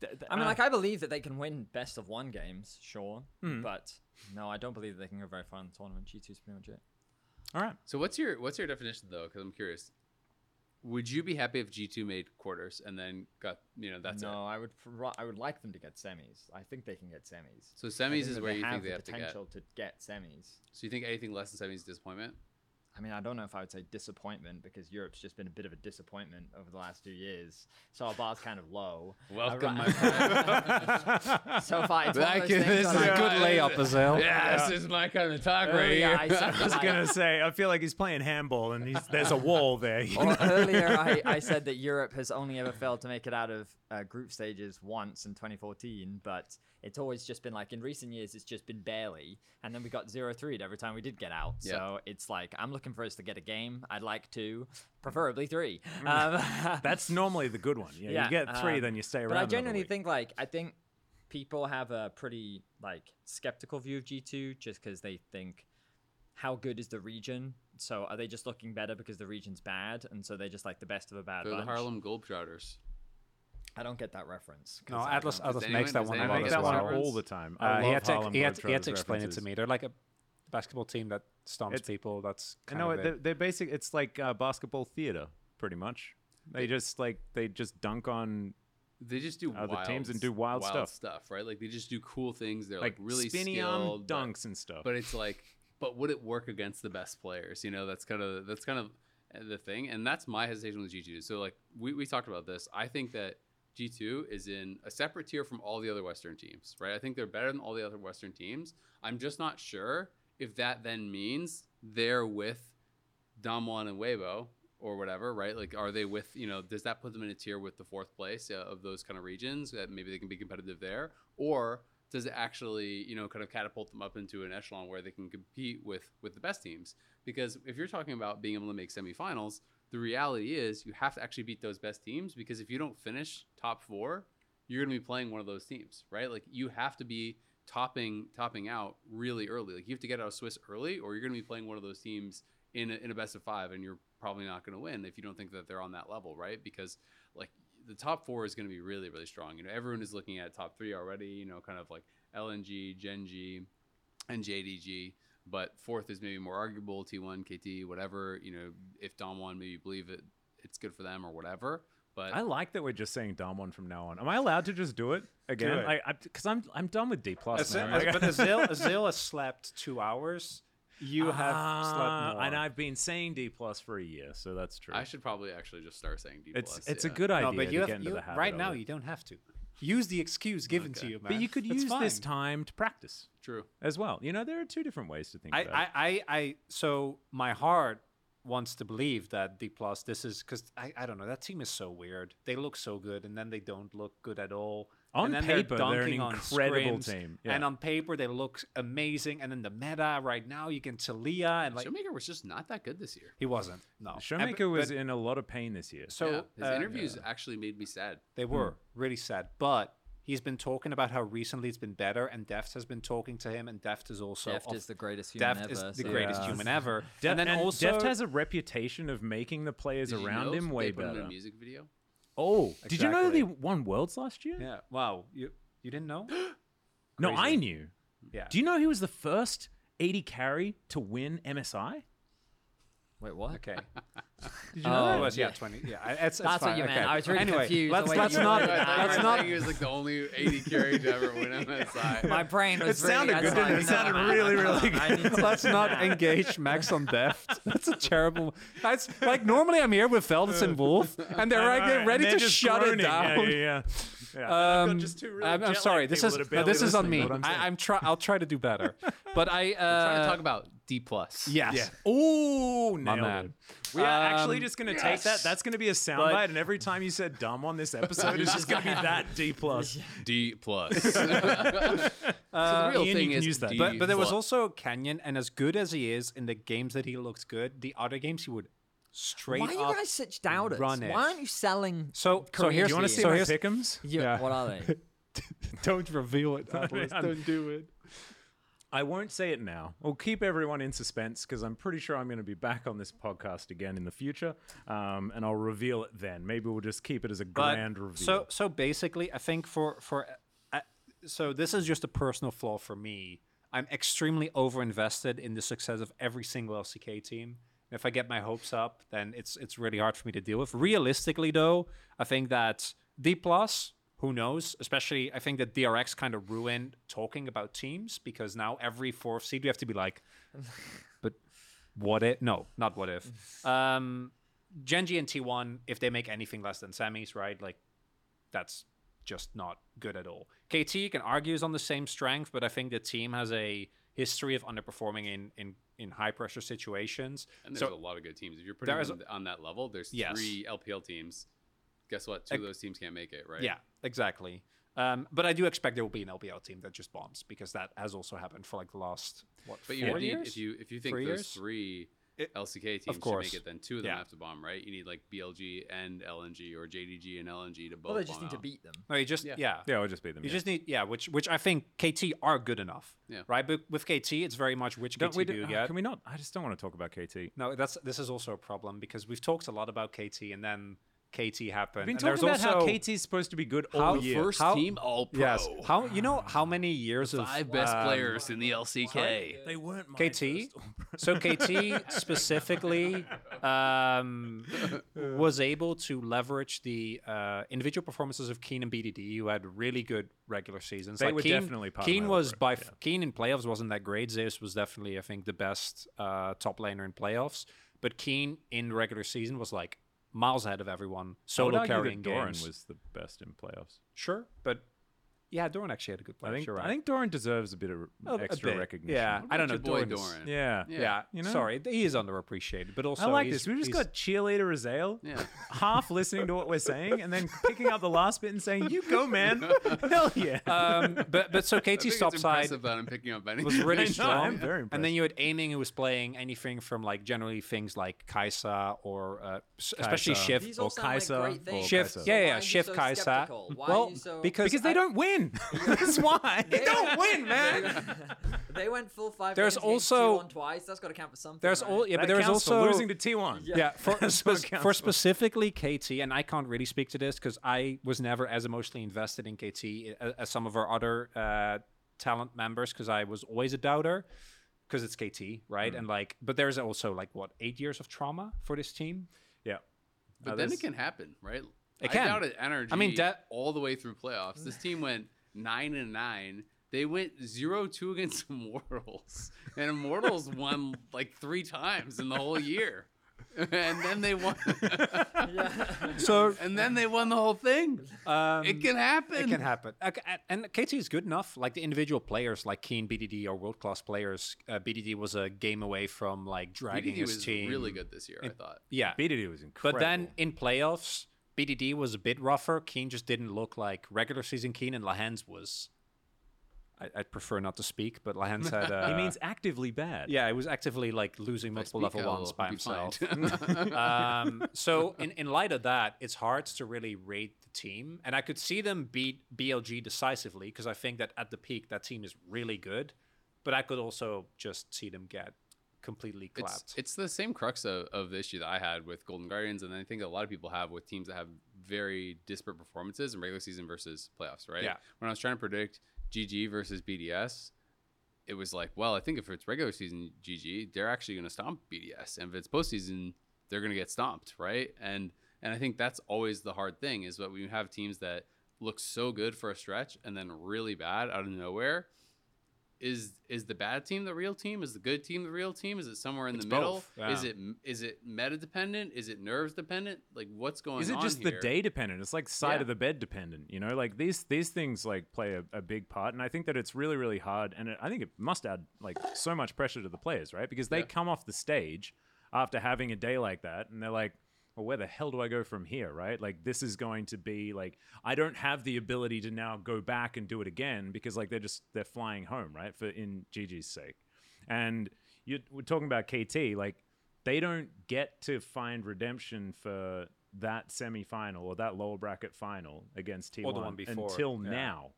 Speaker 1: th- th-
Speaker 5: I mean,
Speaker 1: uh,
Speaker 4: Ah.
Speaker 5: like I believe that they can win best of one games, sure,
Speaker 4: Hmm.
Speaker 5: but no, I don't believe that they can go very far in the tournament. G two is pretty much it.
Speaker 1: all right.
Speaker 2: So what's your what's your definition though? Because I'm curious. Would you be happy if G2 made quarters and then got you know that's
Speaker 5: no,
Speaker 2: it?
Speaker 5: I would pr- I would like them to get semis. I think they can get semis.
Speaker 2: So
Speaker 5: I think
Speaker 2: semis is
Speaker 5: that
Speaker 2: where you
Speaker 5: have
Speaker 2: think
Speaker 5: the
Speaker 2: they have to get.
Speaker 5: potential to get semis.
Speaker 2: So you think anything less than semis is disappointment?
Speaker 5: I mean, I don't know if I would say disappointment because Europe's just been a bit of a disappointment over the last two years, so our bar's kind of low. I
Speaker 2: Welcome,
Speaker 5: ri-
Speaker 2: my friend.
Speaker 5: *laughs* so far, it's one of
Speaker 2: Like,
Speaker 5: those things
Speaker 2: this is
Speaker 5: that I-
Speaker 2: a good layup,
Speaker 4: Azale.
Speaker 2: yeah, this is my kind of talk right here.
Speaker 5: Earlier,
Speaker 2: *laughs*
Speaker 5: oh, I said
Speaker 1: I was
Speaker 5: that
Speaker 1: *laughs*
Speaker 5: I-
Speaker 1: gonna say, I feel like he's playing handball, and he's, there's a wall *laughs* there.
Speaker 5: *laughs*
Speaker 1: you know?
Speaker 5: Or
Speaker 2: *laughs*
Speaker 5: earlier, I, I said that Europe has only ever failed to make it out of uh, group stages once in 2014, but it's always just been like in recent years, it's just been barely. And then we got 0 3 every time we did get out.
Speaker 2: Yeah.
Speaker 5: So it's like, I'm looking for us to get a game. I'd like two, preferably three.
Speaker 2: Mm. *laughs*
Speaker 5: Um, *laughs*
Speaker 1: That's normally the good one. Yeah, you get three,
Speaker 5: um,
Speaker 1: then you stay around.
Speaker 5: But I
Speaker 1: another
Speaker 5: genuinely
Speaker 1: week.
Speaker 5: think, like, I think people have a pretty like skeptical view of G2 just because they think how good is the region. So are they just looking better because the region's bad, and so they're just like the best of a bad
Speaker 2: They're the
Speaker 5: bunch?
Speaker 2: Harlem Globetrotters.
Speaker 5: I don't get that reference. 'cause
Speaker 4: No,
Speaker 5: I
Speaker 4: Atlas.
Speaker 5: don't-
Speaker 4: Atlas
Speaker 2: Does anyone-
Speaker 4: makes that
Speaker 2: does
Speaker 4: one. a
Speaker 1: I
Speaker 2: anyone
Speaker 4: lot
Speaker 1: make
Speaker 4: as
Speaker 1: that one
Speaker 4: well.
Speaker 2: reference?
Speaker 1: all the time.
Speaker 4: Uh,
Speaker 1: I
Speaker 4: he
Speaker 1: love
Speaker 4: had to,
Speaker 1: Harlem
Speaker 4: he had, to- he had
Speaker 1: Globetrotters
Speaker 4: to explain it to
Speaker 1: references.
Speaker 4: me. They're like a basketball team that stomps
Speaker 1: It's-
Speaker 4: people. That's
Speaker 1: I
Speaker 4: kind
Speaker 1: know it-
Speaker 4: of it.
Speaker 1: they're, they're basic. It's like uh, basketball theater, pretty much. They just like they just dunk on
Speaker 2: They just do
Speaker 1: Other
Speaker 2: wild,
Speaker 1: Oh, teams and do wild stuff.
Speaker 2: right? Like they just do cool things. They're
Speaker 1: like,
Speaker 2: like, really
Speaker 1: spinny arm
Speaker 2: skilled, but-
Speaker 1: dunks and stuff.
Speaker 2: But it's like, but would it work against the best players? You know, that's kind of that's kind of the thing, and that's my hesitation with G two. So like we we talked about this. I think that G2 is in a separate tier from all the other Western teams, right? I think they're better than all the other Western teams. I'm just not sure if that then means they're with Damwon and Weibo or whatever, right? Like, are they with, you know, does that put them in a tier with the fourth place uh, of those kind of regions that maybe they can be competitive there? Or does it actually, you know, kind of catapult them up into an echelon where they can compete with with the best teams? Because if you're talking about being able to make semifinals, the reality is you have to actually beat those best teams because if you don't finish top four, you're going to be playing one of those teams, right? Like you have to be topping topping out really early. Like you have to get out of Swiss early, or you're going to be playing one of those teams in a, in a best of five, and you're probably not going to win if you don't think that they're on that level, right? Because like the top four is going to be really really strong. You know, everyone is looking at top three already. You know, kind of like LNG, Genji, and JDG but fourth is maybe more arguable t1 kt whatever you know if dom one maybe believe it it's good for them or whatever but
Speaker 1: I like that we're just saying dumb one from now on. Am I allowed to just do it again?
Speaker 4: it.
Speaker 1: Because I, am I'm done with D plus.
Speaker 4: Azil,
Speaker 1: man. Like,
Speaker 4: *laughs* but Azil, Azil has slept two hours.
Speaker 1: *laughs*
Speaker 4: You have
Speaker 1: Ah,
Speaker 4: slept more.
Speaker 1: and I've been saying D plus for a year, so that's true.
Speaker 2: i should probably actually just start saying d
Speaker 1: it's
Speaker 2: plus
Speaker 1: it's a
Speaker 2: yeah.
Speaker 1: good idea
Speaker 4: no, but you
Speaker 1: to
Speaker 4: have,
Speaker 1: get into
Speaker 4: you-
Speaker 1: the habit.
Speaker 4: right
Speaker 1: of
Speaker 4: now
Speaker 1: it.
Speaker 4: you don't have to. Use the excuse given to you, man.
Speaker 1: but you could
Speaker 4: It's
Speaker 1: use this
Speaker 4: fine.
Speaker 1: time to practice
Speaker 2: true
Speaker 1: as well. You know, there are two different ways to think
Speaker 4: I,
Speaker 1: about
Speaker 4: I,
Speaker 1: it.
Speaker 4: I, I, so my heart wants to believe that D plus this is because I, I don't know that team is so weird. They look so good and then they don't look good at all.
Speaker 1: On
Speaker 4: and then
Speaker 1: paper, they're an
Speaker 4: dunking on
Speaker 1: incredible
Speaker 4: scrims,
Speaker 1: team,
Speaker 4: and
Speaker 1: yeah.
Speaker 4: on paper they look amazing. And then the meta right now, you can Talia and like
Speaker 2: showmaker was just not that good this year
Speaker 4: he wasn't. No, And-
Speaker 1: Showmaker
Speaker 4: but-
Speaker 1: was
Speaker 4: but-
Speaker 1: in a lot of pain this year.
Speaker 4: so
Speaker 2: Yeah, his
Speaker 4: uh,
Speaker 2: interviews actually made me sad
Speaker 4: They were
Speaker 1: Hmm.
Speaker 4: really sad, but he's been talking about how recently it's been better, and Deft has been talking to him, and Deft is also
Speaker 5: Deft
Speaker 4: off-
Speaker 5: is the greatest human
Speaker 4: Deft
Speaker 5: ever.
Speaker 4: is the
Speaker 5: so-
Speaker 4: greatest
Speaker 1: Yeah.
Speaker 4: human ever.
Speaker 1: De-
Speaker 4: and then also
Speaker 1: Deft has a reputation of making the players
Speaker 2: Did you
Speaker 1: around
Speaker 2: know
Speaker 1: him way
Speaker 2: they put him in
Speaker 1: better.
Speaker 2: a music
Speaker 4: *laughs*
Speaker 2: video
Speaker 1: Oh, did you know that
Speaker 4: Exactly.
Speaker 1: they won worlds last year?
Speaker 4: yeah. Wow, you you didn't know?
Speaker 1: No, I
Speaker 4: Crazy.
Speaker 1: knew.
Speaker 4: Yeah.
Speaker 1: Do you know he was the first 80 carry to win MSI?
Speaker 5: Wait,
Speaker 4: *laughs*
Speaker 5: what?
Speaker 4: okay.
Speaker 1: Did
Speaker 5: you know
Speaker 4: Oh,
Speaker 5: that?
Speaker 4: it was, yeah,
Speaker 5: yeah.
Speaker 4: twenty. Yeah, I- it's, it's
Speaker 5: That's what
Speaker 4: fine,
Speaker 5: you meant.
Speaker 4: okay.
Speaker 5: I was really
Speaker 4: anyway,
Speaker 5: confused the
Speaker 4: Let's
Speaker 5: way
Speaker 4: let's
Speaker 5: you
Speaker 4: not
Speaker 5: were- I thought you
Speaker 4: let's
Speaker 5: were
Speaker 4: not
Speaker 2: he was like the only 80 carry to ever win msi
Speaker 5: My brain was. really-
Speaker 1: sounded
Speaker 5: I
Speaker 1: good,
Speaker 5: was like,
Speaker 1: didn't it? It
Speaker 5: no,
Speaker 1: sounded
Speaker 5: I-
Speaker 1: really, really
Speaker 5: *laughs* I need
Speaker 4: *laughs*
Speaker 5: to-
Speaker 4: Let's not engage Max on Deft. That's a terrible. That's like normally I'm here with Feldus and Wolf, and they're right there ready to shut it down.
Speaker 1: Yeah, yeah, yeah.
Speaker 4: *laughs*
Speaker 1: Yeah.
Speaker 4: Um, I'm, I'm sorry. This is no, this is on me. I'm, I, am try. I'll try to do better. But I. Uh,
Speaker 2: trying to talk about d plus
Speaker 4: Yes.
Speaker 1: yeah. Ooh, nailed
Speaker 4: man.
Speaker 1: it. We are actually
Speaker 4: Um,
Speaker 1: just going to take that. That's going to be a soundbite, and every time you said "dumb" on
Speaker 4: *laughs*
Speaker 1: this episode, it's just going to be that D plus.
Speaker 2: d plus *laughs* so the real
Speaker 1: Ian, you
Speaker 2: thing
Speaker 1: can
Speaker 2: is
Speaker 1: use that.
Speaker 2: D
Speaker 4: But but there was
Speaker 2: plus.
Speaker 4: also Canyon, and as good as he is in the games that he looks good, the other games he would straight
Speaker 5: Why are you
Speaker 4: up
Speaker 5: guys such doubters?
Speaker 4: run
Speaker 5: Why
Speaker 4: it.
Speaker 5: aren't
Speaker 4: *laughs*
Speaker 5: you selling?
Speaker 4: So so
Speaker 5: Korean
Speaker 4: here's
Speaker 5: Do
Speaker 1: You want to
Speaker 5: Yeah.
Speaker 1: see
Speaker 4: so
Speaker 1: my
Speaker 4: here's,
Speaker 1: pickums?
Speaker 5: Yeah.
Speaker 4: Yeah.
Speaker 5: What
Speaker 4: *laughs*
Speaker 5: are they?
Speaker 4: Don't reveal it. *laughs* Atlas,
Speaker 1: I'm-
Speaker 4: don't do it.
Speaker 1: I won't say it now. We'll keep everyone in suspense because I'm pretty sure I'm going to be back on this podcast again in the future, um, and I'll reveal it then. Maybe we'll just keep it as a
Speaker 4: But-
Speaker 1: grand reveal.
Speaker 4: So so basically, I think for for uh, so this is just a personal flaw for me. I'm extremely overinvested in the success of every single LCK team. And if I get my hopes up, then it's it's really hard for me to deal with. Realistically, though, I think that D plus. Who knows? Especially, I think that DRX kind of ruined talking about teams because now every fourth seed we have to be like, but what if? No, not what if.
Speaker 2: Mm.
Speaker 4: Um, Genji and T1, if they make anything less than semis, right? Like, that's just not good at all. KT, you can argue, is on the same strength, but I think the team has a history of underperforming in in, in high pressure situations.
Speaker 2: And there's
Speaker 4: So,
Speaker 2: a lot of good teams. If you're putting
Speaker 4: There is
Speaker 2: them on that level, there's
Speaker 4: Yes.
Speaker 2: three LPL teams. Guess what? Two of those teams can't make it, right?
Speaker 4: yeah, exactly. Um, but I do expect there will be an LPL team that just bombs because that has also happened for like the last what
Speaker 2: But you
Speaker 4: four
Speaker 2: would need
Speaker 4: years?
Speaker 2: if you if you think
Speaker 4: Three
Speaker 2: those
Speaker 4: years?
Speaker 2: three
Speaker 4: It-
Speaker 2: LCK teams should
Speaker 4: course.
Speaker 2: make it, then two of them
Speaker 4: Yeah.
Speaker 2: have to bomb, right? You need like BLG and LNG or JDG and LNG to both.
Speaker 5: Well, oh, they just
Speaker 2: bomb
Speaker 5: need to
Speaker 2: out.
Speaker 5: beat them.
Speaker 4: no, you just
Speaker 2: Yeah.
Speaker 4: yeah.
Speaker 1: yeah, we'll just be them.
Speaker 4: You
Speaker 1: yeah.
Speaker 4: just need yeah, which which I think KT are good enough.
Speaker 2: Yeah.
Speaker 4: Right, but with KT it's very much which
Speaker 1: Don't
Speaker 4: KT
Speaker 1: we
Speaker 4: do
Speaker 1: do-
Speaker 4: you
Speaker 1: oh,
Speaker 4: get.
Speaker 1: Can we not? I just don't want to talk about KT.
Speaker 4: No, that's this is also a problem because we've talked a lot about KT and then KT happened.
Speaker 1: I've been
Speaker 4: and
Speaker 1: talking
Speaker 4: there's
Speaker 1: about
Speaker 4: also,
Speaker 1: how KT is supposed to be good
Speaker 4: How-
Speaker 1: all
Speaker 4: the
Speaker 1: year.
Speaker 2: First
Speaker 4: How-
Speaker 2: team all pro.
Speaker 4: Yes. How you know how many years of
Speaker 2: Five best
Speaker 4: um,
Speaker 2: players in the LCK.
Speaker 1: They weren't my
Speaker 4: KT? So
Speaker 1: *laughs*
Speaker 4: KT specifically um, was able to leverage the uh, individual performances of Keen and BDD, who had really good regular seasons.
Speaker 1: They
Speaker 4: like
Speaker 1: were
Speaker 4: Keen,
Speaker 1: definitely part of
Speaker 4: Keen
Speaker 1: my
Speaker 4: was
Speaker 1: Elite
Speaker 4: by f Keen in playoffs wasn't that great. Zeus was definitely, I think, the best uh, top laner in playoffs. But Keen in regular season was like miles ahead of everyone,
Speaker 1: I would
Speaker 4: solo
Speaker 1: argue that
Speaker 4: carrying
Speaker 1: Doran
Speaker 4: games.
Speaker 1: was the best in playoffs.
Speaker 4: sure, but yeah, Doran actually had a good play.
Speaker 1: I think
Speaker 4: you're right.
Speaker 1: I think Doran deserves a bit of
Speaker 4: A- a
Speaker 1: extra
Speaker 4: bit.
Speaker 1: recognition.
Speaker 4: Yeah,
Speaker 2: What
Speaker 4: I don't know.
Speaker 2: about your boy
Speaker 4: Doran's-
Speaker 2: Doran?
Speaker 1: yeah,
Speaker 4: Yeah,
Speaker 1: You know?
Speaker 4: sorry, th- he is underappreciated, but also
Speaker 1: I like
Speaker 4: he's-
Speaker 1: this. We've just
Speaker 4: he's-
Speaker 1: got cheerleader Azale
Speaker 2: Yeah.
Speaker 1: *laughs* half listening to what we're saying and then picking up the last bit and saying, "You go,
Speaker 4: *laughs*
Speaker 1: man!
Speaker 4: Uh,
Speaker 1: Hell yeah!" *laughs*
Speaker 4: Um, but but so
Speaker 2: I think
Speaker 4: Katie's
Speaker 2: it's
Speaker 4: top side
Speaker 2: impressive that I'm picking up anything.
Speaker 4: was
Speaker 2: *laughs*
Speaker 4: really strong.
Speaker 1: I'm very
Speaker 4: And
Speaker 1: impressed.
Speaker 4: then you had Aiming, who was playing anything from like generally things like Kaisa or uh, s- especially
Speaker 1: Kaisa.
Speaker 4: Shift
Speaker 5: These
Speaker 4: or
Speaker 5: all sound like
Speaker 1: Kaiser
Speaker 5: great
Speaker 1: or
Speaker 5: things.
Speaker 4: Shift,
Speaker 1: Kaiser.
Speaker 4: yeah, yeah,
Speaker 5: Why are you
Speaker 4: Shift
Speaker 5: so
Speaker 4: Kaisa.
Speaker 5: skeptical? Why are
Speaker 4: well,
Speaker 5: you so-
Speaker 4: because,
Speaker 1: because they
Speaker 4: I-
Speaker 1: don't
Speaker 4: *laughs*
Speaker 1: win. *laughs* That's why.
Speaker 5: *laughs* They
Speaker 4: don't *laughs* win, man.
Speaker 5: *laughs* they went full five.
Speaker 4: There's
Speaker 5: games against
Speaker 4: also-
Speaker 5: T1 twice. That's got to count for something.
Speaker 4: There's
Speaker 5: right?
Speaker 4: all yeah,
Speaker 1: That
Speaker 4: but there's
Speaker 1: counts for
Speaker 4: also
Speaker 1: losing to T1.
Speaker 4: yeah,
Speaker 2: *laughs*
Speaker 4: for
Speaker 1: what
Speaker 4: spe-
Speaker 1: counts for.
Speaker 4: for specifically KT, and I can't really speak to this because I was never as emotionally invested in KT as, as some of our other uh, talent members because I was always a doubter because it's KT, right?
Speaker 2: Mm.
Speaker 4: And like, but there's also like what eight years of trauma for this team.
Speaker 1: Yeah.
Speaker 2: But
Speaker 1: Uh,
Speaker 2: then
Speaker 1: this-
Speaker 2: it can happen, right?
Speaker 4: It
Speaker 2: I
Speaker 4: can.
Speaker 2: doubted energy.
Speaker 4: I mean, that-
Speaker 2: all the way through playoffs. This team went nine and nine. They went 0-2 against *laughs* Immortals, and
Speaker 4: *laughs*
Speaker 2: Immortals won like three times in the whole year, and then they
Speaker 4: *laughs*
Speaker 2: won,
Speaker 5: Yeah.
Speaker 4: So
Speaker 2: *laughs* and then they won the whole thing.
Speaker 4: um,
Speaker 2: It can happen.
Speaker 4: It can happen. Ac- a- And KT is good enough. Like the individual players, like Keen, BDD, are world class players. Uh, BDD was a game away from like dragging
Speaker 2: BDD
Speaker 4: his
Speaker 2: E was
Speaker 4: team.
Speaker 2: really good this year. I thought.
Speaker 4: Yeah,
Speaker 1: BDD was incredible.
Speaker 4: but then in playoffs, BDD was a bit rougher. Keen just didn't look like regular season Keen, and Lahens was. I- I'd prefer not to speak, but Lahens had. Uh,
Speaker 1: he means actively bad.
Speaker 4: Yeah, he was actively like losing multiple level
Speaker 2: Speak out,
Speaker 4: ones by
Speaker 2: we'll be fine. *laughs*
Speaker 4: himself. *laughs* um, so in, in light of that, it's hard to really rate the team. And I could see them beat BLG decisively because I think that at the peak that team is really good. But I could also just see them get completely
Speaker 2: it's,
Speaker 4: clapped.
Speaker 2: it's the same crux of, of the issue that I had with Golden Guardians, and I think a lot of people have with teams that have very disparate performances in regular season versus playoffs, right?
Speaker 4: Yeah.
Speaker 2: When I was trying to predict GG versus BDS, it was like, well, I think if it's regular season GG, they're actually going to stomp BDS, and if it's postseason, they're going to get stomped, right? And and I think that's always the hard thing is that when you have teams that look so good for a stretch and then really bad out of nowhere. Is is the bad team the real team? Is the good team the real team? Is it somewhere in
Speaker 4: It's
Speaker 2: the middle?
Speaker 4: both,
Speaker 2: Is
Speaker 4: yeah.
Speaker 2: it is it meta dependent? Is it nerves dependent? Like what's going on?
Speaker 1: Is it just
Speaker 2: here?
Speaker 1: the day dependent? It's like side
Speaker 2: Yeah.
Speaker 1: of the bed dependent, you know? Like these these things like play a, a big part, and I think that it's really really hard, and it, I think it must add like so much pressure to the players, right? Because they
Speaker 2: Yeah.
Speaker 1: come off the stage after having a day like that, and they're like. Well, where the hell do I go from here, right? Like this is going to be like I don't have the ability to now go back and do it again because like they're just they're flying home, right? For in Gigi's sake. And you we're talking about KT, like they don't get to find redemption for that semifinal or that lower bracket final against T1
Speaker 4: Or the one before,
Speaker 1: until
Speaker 4: yeah.
Speaker 1: now.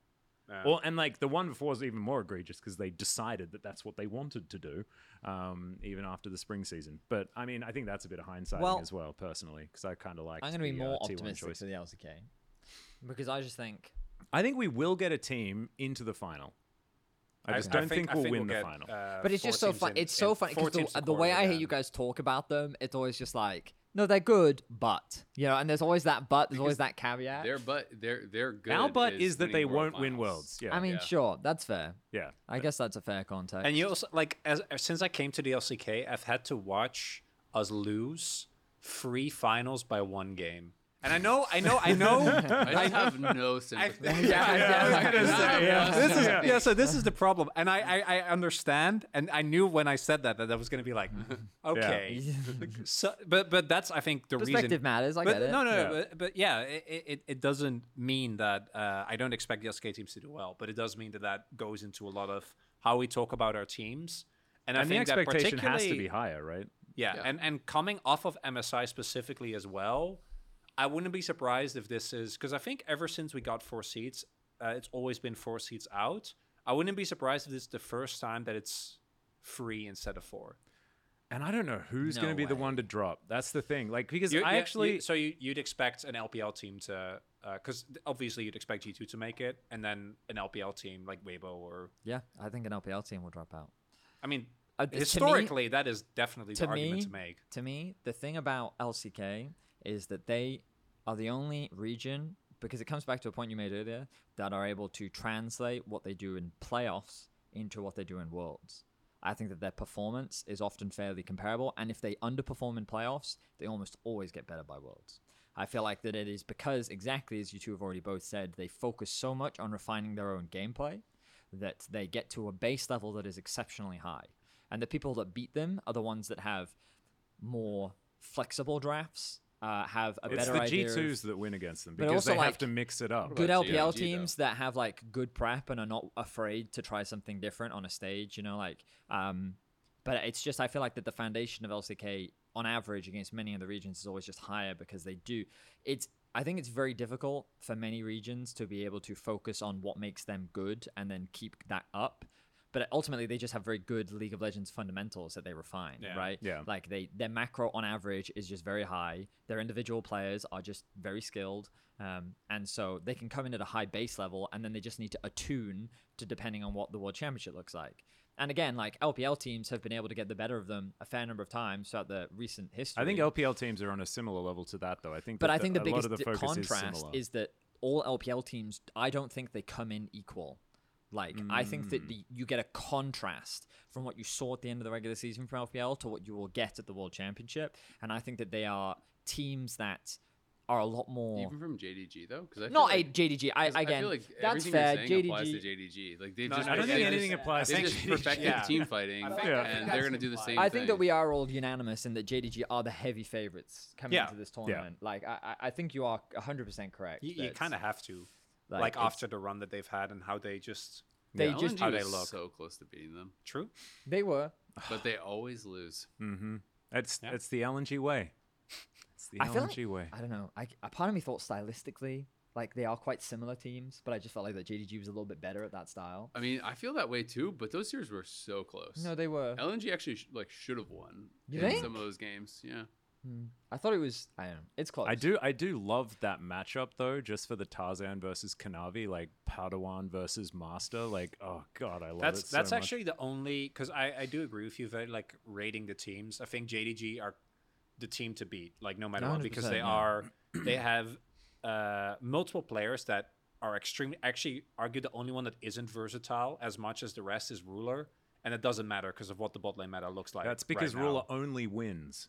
Speaker 4: Yeah.
Speaker 1: Well, and like the one before is even more egregious because they decided that that's what they wanted to do, um, even after the spring season. But I mean, I think that's a bit of hindsight
Speaker 5: Well-
Speaker 1: as well, personally, because I kind of like.
Speaker 5: I'm going to be
Speaker 1: the, uh,
Speaker 5: more
Speaker 1: T1
Speaker 5: optimistic
Speaker 1: choice.
Speaker 5: for the LCK because I just think
Speaker 1: I think we will get a team into the final. I just don't think, we'll win the final.
Speaker 4: uh,
Speaker 5: But it's just so fun. it's so funny because the, uh, the way I hear you guys talk about them, it's always just like, no, they're good, but you know, and there's always that but, there's always that caveat.
Speaker 2: Their but their their good.
Speaker 1: Our butt is, that
Speaker 2: winning
Speaker 1: they
Speaker 2: World
Speaker 1: won't win
Speaker 2: Finals.
Speaker 1: worlds. Yeah,
Speaker 5: I mean,
Speaker 2: yeah.
Speaker 5: sure, that's fair.
Speaker 1: yeah.
Speaker 5: I guess that's a fair context.
Speaker 4: And you also like as since I came to the LCK, I've had to watch us lose three finals by one game. And I know, I know,
Speaker 1: *laughs*
Speaker 4: I
Speaker 5: *laughs*
Speaker 4: know.
Speaker 2: *laughs* I just have no sympathy.
Speaker 5: yeah, yeah, I was
Speaker 2: I
Speaker 5: gonna
Speaker 2: cannot
Speaker 1: say, yeah.
Speaker 2: have
Speaker 4: this is
Speaker 1: Yeah.
Speaker 4: yeah. So this is the problem, and I, I I understand, and I knew when I said that that that was going to be
Speaker 5: *laughs*
Speaker 4: like, okay. so, but but that's I think the
Speaker 5: Perspective
Speaker 4: reason.
Speaker 5: matters. I
Speaker 4: but
Speaker 5: get it.
Speaker 4: no, no,
Speaker 1: Yeah.
Speaker 4: But, but yeah, it, it, it doesn't mean that uh, I don't expect the LCK teams to do well, but it does mean that that goes into a lot of how we talk about our teams, and, I
Speaker 1: And the
Speaker 4: think
Speaker 1: expectation
Speaker 4: that
Speaker 1: has to be
Speaker 4: particularly-
Speaker 1: higher, right?
Speaker 4: yeah,
Speaker 2: Yeah.
Speaker 4: And, and coming off of MSI specifically as well, I wouldn't be surprised if this is because I think ever since we got four seats, uh, it's always been four seats out. I wouldn't be surprised if this is the first time that it's three instead of four.
Speaker 1: And I don't know who's
Speaker 5: No
Speaker 1: going to be the
Speaker 5: way.
Speaker 1: one to drop. That's the thing. Like because
Speaker 4: You-
Speaker 1: I
Speaker 4: you- you-
Speaker 1: actually
Speaker 4: so you, you'd expect an LPL team to, because obviously you'd expect G two to make it, and then an LPL team like Weibo or,
Speaker 5: Yeah, I think an LPL team will drop out.
Speaker 4: I mean,
Speaker 5: Uh, to me-
Speaker 4: historically that is definitely the
Speaker 5: to
Speaker 4: argument
Speaker 5: me-
Speaker 4: to make.
Speaker 5: To me, the thing about LCK is that they are the only region, because it comes back to a point you made earlier, that are able to translate what they do in playoffs into what they do in worlds. I think that their performance is often fairly comparable, and if they underperform in playoffs, they almost always get better by worlds. I feel like that it is because exactly as you two have already both said, they focus so much on refining their own gameplay that they get to a base level that is exceptionally high. And the people that beat them are the ones that have more flexible drafts, uh, have a
Speaker 1: It's
Speaker 5: better
Speaker 1: the
Speaker 5: idea. of-
Speaker 1: G2s that win against them
Speaker 5: But
Speaker 1: because
Speaker 5: also,
Speaker 1: they have
Speaker 5: like,
Speaker 1: to mix it up.
Speaker 2: But
Speaker 5: good
Speaker 2: GLG, though.
Speaker 5: LPL teams that have like good prep and are not afraid to try something different on a stage, you know, like um but it's just I feel like that the foundation of LCK on average against many other regions is always just higher because they do it's I think it's very difficult for many regions to be able to focus on what makes them good and then keep that up. But ultimately, they just have very good League of Legends fundamentals that they refine, right?
Speaker 1: yeah.
Speaker 5: Like they, their macro on average is just very high. Their individual players are just very skilled, um, and so they can come in at a high base level, and then they just need to attune to depending on what the World Championship looks like. And again, like LPL teams have been able to get the better of them a fair number of times throughout the recent history.
Speaker 1: I think LPL teams are on a similar level to that, though. I think,
Speaker 5: But
Speaker 1: that
Speaker 5: I think the
Speaker 1: a
Speaker 5: biggest
Speaker 1: lot of the
Speaker 5: di-
Speaker 1: focus is,
Speaker 5: contrast
Speaker 1: similar.
Speaker 5: is, that all LPL teams, I don't think they come in equal. Like I think
Speaker 4: Mm.
Speaker 5: that the, you get a contrast from what you saw at the end of the regular season from LPL to what you will get at the World Championship, and I think that they are teams that are a lot more.
Speaker 2: Even from JDG though, because I feel
Speaker 5: not
Speaker 2: like,
Speaker 5: a JDG. I
Speaker 2: 'cause I
Speaker 5: again,
Speaker 2: feel like
Speaker 5: that's
Speaker 2: everything you're
Speaker 5: fair.
Speaker 2: saying applies to
Speaker 5: JDG.
Speaker 2: JDG. Like they've
Speaker 4: No,
Speaker 2: just
Speaker 4: I
Speaker 1: I don't
Speaker 4: Yeah,
Speaker 1: think
Speaker 4: it
Speaker 1: anything
Speaker 4: is-
Speaker 1: applies.
Speaker 2: They
Speaker 1: to
Speaker 2: just
Speaker 1: JDG.
Speaker 2: perfected
Speaker 4: Yeah.
Speaker 2: team fighting,
Speaker 4: think-
Speaker 1: I
Speaker 4: think
Speaker 2: and they're
Speaker 4: that's
Speaker 2: gonna do the
Speaker 4: implied.
Speaker 2: same.
Speaker 4: I
Speaker 5: I think that
Speaker 2: thing.
Speaker 5: we are all unanimous in that JDG are the heavy favorites coming
Speaker 4: Yeah.
Speaker 5: into this tournament. Like I, I I think you are 100% correct.
Speaker 4: You, you
Speaker 5: That's-
Speaker 4: kind of have to,
Speaker 5: like,
Speaker 4: like,
Speaker 5: it's-
Speaker 4: after the run that they've had and how they just
Speaker 5: they
Speaker 2: LNG
Speaker 5: just
Speaker 4: how they
Speaker 2: was
Speaker 4: look.
Speaker 2: so close to beating them,
Speaker 4: true.
Speaker 5: they were
Speaker 2: but they always lose.
Speaker 1: Mm-hmm. It's
Speaker 4: Yeah.
Speaker 1: it's the LNG way. It's the
Speaker 5: I feel
Speaker 1: LNG
Speaker 5: like,
Speaker 1: way.
Speaker 5: I don't know. I, a part of me thought stylistically, like they are quite similar teams, but I just felt like that JDG was a little bit better at that style.
Speaker 2: I mean, I feel that way too, but those years were so close.
Speaker 5: No, they were.
Speaker 2: LNG actually sh- like should have won
Speaker 5: You
Speaker 2: in
Speaker 5: think?
Speaker 2: some of those games. Yeah,
Speaker 5: I thought it was. I don't know. It's close.
Speaker 1: I do I do love that matchup though, just for the Tarzan versus Kanavi, like Padawan versus Master. Like, oh god, I love
Speaker 4: That's
Speaker 1: it. so
Speaker 4: that's
Speaker 1: much.
Speaker 4: actually the only because I I do agree with you that like rating the teams. I think JDG are the team to beat, like no matter what, because
Speaker 5: 100%,
Speaker 4: they
Speaker 5: yeah.
Speaker 4: are they have uh multiple players that are extremely actually argue the only one that isn't versatile as much as the rest is ruler. And it doesn't matter because of what the bot lane meta looks like.
Speaker 1: that's because
Speaker 4: right now.
Speaker 1: Ruler only wins.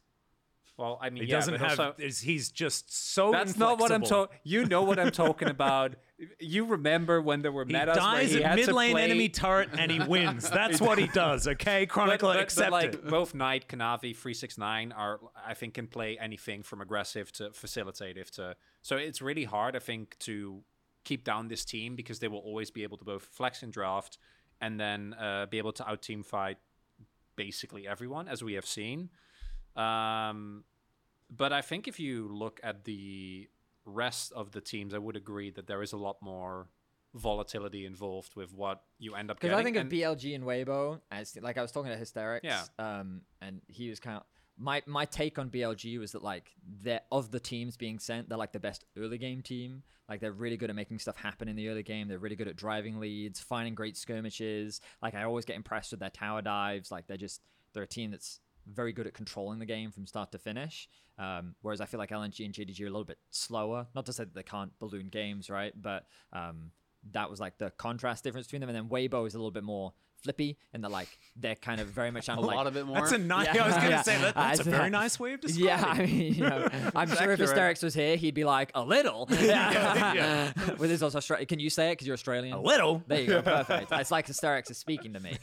Speaker 4: Well, I mean,
Speaker 1: He
Speaker 4: yeah,
Speaker 1: doesn't
Speaker 4: but
Speaker 1: have.
Speaker 4: also-
Speaker 1: is he's just so.
Speaker 4: That's not what I'm
Speaker 1: inflexible.
Speaker 4: talking. You know what I'm talking about. You remember when there were
Speaker 1: He
Speaker 4: metas
Speaker 1: dies
Speaker 4: where he
Speaker 1: at
Speaker 4: had
Speaker 1: mid
Speaker 4: to
Speaker 1: lane
Speaker 4: play-
Speaker 1: enemy turret and he
Speaker 4: *laughs*
Speaker 1: wins. That's what he does. Okay,
Speaker 4: But,
Speaker 1: Chronicle
Speaker 4: but,
Speaker 1: accept
Speaker 4: but like
Speaker 1: it. *laughs*
Speaker 4: both Knight, Kanavi, three six nine are, I think, can play anything from aggressive to facilitative to. So it's really hard, I think, to keep down this team because they will always be able to both flex and draft, and then uh, be able to out team fight basically everyone, as we have seen. Um, but I think if you look at the rest of the teams, I would agree that there is a lot more volatility involved with what you end up
Speaker 5: because
Speaker 4: getting.
Speaker 5: I think of
Speaker 4: and-
Speaker 5: BLG and Weibo as like I was talking to Hysterics.
Speaker 4: Yeah.
Speaker 5: Um, and he was kind of my my take on BLG was that like they're of the teams being sent, they're like the best early game team. Like they're really good at making stuff happen in the early game. They're really good at driving leads, finding great skirmishes. Like I always get impressed with their tower dives. Like they're just they're a team that's very good at controlling the game from start to finish. Um, whereas I feel like LNG and JDG are a little bit slower. Not to say that they can't balloon games, right? But um, that was like the contrast difference between them. And then Weibo is a little bit more flippy and they're like they're kind of very much
Speaker 2: a
Speaker 5: analyzing.
Speaker 2: lot of it more.
Speaker 1: That's a nice.
Speaker 5: Yeah.
Speaker 1: I was gonna
Speaker 5: Yeah.
Speaker 1: say that,
Speaker 5: Uh,
Speaker 1: that's a
Speaker 5: it's-
Speaker 1: very nice way of describing.
Speaker 5: *laughs* Yeah, I mean, you know, I'm sure if Hysterics was here, he'd be like, a little. yeah, *laughs* With his also, Austra- can you say it because you're Australian?
Speaker 1: a little.
Speaker 5: There
Speaker 1: *laughs*
Speaker 5: you go, perfect. it's like hysterics is speaking to me.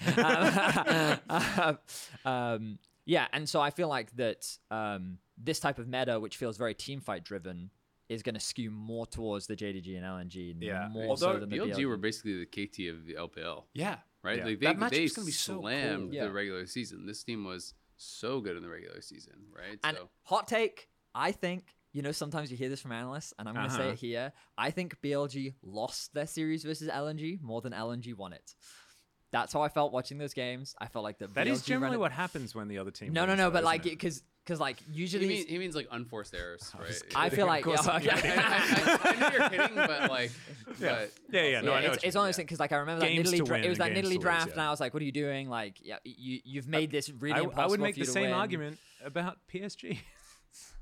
Speaker 5: *laughs* Um, um, yeah, and so I feel like that um, this type of meta, which feels very team fight driven, is going to skew more towards the JDG and LNG,
Speaker 4: Yeah.
Speaker 5: more so
Speaker 4: Although
Speaker 5: than the
Speaker 2: BLG
Speaker 5: BLG.
Speaker 2: were basically the KT of the LPL,
Speaker 4: yeah,
Speaker 2: right?
Speaker 1: Yeah.
Speaker 2: Like
Speaker 4: That matchup's
Speaker 2: they, they
Speaker 4: gonna be so
Speaker 2: slammed
Speaker 4: cool.
Speaker 2: the
Speaker 5: Yeah.
Speaker 2: regular season. This team was so good in the regular season, right?
Speaker 5: And
Speaker 2: so
Speaker 5: hot take, I think. You know, sometimes you hear this from analysts, and I'm going to say
Speaker 1: Uh-huh.
Speaker 5: it here. I think BLG lost their series versus LNG more than LNG won it. That's how I felt watching those games. I felt like the
Speaker 1: That is
Speaker 5: BLG ran
Speaker 1: generally
Speaker 5: it-
Speaker 1: what happens when the other team.
Speaker 5: No, no,
Speaker 1: wins,
Speaker 5: no,
Speaker 1: though,
Speaker 5: but
Speaker 1: isn't
Speaker 5: like,
Speaker 1: it?
Speaker 5: because, because like
Speaker 2: he,
Speaker 5: usually
Speaker 2: mean, he means like unforced errors, *laughs* right?
Speaker 1: *laughs*
Speaker 5: I feel like
Speaker 1: course
Speaker 5: yeah,
Speaker 1: I'm
Speaker 5: okay.
Speaker 2: I, I, I know you're kidding, but
Speaker 4: *laughs*
Speaker 2: like, but
Speaker 1: Yeah, yeah, no,
Speaker 5: Yeah,
Speaker 1: I know
Speaker 5: it's,
Speaker 1: what you mean,
Speaker 5: it's one of
Speaker 1: yeah.
Speaker 5: those things because like I remember that
Speaker 1: Games
Speaker 5: niddly
Speaker 1: to
Speaker 5: dra-
Speaker 1: win
Speaker 5: it was
Speaker 1: and
Speaker 5: that
Speaker 1: games to
Speaker 5: niddly
Speaker 1: lose,
Speaker 5: draft, and
Speaker 1: yeah.
Speaker 5: I was like, "What are you doing? Like, yeah, you you've made this really
Speaker 1: I, w-
Speaker 5: impossible
Speaker 1: I would make
Speaker 5: for you
Speaker 1: the
Speaker 5: to
Speaker 1: same
Speaker 5: win."
Speaker 1: argument about PSG. *laughs*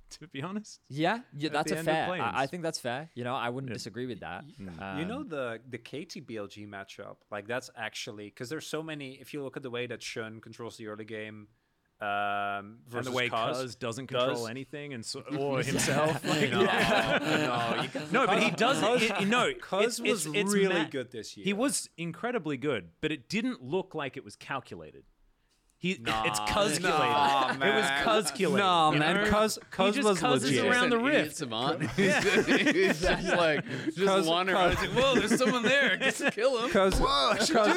Speaker 1: to be honest.
Speaker 5: Yeah, yeah
Speaker 1: At
Speaker 5: that's
Speaker 1: the
Speaker 5: a
Speaker 1: end of
Speaker 5: fair.
Speaker 1: Planes.
Speaker 5: I, I think that's fair. You know, I wouldn't
Speaker 1: Yeah. Mm.
Speaker 5: disagree with that.
Speaker 4: you
Speaker 5: Um,
Speaker 4: know the the KTBLG matchup, like that's actually because there's so many. If you look at the way that Shun controls the early game, um,
Speaker 1: and
Speaker 4: versus
Speaker 1: the way
Speaker 4: Kaz,
Speaker 1: Cuz doesn't control
Speaker 4: does-
Speaker 1: anything and
Speaker 4: *laughs*
Speaker 1: so, or himself. like-
Speaker 4: No, no, you-
Speaker 1: No, but he does.
Speaker 4: Cuz-
Speaker 1: It, it- no,
Speaker 4: Cuz
Speaker 1: it's,
Speaker 4: was
Speaker 1: it's, it's
Speaker 4: really
Speaker 1: ma-
Speaker 4: good this year.
Speaker 1: He was incredibly good, but it didn't look like it was calculated. He, it's cuzculated.
Speaker 2: Nah,
Speaker 1: it was
Speaker 2: man.
Speaker 1: cuzculated.
Speaker 4: Nah,
Speaker 1: you
Speaker 4: man,
Speaker 1: know?
Speaker 4: Cuz-
Speaker 1: He
Speaker 4: Cuz
Speaker 1: just
Speaker 4: was
Speaker 1: cuzzes
Speaker 4: legit.
Speaker 1: around
Speaker 2: Just
Speaker 1: the
Speaker 2: an idiot
Speaker 1: rift.
Speaker 2: Savant.
Speaker 4: *laughs*
Speaker 2: He's just like
Speaker 4: Cause-
Speaker 2: just wandering. around. It's like, Whoa, there's someone there. Just
Speaker 4: *laughs*
Speaker 2: kill him.
Speaker 4: Cuz
Speaker 1: Do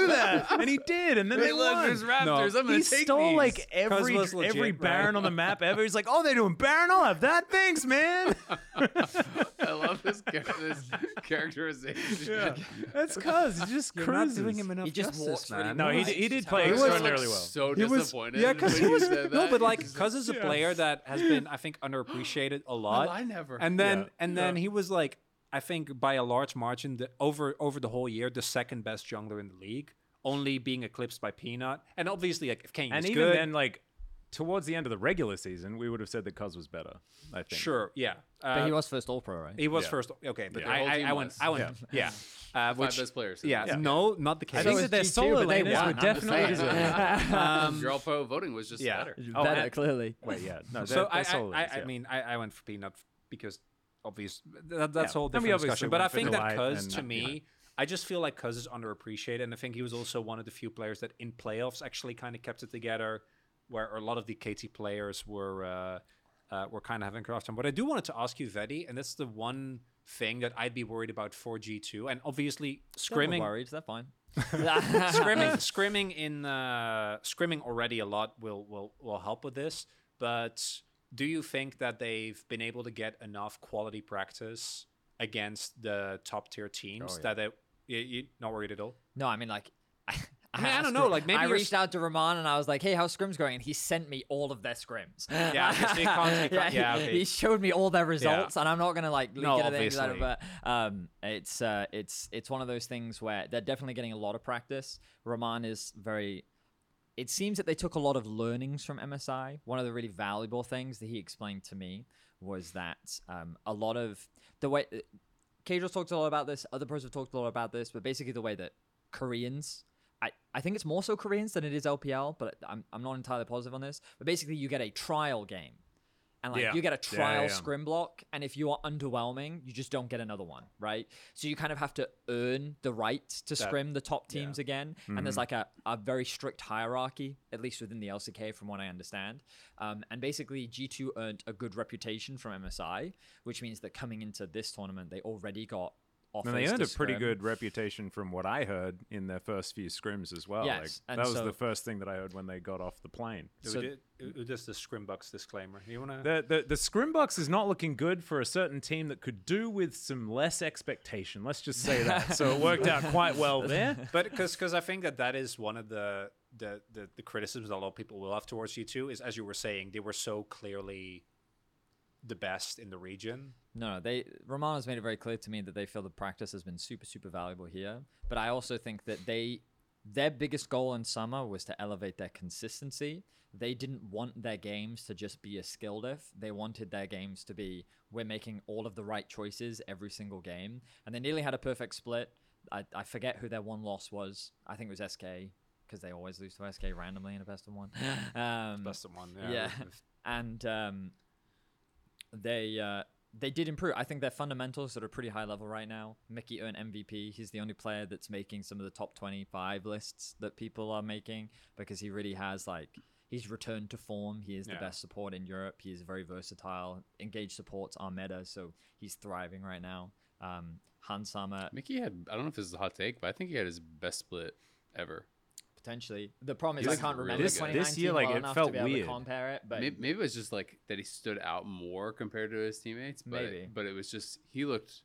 Speaker 1: that, *laughs* and he did, and then
Speaker 2: Hey,
Speaker 1: they
Speaker 2: look,
Speaker 1: won.
Speaker 2: there's raptors.
Speaker 4: No.
Speaker 2: I'm gonna
Speaker 1: He
Speaker 2: take
Speaker 1: stole
Speaker 2: these.
Speaker 1: like every
Speaker 4: was legit,
Speaker 1: every
Speaker 4: right?
Speaker 1: baron on the map ever. He's like, oh, they're doing baron. I'll have that. Thanks, man.
Speaker 2: *laughs* I love this, char- this characterization. *laughs*
Speaker 1: *laughs* That's cuz he's just
Speaker 4: You're not
Speaker 1: cruises.
Speaker 4: doing him enough
Speaker 5: He just
Speaker 4: justice,
Speaker 5: walks really
Speaker 4: man.
Speaker 1: no, he
Speaker 5: Right.
Speaker 1: did, he did
Speaker 5: Just
Speaker 1: play
Speaker 2: I
Speaker 4: He
Speaker 2: was
Speaker 4: was-
Speaker 1: extraordinarily
Speaker 2: like,
Speaker 1: well.
Speaker 2: so
Speaker 4: He was
Speaker 2: disappointed.
Speaker 4: yeah, because he
Speaker 2: when you
Speaker 4: was
Speaker 2: said
Speaker 4: no,
Speaker 2: that.
Speaker 4: but like
Speaker 2: He's
Speaker 4: Cuz is a
Speaker 1: Yeah.
Speaker 4: player that *laughs* has been I think underappreciated a lot.
Speaker 2: I never.
Speaker 4: And then
Speaker 1: Yeah.
Speaker 4: and then he was like I think by a large margin the, over over the whole year the second best jungler in the league, only being eclipsed by Peanut. And obviously like if Kane
Speaker 1: And
Speaker 4: is
Speaker 1: even
Speaker 4: good,
Speaker 1: then, like towards the end of the regular season, we would have said that Cuz was better. I think.
Speaker 4: sure, yeah. Uh,
Speaker 5: but he was first All Pro, right? *laughs*
Speaker 4: he was
Speaker 1: Yeah.
Speaker 4: first okay, but
Speaker 1: Yeah.
Speaker 2: Their whole
Speaker 4: I, I,
Speaker 2: team
Speaker 4: I went
Speaker 2: was.
Speaker 4: I went *laughs* yeah. Uh,
Speaker 2: five
Speaker 4: which,
Speaker 2: best players.
Speaker 4: yeah,
Speaker 1: Yeah.
Speaker 4: no, not the case.
Speaker 1: I think that their
Speaker 5: G2,
Speaker 1: solo
Speaker 5: but they
Speaker 1: laners
Speaker 5: won,
Speaker 1: were
Speaker 5: I'm just
Speaker 1: definitely
Speaker 2: saying. *laughs*
Speaker 1: *laughs* deserving.
Speaker 2: Your all pro voting was just
Speaker 4: Um, yeah.
Speaker 2: better.
Speaker 1: Oh,
Speaker 5: Better,
Speaker 1: and-
Speaker 5: clearly.
Speaker 1: Wait, yeah, no,
Speaker 4: so
Speaker 1: they're-
Speaker 4: I,
Speaker 1: they're solid
Speaker 4: I,
Speaker 1: leaders,
Speaker 4: I, I
Speaker 1: yeah.
Speaker 4: mean, I, I went for peanut f- because obvious that, that's
Speaker 1: Yeah.
Speaker 4: a whole
Speaker 1: And
Speaker 4: different
Speaker 1: we obviously
Speaker 4: discussion. But
Speaker 1: went
Speaker 4: I
Speaker 1: for
Speaker 4: think that
Speaker 1: Delight
Speaker 4: Cuz
Speaker 1: and-
Speaker 4: to me, I just feel like Cuz is underappreciated, and I think he was also one of the few players that in playoffs actually kind of kept it together, where a lot of the KT players were uh, uh, were kind of having a rough time. But I do wanted to ask you, Vedi, and that's the one thing that I'd be worried about for G two, and obviously scrimming.
Speaker 5: Scrimming. Worried?
Speaker 4: *laughs*
Speaker 5: They're fine.
Speaker 4: scrimming, scrimming in uh, scrimming already a lot will will will help with this. But do you think that they've been able to get enough quality practice against the top tier teams
Speaker 5: yeah.
Speaker 4: that they? You, you not worried *laughs* at all?
Speaker 5: *laughs* No, I mean like. *laughs* I,
Speaker 4: I mean, I don't
Speaker 5: asked
Speaker 4: know,
Speaker 5: Ra-
Speaker 4: like, maybe
Speaker 5: I
Speaker 4: you're
Speaker 5: reached
Speaker 4: s-
Speaker 5: out to Rahman and I was like, "Hey, how's scrims going?" And he sent me all of their scrims.
Speaker 4: Yeah, okay, so you
Speaker 5: *laughs*
Speaker 4: can't- you can't- yeah,
Speaker 5: he-
Speaker 4: okay.
Speaker 5: He showed me all their results, and I'm not gonna like leak
Speaker 4: No,
Speaker 5: it at the end of
Speaker 4: obviously.
Speaker 5: that, but um, it's uh, it's it's one of those things where they're definitely getting a lot of practice. Rahman is very it seems that they took a lot of learnings from MSI. One of the really valuable things that he explained to me was that um, a lot of the way Kadros talked a lot about this, other pros have talked a lot about this, but basically the way that Koreans, I, I think it's more so Koreans than it is LPL, but I'm, I'm not entirely positive on this. But basically, you get a trial game. And like
Speaker 1: Yeah.
Speaker 5: you get a
Speaker 1: Yeah,
Speaker 5: trial
Speaker 1: yeah.
Speaker 5: scrim block, and if you are underwhelming, you just don't get another one, right? So you kind of have to earn the right to scrim the top teams again. And there's
Speaker 4: Mm-hmm.
Speaker 5: like a, a very strict hierarchy, at least within the LCK, from what I understand. Um, and basically, G2 earned a good reputation from MSI, which means that coming into this tournament, they already got offers.
Speaker 1: And they earned
Speaker 5: to
Speaker 1: a pretty
Speaker 5: scrim.
Speaker 1: good reputation from what I heard in their first few scrims as well.
Speaker 5: Yes,
Speaker 1: like,
Speaker 5: and
Speaker 1: that was
Speaker 5: so-
Speaker 1: the first thing that I heard when they got off the plane.
Speaker 4: Who
Speaker 5: So-
Speaker 4: did- who does the Scrimbucks disclaimer? You wanna?
Speaker 1: The, the the scrim box is not looking good for a certain team that could do with some less expectation. Let's just say *laughs* that. so it worked out quite well there.
Speaker 4: *laughs* but because because I think that that is one of the the, the the criticisms that a lot of people will have towards you too is as you were saying they were so clearly the best in the region.
Speaker 5: No, no, they Romano's made it very clear to me that they feel the practice has been super, super valuable here. But I also think that they their biggest goal in summer was to elevate their consistency. They didn't want their games to just be a skill diff. They wanted their games to be we're making all of the right choices every single game. And they nearly had a perfect split. I, I forget who their one loss was. I think it was SK because they always lose to SK randomly in a best of one. Um,
Speaker 4: Best of one.
Speaker 5: *laughs* yeah, and um, they uh, they did improve. I think their fundamentals are at a pretty high level right now. Mickey earned MVP. He's the only player that's making some of the top twenty five lists that people are making because he really has like he's returned to form. He is the
Speaker 4: Yeah.
Speaker 5: best support in Europe. He is very versatile. Engaged supports are meta, so he's thriving right now. Um, Hans Sama
Speaker 2: Mickey had. I don't know if this is a hot take, but I think he had his best split ever.
Speaker 5: potentially. The problem is
Speaker 2: He
Speaker 5: I
Speaker 2: was
Speaker 5: can't remember
Speaker 2: really good.
Speaker 5: the
Speaker 1: This year,
Speaker 5: 2019
Speaker 1: like,
Speaker 5: well
Speaker 1: it
Speaker 5: enough
Speaker 1: felt
Speaker 5: to be able to
Speaker 1: weird.
Speaker 5: compare it, but
Speaker 2: Maybe, maybe it was just like that he stood out more compared to his teammates. But
Speaker 5: Maybe.
Speaker 2: but it was just he looked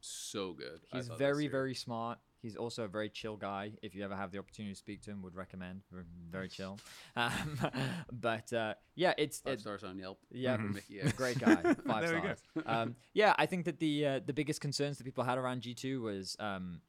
Speaker 2: so good. I
Speaker 5: He's
Speaker 2: thought, this
Speaker 5: very,
Speaker 2: year.
Speaker 5: very smart. He's also a very chill guy. If you ever have the opportunity to speak to him, would recommend. Ver-
Speaker 1: *laughs*
Speaker 5: Very chill. Um, *laughs* but uh, yeah, it's
Speaker 2: five
Speaker 5: it-
Speaker 2: stars on Yelp.
Speaker 5: yeah,
Speaker 2: for *laughs* Mickey
Speaker 5: *laughs*
Speaker 1: *laughs*
Speaker 2: X.
Speaker 5: great guy. Five
Speaker 1: There we go.
Speaker 5: stars. Um, yeah, I think that the uh, the biggest concerns that people had around G two was um,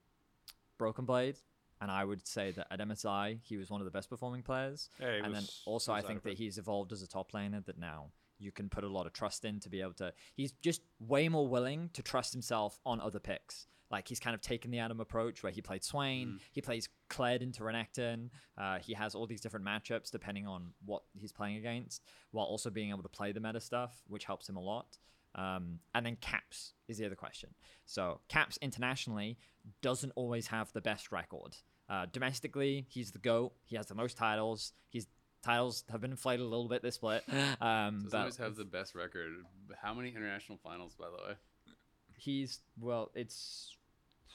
Speaker 5: Broken Blade, and I would say that at MSI he was one of the best performing players.
Speaker 4: Yeah, he
Speaker 5: and then
Speaker 4: was-
Speaker 5: also
Speaker 4: he
Speaker 5: I
Speaker 4: was out
Speaker 5: think
Speaker 4: of it.
Speaker 5: that he's evolved as a top laner that now you can put a lot of trust in to be able to. He's just way more willing to trust himself on other picks. Like he's kind of taken the Adam approach where he played Swain,
Speaker 4: Mm.
Speaker 5: he plays Cled into Renekton, uh, he has all these different matchups depending on what he's playing against, while also being able to play the meta stuff, which helps him a lot. Um, and then Caps is the other question. So Caps internationally doesn't always have the best record. Uh, domestically, he's the goat. He has the most titles. His titles have been inflated a little bit
Speaker 2: *laughs*
Speaker 5: this split, um,
Speaker 2: Doesn't always
Speaker 5: but
Speaker 2: have the best record. How many international finals, by the way?
Speaker 5: he's well. It's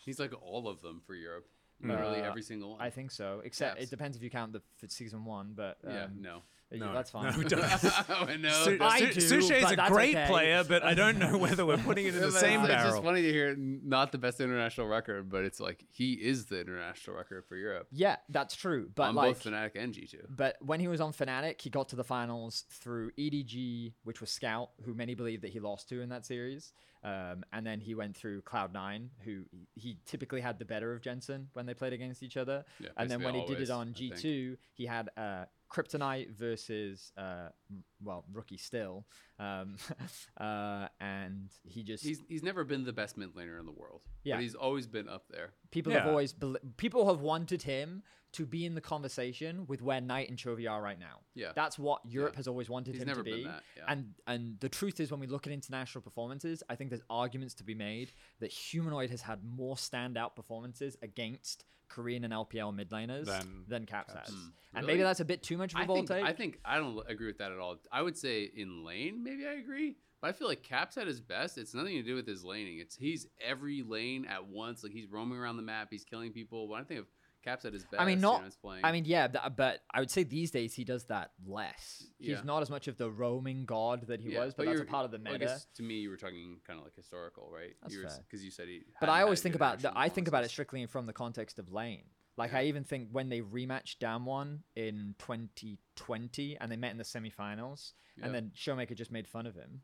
Speaker 2: He's like all of them for Europe. Literally
Speaker 5: Uh,
Speaker 2: every single one.
Speaker 5: I think so. Except
Speaker 2: Caps.
Speaker 5: it depends if you count the f- season one, but um,
Speaker 2: Yeah,
Speaker 5: *laughs*
Speaker 2: no. *laughs*
Speaker 5: yeah,
Speaker 1: No,
Speaker 5: that's fine.
Speaker 1: no, we don't.
Speaker 2: oh, no.
Speaker 1: Su-
Speaker 5: I
Speaker 1: Su-
Speaker 5: do,
Speaker 1: Suchet is
Speaker 5: but
Speaker 1: a
Speaker 5: that's
Speaker 1: great
Speaker 5: okay.
Speaker 1: player, but I don't
Speaker 5: *laughs*
Speaker 1: know whether we're putting it in the
Speaker 2: It's-
Speaker 1: same
Speaker 2: it's
Speaker 1: barrel.
Speaker 2: just funny to hear not the best international record, but it's like he is the international record for Europe.
Speaker 5: yeah, that's true. But
Speaker 2: on
Speaker 5: like,
Speaker 2: both Fnatic and G2.
Speaker 5: But when he was on Fnatic, he got to the finals through EDG, which was Scout, who many believe that he lost to in that series. Um, and then he went through Cloud9, who he typically had the better of Jensen when they played against each other.
Speaker 2: Yeah,
Speaker 5: and then when
Speaker 2: basically
Speaker 5: he did it on
Speaker 2: always, I think.
Speaker 5: G2, he had uh, Kryptonite versus, uh, m- well, Rookie still. Um, *laughs* uh, and he just.
Speaker 2: He's, he's never been the best mid laner in the world.
Speaker 5: Yeah.
Speaker 2: But he's always been up there.
Speaker 5: people have
Speaker 1: Yeah.
Speaker 5: always. bel people have wanted him to be in the conversation with where Knight and Chovy are right now.
Speaker 2: Yeah.
Speaker 5: That's what Europe has always wanted
Speaker 2: He's
Speaker 5: him
Speaker 2: never
Speaker 5: to be.
Speaker 2: been that, yeah.
Speaker 5: And and the truth is when we look at international performances, I think there's arguments to be made that Humanoid has had more standout performances against Korean and LPL mid laners than,
Speaker 4: Than
Speaker 5: Caps, has. And
Speaker 2: Really?
Speaker 5: maybe that's a bit too much of a
Speaker 2: I
Speaker 5: bold
Speaker 2: think,
Speaker 5: take.
Speaker 2: I think I don't agree with that at all. I would say in lane, maybe I agree, but I feel like Caps at his best. It's nothing to do with his laning. It's he's every lane at once. Like he's roaming around the map. He's killing people. When I think of Caps at his best,
Speaker 5: I mean,
Speaker 2: you
Speaker 5: not.
Speaker 2: know, he's playing.
Speaker 5: I mean, yeah, th- but I would say these days he does that less.
Speaker 2: Yeah.
Speaker 5: He's not as much of the roaming god that he
Speaker 2: Yeah,
Speaker 5: was, but, that's a
Speaker 2: you're-
Speaker 5: part of the
Speaker 2: well, I
Speaker 5: meta.
Speaker 2: guess to me, you were talking kind of like historical, right?
Speaker 5: That's
Speaker 2: you
Speaker 5: fair.
Speaker 2: Because you said he.
Speaker 5: But
Speaker 2: hadn't
Speaker 5: I always
Speaker 2: had
Speaker 5: think
Speaker 2: good
Speaker 5: about the,
Speaker 2: international
Speaker 5: I think about it
Speaker 2: performances.
Speaker 5: strictly from the context of lane. Like I even think when they rematched Dam one in 2020 and they met in the semifinals,
Speaker 2: Yeah.
Speaker 5: and then Showmaker just made fun of him,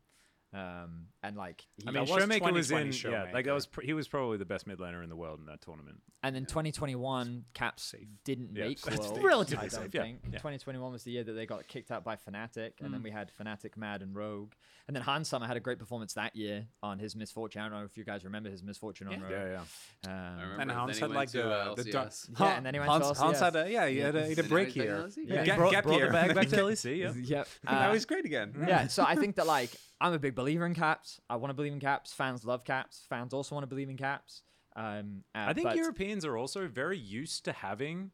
Speaker 5: um, and like he,
Speaker 1: I mean,
Speaker 4: That was
Speaker 1: Showmaker was in,
Speaker 4: 2020
Speaker 1: yeah, like that
Speaker 4: Showmaker.
Speaker 1: was pr- he was probably the best mid laner in the world in that tournament.
Speaker 5: and then 2021 Caps didn't
Speaker 1: Yeah,
Speaker 5: make
Speaker 1: that's
Speaker 5: world.
Speaker 1: safe. Relatively
Speaker 5: I don't
Speaker 1: safe, yeah,
Speaker 5: think.
Speaker 1: yeah. Mm.
Speaker 5: 2021 was the year that they got kicked out by Fnatic, and then we had Fnatic, Mad, and Rogue, and then Hans Summer had a great performance that year on his misfortune. I don't know if you guys remember his misfortune on Rogue.
Speaker 1: yeah.
Speaker 5: Um,
Speaker 2: remember
Speaker 4: And
Speaker 2: then
Speaker 4: Hans
Speaker 2: he
Speaker 4: had
Speaker 2: went
Speaker 4: like
Speaker 2: to,
Speaker 4: the,
Speaker 2: uh,
Speaker 4: the dark.
Speaker 2: LCS.
Speaker 5: Yeah, and then he went to
Speaker 4: Hans, Hans had
Speaker 5: LCS.
Speaker 4: a yeah, he had a, he had a
Speaker 2: And now
Speaker 4: break
Speaker 2: he's back in
Speaker 4: here.
Speaker 2: LCS.
Speaker 5: Yeah.
Speaker 4: Gap,
Speaker 1: Brought-
Speaker 4: gap
Speaker 1: brought
Speaker 4: year.
Speaker 1: it back, *laughs*
Speaker 4: *laughs*
Speaker 1: back to LEC. Yeah.
Speaker 5: Yep.
Speaker 4: now
Speaker 5: uh,
Speaker 4: he's great again.
Speaker 5: yeah, so I think that like I'm a big believer in caps. I want to believe in caps. Fans love caps. Fans also want to believe in caps. Um, uh,
Speaker 1: I think
Speaker 5: but
Speaker 1: Europeans are also very used to having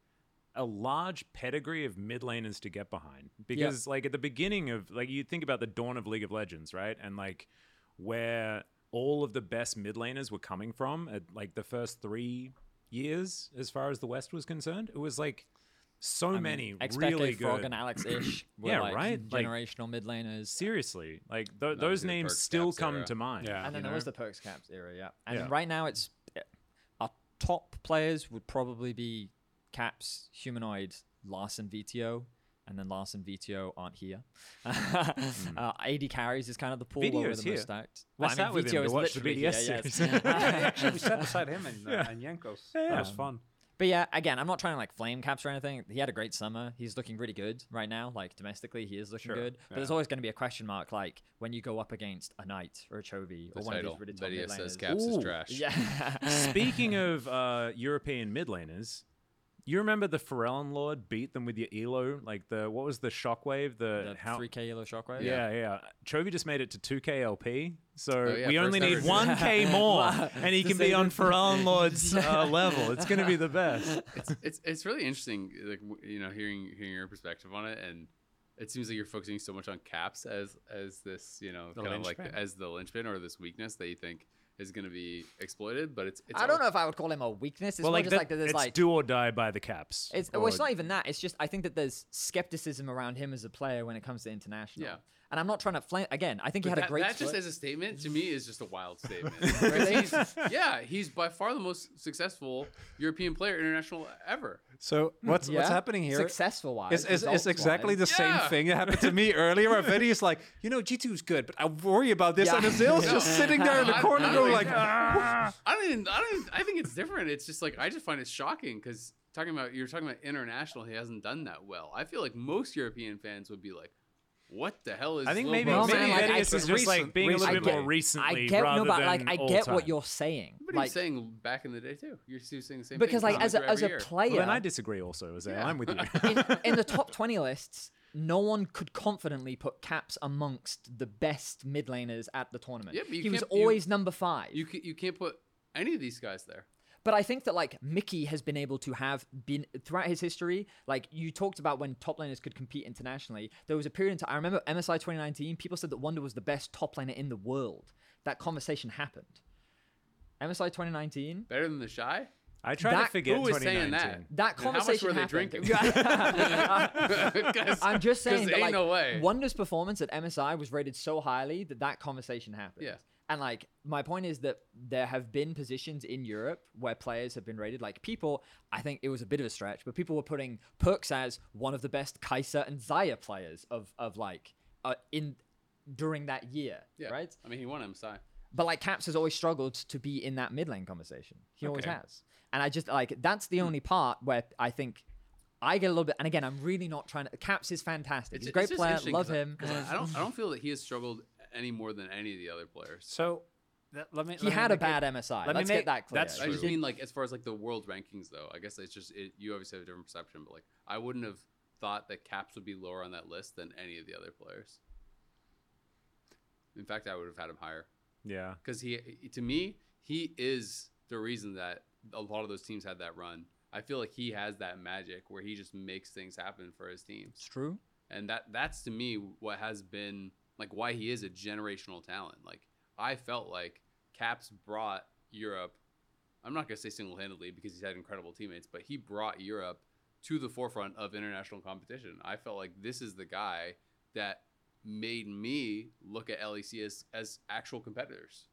Speaker 1: a large pedigree of mid laners to get behind because like at the beginning of like you think about the dawn of League of Legends, right? And like where all of the best mid laners were coming from at like the first 3 years as far as the West was concerned, it was like so many
Speaker 5: expected
Speaker 1: really
Speaker 5: Frog
Speaker 1: good
Speaker 5: and Alex Ish. were,
Speaker 1: Yeah,
Speaker 5: like,
Speaker 1: right? Like-
Speaker 5: Generational mid laners.
Speaker 1: seriously like tho-
Speaker 2: That was
Speaker 1: those
Speaker 2: the
Speaker 1: names
Speaker 2: Perks
Speaker 1: still
Speaker 2: Caps
Speaker 1: come
Speaker 2: era.
Speaker 1: to mind.
Speaker 4: Yeah.
Speaker 5: And then
Speaker 1: you
Speaker 5: there was
Speaker 1: know?
Speaker 5: the perks caps era, yeah. And
Speaker 1: Yeah.
Speaker 5: right now it's our top players would probably be caps, humanoid, Larson, VTO. And then Larson VTO aren't here. *laughs*
Speaker 1: Hmm.
Speaker 5: uh, AD carries is kind of the pool where we're
Speaker 1: VTO's
Speaker 5: the
Speaker 1: here.
Speaker 5: most stacked.
Speaker 1: I sat with him
Speaker 5: VTO
Speaker 1: to
Speaker 5: is
Speaker 1: watch the
Speaker 5: literally
Speaker 1: BDS
Speaker 5: here, yes.
Speaker 1: series. *laughs*
Speaker 4: Actually, we sat beside him and, uh, and Yankos. That was fun.
Speaker 5: *laughs* But yeah, again, I'm not trying to like flame caps or anything. He had a great summer. He's looking really good right now. Like domestically, he is looking good. But there's always going to be a question mark, like when you go up against a knight or a chovy
Speaker 2: The
Speaker 5: or one
Speaker 2: title.
Speaker 5: of these really top
Speaker 2: Betty
Speaker 5: mid
Speaker 2: says
Speaker 5: laners.
Speaker 2: Caps is
Speaker 1: Ooh,
Speaker 2: trash.
Speaker 5: Yeah.
Speaker 1: Speaking of uh, European mid laners, you remember the Ferelon Lord beat them with your Elo, like the what was the shockwave? The,
Speaker 5: the
Speaker 1: how?
Speaker 5: 3k yellow shockwave.
Speaker 1: yeah, yeah. Chovy just made it to 2k LP,
Speaker 5: Oh,
Speaker 1: so
Speaker 2: yeah,
Speaker 1: we
Speaker 2: first
Speaker 1: only need
Speaker 2: ever.
Speaker 5: *laughs*
Speaker 1: 1k more, and he
Speaker 5: To
Speaker 1: can be
Speaker 5: save
Speaker 1: on
Speaker 5: him.
Speaker 1: Ferelon
Speaker 5: *laughs*
Speaker 1: Lord's uh, level. It's gonna be the best.
Speaker 2: *laughs* it's it's really interesting, like w- you know, hearing hearing your perspective on it, and it seems like you're focusing so much on caps as as this, you know,
Speaker 4: The
Speaker 2: kind of like
Speaker 4: linchpin.
Speaker 2: as the linchpin or this weakness that you think is going to be exploited. But it's, it's
Speaker 5: I don't
Speaker 2: all-
Speaker 5: know if I would call him a weakness. It's
Speaker 1: well,
Speaker 5: more
Speaker 1: like,
Speaker 5: just
Speaker 1: that-
Speaker 5: like that. There's
Speaker 1: it's
Speaker 5: like
Speaker 1: do or die by the caps.
Speaker 5: It's well, it's
Speaker 1: or-
Speaker 5: not even that. It's just I think that there's skepticism around him as a player when it comes to international.
Speaker 2: Yeah.
Speaker 5: And I'm not trying to flame again. I think he had
Speaker 2: that,
Speaker 5: a great.
Speaker 2: that just
Speaker 5: split.
Speaker 2: as a statement to me is just a wild
Speaker 5: *laughs*
Speaker 2: statement. 'Cause he's- yeah, he's by far the most successful European player international ever.
Speaker 4: So what's what's
Speaker 5: Hmm, Yeah.
Speaker 4: happening here?
Speaker 5: Successful wise,
Speaker 4: It's, it's, it's exactly the
Speaker 2: Yeah.
Speaker 4: same thing that happened to
Speaker 1: *laughs*
Speaker 4: me earlier. Where Vinny is like, you know, G2 is good, but I worry about this.
Speaker 5: Yeah.
Speaker 4: And Azil's
Speaker 5: *laughs*
Speaker 4: just sitting there in the
Speaker 2: I-
Speaker 4: corner
Speaker 2: I
Speaker 4: going
Speaker 2: don't
Speaker 4: like,
Speaker 2: think- *laughs* I don't even. I don't. Even, I think it's different. It's just like I just find it shocking because talking about you're talking about international. He hasn't done that well. I feel like most European fans would be like, what the hell is?
Speaker 1: I think
Speaker 2: Lil
Speaker 1: maybe,
Speaker 2: Bro
Speaker 5: No,
Speaker 1: maybe
Speaker 5: man,
Speaker 2: saying?
Speaker 5: like, I-
Speaker 1: Vedius is just like
Speaker 4: recent-
Speaker 1: being a little bit
Speaker 4: recently.
Speaker 1: more recently
Speaker 5: I get
Speaker 1: rather
Speaker 5: no, but
Speaker 1: than
Speaker 5: like I
Speaker 1: all
Speaker 5: get what
Speaker 1: time.
Speaker 5: you're saying.
Speaker 2: But
Speaker 5: like,
Speaker 2: he's saying back in the day too. You're still saying the same
Speaker 5: because
Speaker 2: thing.
Speaker 5: like as a, as a player,
Speaker 1: Well, then I disagree also, Azale. I'm
Speaker 5: *laughs*
Speaker 1: with you. *laughs*
Speaker 5: in, in
Speaker 2: *laughs*
Speaker 5: the top 20 lists, no one could confidently put caps amongst the best mid laners at the tournament.
Speaker 2: Yeah, but you
Speaker 5: he was
Speaker 2: can't- you-
Speaker 5: always number five.
Speaker 2: you can, you can't put any of these guys there.
Speaker 5: but I think that like Mickey has been able to have been throughout his history. Like you talked about when top laners could compete internationally, there was a period in time. I remember MSI 2019. People said that Wonder was the best top laner in the world. That conversation happened. MSI 2019.
Speaker 2: Better than the shy.
Speaker 1: I try to
Speaker 5: That-
Speaker 1: forget
Speaker 2: who was saying
Speaker 1: 2019.
Speaker 2: that?
Speaker 5: That
Speaker 2: And how much
Speaker 5: conversation
Speaker 2: were they
Speaker 5: *laughs* happened.
Speaker 2: *laughs* Because-
Speaker 5: I'm just
Speaker 2: 'cause
Speaker 5: saying that
Speaker 2: ain't
Speaker 5: like
Speaker 2: no way.
Speaker 5: Wonder's performance at MSI was rated so highly that that conversation happened.
Speaker 2: Yeah.
Speaker 5: And like my point is that there have been positions in Europe where players have been rated like people. I think it was a bit of a stretch, but people were putting Perks as one of the best Kaiser and Zaya players of of like uh, in during that year,
Speaker 2: yeah.
Speaker 5: right?
Speaker 2: I mean, he won MSI.
Speaker 5: But like Caps has always struggled to be in that mid lane conversation. He always
Speaker 2: Okay. Hmm.
Speaker 5: has. And I just like that's the only part where I think I get a little bit. And again, I'm really not trying to. Caps is fantastic. He's a great
Speaker 2: just
Speaker 5: player.
Speaker 2: interesting
Speaker 5: Love
Speaker 2: 'cause I-
Speaker 5: him.
Speaker 2: 'cause I, I don't. I don't feel that he has struggled any more than any of the other players.
Speaker 4: So th- let me.
Speaker 5: He
Speaker 4: let me
Speaker 5: had a
Speaker 4: make it-
Speaker 5: bad MSI.
Speaker 4: let me
Speaker 5: Let's
Speaker 4: make-
Speaker 5: get that clear.
Speaker 4: that's
Speaker 2: I just
Speaker 4: True.
Speaker 2: mean like as far as like the world rankings though. I guess it's just it, you obviously have a different perception, but like I wouldn't have thought that Caps would be lower on that list than any of the other players. In fact, I would have had him higher.
Speaker 1: Yeah.
Speaker 2: because he to me he is the reason that a lot of those teams had that run i feel like he has that magic where he just makes things happen for his
Speaker 5: It's
Speaker 2: teams
Speaker 5: true.
Speaker 2: and that that's to me what has been like why he is a generational talent like i felt like caps brought europe i'm not going to say single-handedly because he's had incredible teammates but he brought europe to the forefront of international competition i felt like this is the guy that made me look at lec as as actual competitors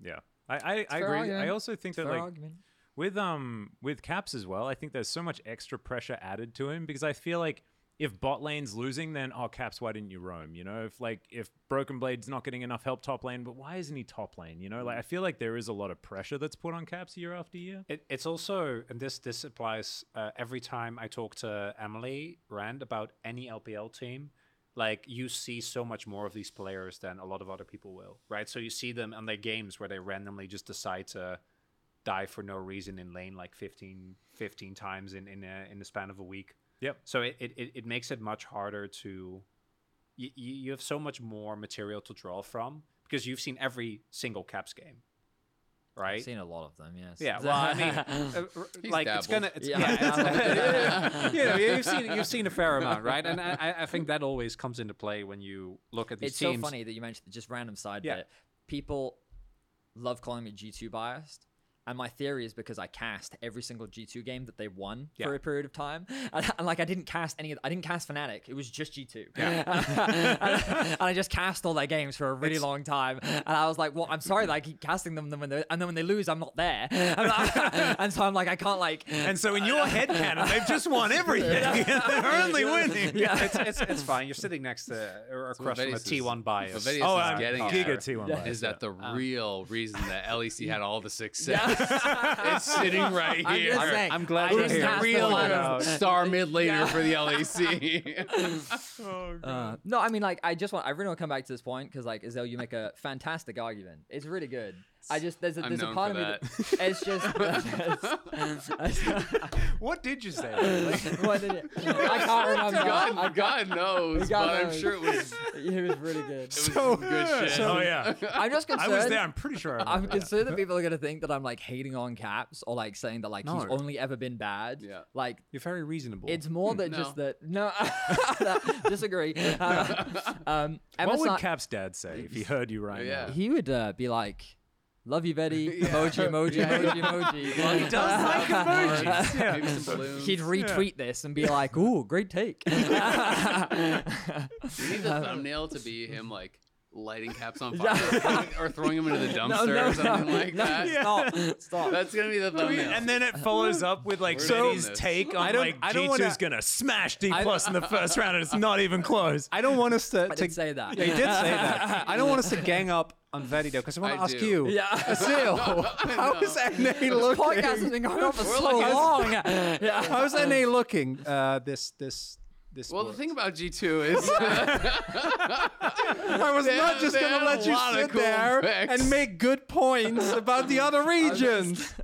Speaker 1: Yeah. I, I, I
Speaker 5: fair
Speaker 1: agree. I
Speaker 5: argument.
Speaker 1: also think that
Speaker 5: Fair
Speaker 1: like
Speaker 5: argument.
Speaker 1: with um with caps as well, I think there's so much extra pressure added to him because I feel like if bot lane's losing, then oh caps, why didn't you roam? You know, if like if Broken Blade's not getting enough help top lane, but why isn't he top lane? You know, like I feel like there is a lot of pressure that's put on caps year after year.
Speaker 4: It, it's also, and this this applies uh, every time I talk to Emily Rand about any LPL team. Like you see so much more of these players than a lot of other people will, right? So you see them on their games where they randomly just decide to die for no reason in lane like 15, 15 times in in, a, in the span of a week.
Speaker 1: Yep.
Speaker 4: So it, it, it it makes it much harder to you, you have so much more material to draw from because you've seen every single caps game, right?
Speaker 5: I've seen a lot of them. Yes.
Speaker 4: Yeah, well, I mean, uh, r-
Speaker 2: He's
Speaker 4: like it's
Speaker 2: dabbled.
Speaker 4: gonna, it's, yeah,
Speaker 5: Yeah.
Speaker 4: it's- you know, you've seen you've seen a fair amount, right? And I, I- I think that always comes into play when you look at these
Speaker 5: it's
Speaker 4: teams.
Speaker 5: so funny that you mentioned just random side
Speaker 4: Yeah.
Speaker 5: bit. People love calling me G2 biased. And my theory is because I cast every single G2 game that they won for
Speaker 4: Yeah.
Speaker 5: a period of time, *laughs* and, and, like I didn't cast any, of- I didn't cast Fnatic. It was just
Speaker 4: *laughs*
Speaker 5: G2, *laughs* and, and I just cast all their games for a really long time. And I was like, "Well, I'm sorry that I keep casting them, then when they and then when they lose, I'm not there." *laughs* And, I- and *laughs* so I'm like, I can't like,
Speaker 1: And so in your head canon, they've just
Speaker 2: *laughs*
Speaker 1: won everything. *laughs* They're only winning.
Speaker 5: yeah.
Speaker 4: it's, it's, it's fine. You're sitting next to or across from a
Speaker 2: Vedius is-
Speaker 4: T1 bias.
Speaker 2: Vedius
Speaker 1: Oh,
Speaker 2: This is
Speaker 1: I'm
Speaker 2: getting
Speaker 1: Giga
Speaker 2: there.
Speaker 1: T1 *laughs* bias,
Speaker 2: is that
Speaker 1: yeah.
Speaker 2: the real reason that LEC had all the success?
Speaker 5: *laughs*
Speaker 2: *laughs* it's sitting right
Speaker 5: I'm
Speaker 2: here.
Speaker 5: just saying,
Speaker 4: I'm glad
Speaker 5: I
Speaker 4: you're
Speaker 2: It's
Speaker 5: didn't
Speaker 4: here.
Speaker 2: the
Speaker 5: cast
Speaker 2: real
Speaker 5: all of
Speaker 2: *laughs*
Speaker 5: them.
Speaker 2: star mid laner for the E *laughs* LEC. Oh,
Speaker 5: Uh, no, I mean, like, I just want, I really want to come back to this point because, like, Azale, you make a fantastic argument. It's really good. I just, there's a,
Speaker 2: I'm
Speaker 5: there's a
Speaker 2: known
Speaker 5: part of
Speaker 2: for *laughs*
Speaker 5: me that, it's just, *laughs*
Speaker 1: What did you
Speaker 2: *laughs*
Speaker 1: say?
Speaker 5: what did it?
Speaker 1: *laughs*
Speaker 5: I can't *laughs* remember. I
Speaker 2: God,
Speaker 5: got,
Speaker 2: God knows,
Speaker 5: God
Speaker 2: but I'm
Speaker 5: knows.
Speaker 2: sure it was,
Speaker 5: *laughs*
Speaker 2: it
Speaker 5: it was really good.
Speaker 2: was some good shit.
Speaker 1: oh
Speaker 2: *laughs*
Speaker 1: yeah.
Speaker 5: I'm
Speaker 1: *laughs*
Speaker 5: just
Speaker 1: I
Speaker 5: concerned.
Speaker 1: was there, I'm pretty sure I
Speaker 5: I'm
Speaker 1: remember that.
Speaker 5: concerned that people are gonna think that I'm like hating on Caps or like saying that like he's
Speaker 4: No.
Speaker 5: only ever been bad.
Speaker 2: Yeah.
Speaker 5: Like
Speaker 4: You're very reasonable.
Speaker 5: it's more
Speaker 2: *laughs*
Speaker 5: than just that. No, *laughs* disagree. Uh, um,
Speaker 1: What would
Speaker 5: MSI
Speaker 1: Cap's dad say if he heard you right
Speaker 2: Yeah.
Speaker 5: he would uh, be like, "Love you, Betty."
Speaker 2: *laughs* Yeah.
Speaker 5: Emoji, emoji,
Speaker 2: Yeah.
Speaker 5: emoji, emoji.
Speaker 2: Well, he does like
Speaker 5: *laughs*
Speaker 1: emojis, yeah.
Speaker 2: Maybe some balloons.
Speaker 5: He'd retweet this and be like, "Ooh,
Speaker 2: *laughs*
Speaker 5: great take." *laughs*
Speaker 2: We need the thumbnail to be him like lighting caps
Speaker 5: *laughs*
Speaker 2: on fire or throwing him into the dumpster or something like
Speaker 5: no, *laughs*
Speaker 2: that.
Speaker 5: Stop, stop.
Speaker 2: That's gonna
Speaker 1: *laughs*
Speaker 2: be the
Speaker 1: now?
Speaker 2: thumbnail. *laughs*
Speaker 1: And then it follows up with like
Speaker 2: We're
Speaker 1: Betty's
Speaker 2: doing this.
Speaker 1: take on
Speaker 4: don't-
Speaker 1: like
Speaker 4: I
Speaker 1: G2's
Speaker 4: don't wanna-
Speaker 1: gonna smash D plus in the first round and it's not even
Speaker 2: *laughs*
Speaker 1: close.
Speaker 4: I don't want us to.
Speaker 5: I didn't say that.
Speaker 4: Yeah, you
Speaker 5: *laughs*
Speaker 4: did say that. I don't want us to gang up on Vedi though, because I want to
Speaker 2: I
Speaker 4: ask
Speaker 2: do.
Speaker 4: you,
Speaker 5: Yeah. *laughs*
Speaker 4: Azil, how
Speaker 2: *laughs*
Speaker 4: is NA
Speaker 5: The podcast has
Speaker 4: looking?
Speaker 5: been going on for
Speaker 2: We're
Speaker 5: so
Speaker 2: like-
Speaker 5: long. yeah.
Speaker 4: How is NA looking? Uh, this this This
Speaker 2: Well, the
Speaker 4: works.
Speaker 2: thing about G two
Speaker 5: *laughs*
Speaker 2: is *laughs*
Speaker 4: I was
Speaker 2: They
Speaker 4: not
Speaker 2: have-
Speaker 4: just
Speaker 2: they
Speaker 4: gonna
Speaker 2: have
Speaker 4: let
Speaker 2: a
Speaker 4: you
Speaker 2: lot of
Speaker 4: sit
Speaker 2: cool
Speaker 4: there
Speaker 2: effects.
Speaker 4: and make
Speaker 2: *laughs*
Speaker 4: good points about the other regions.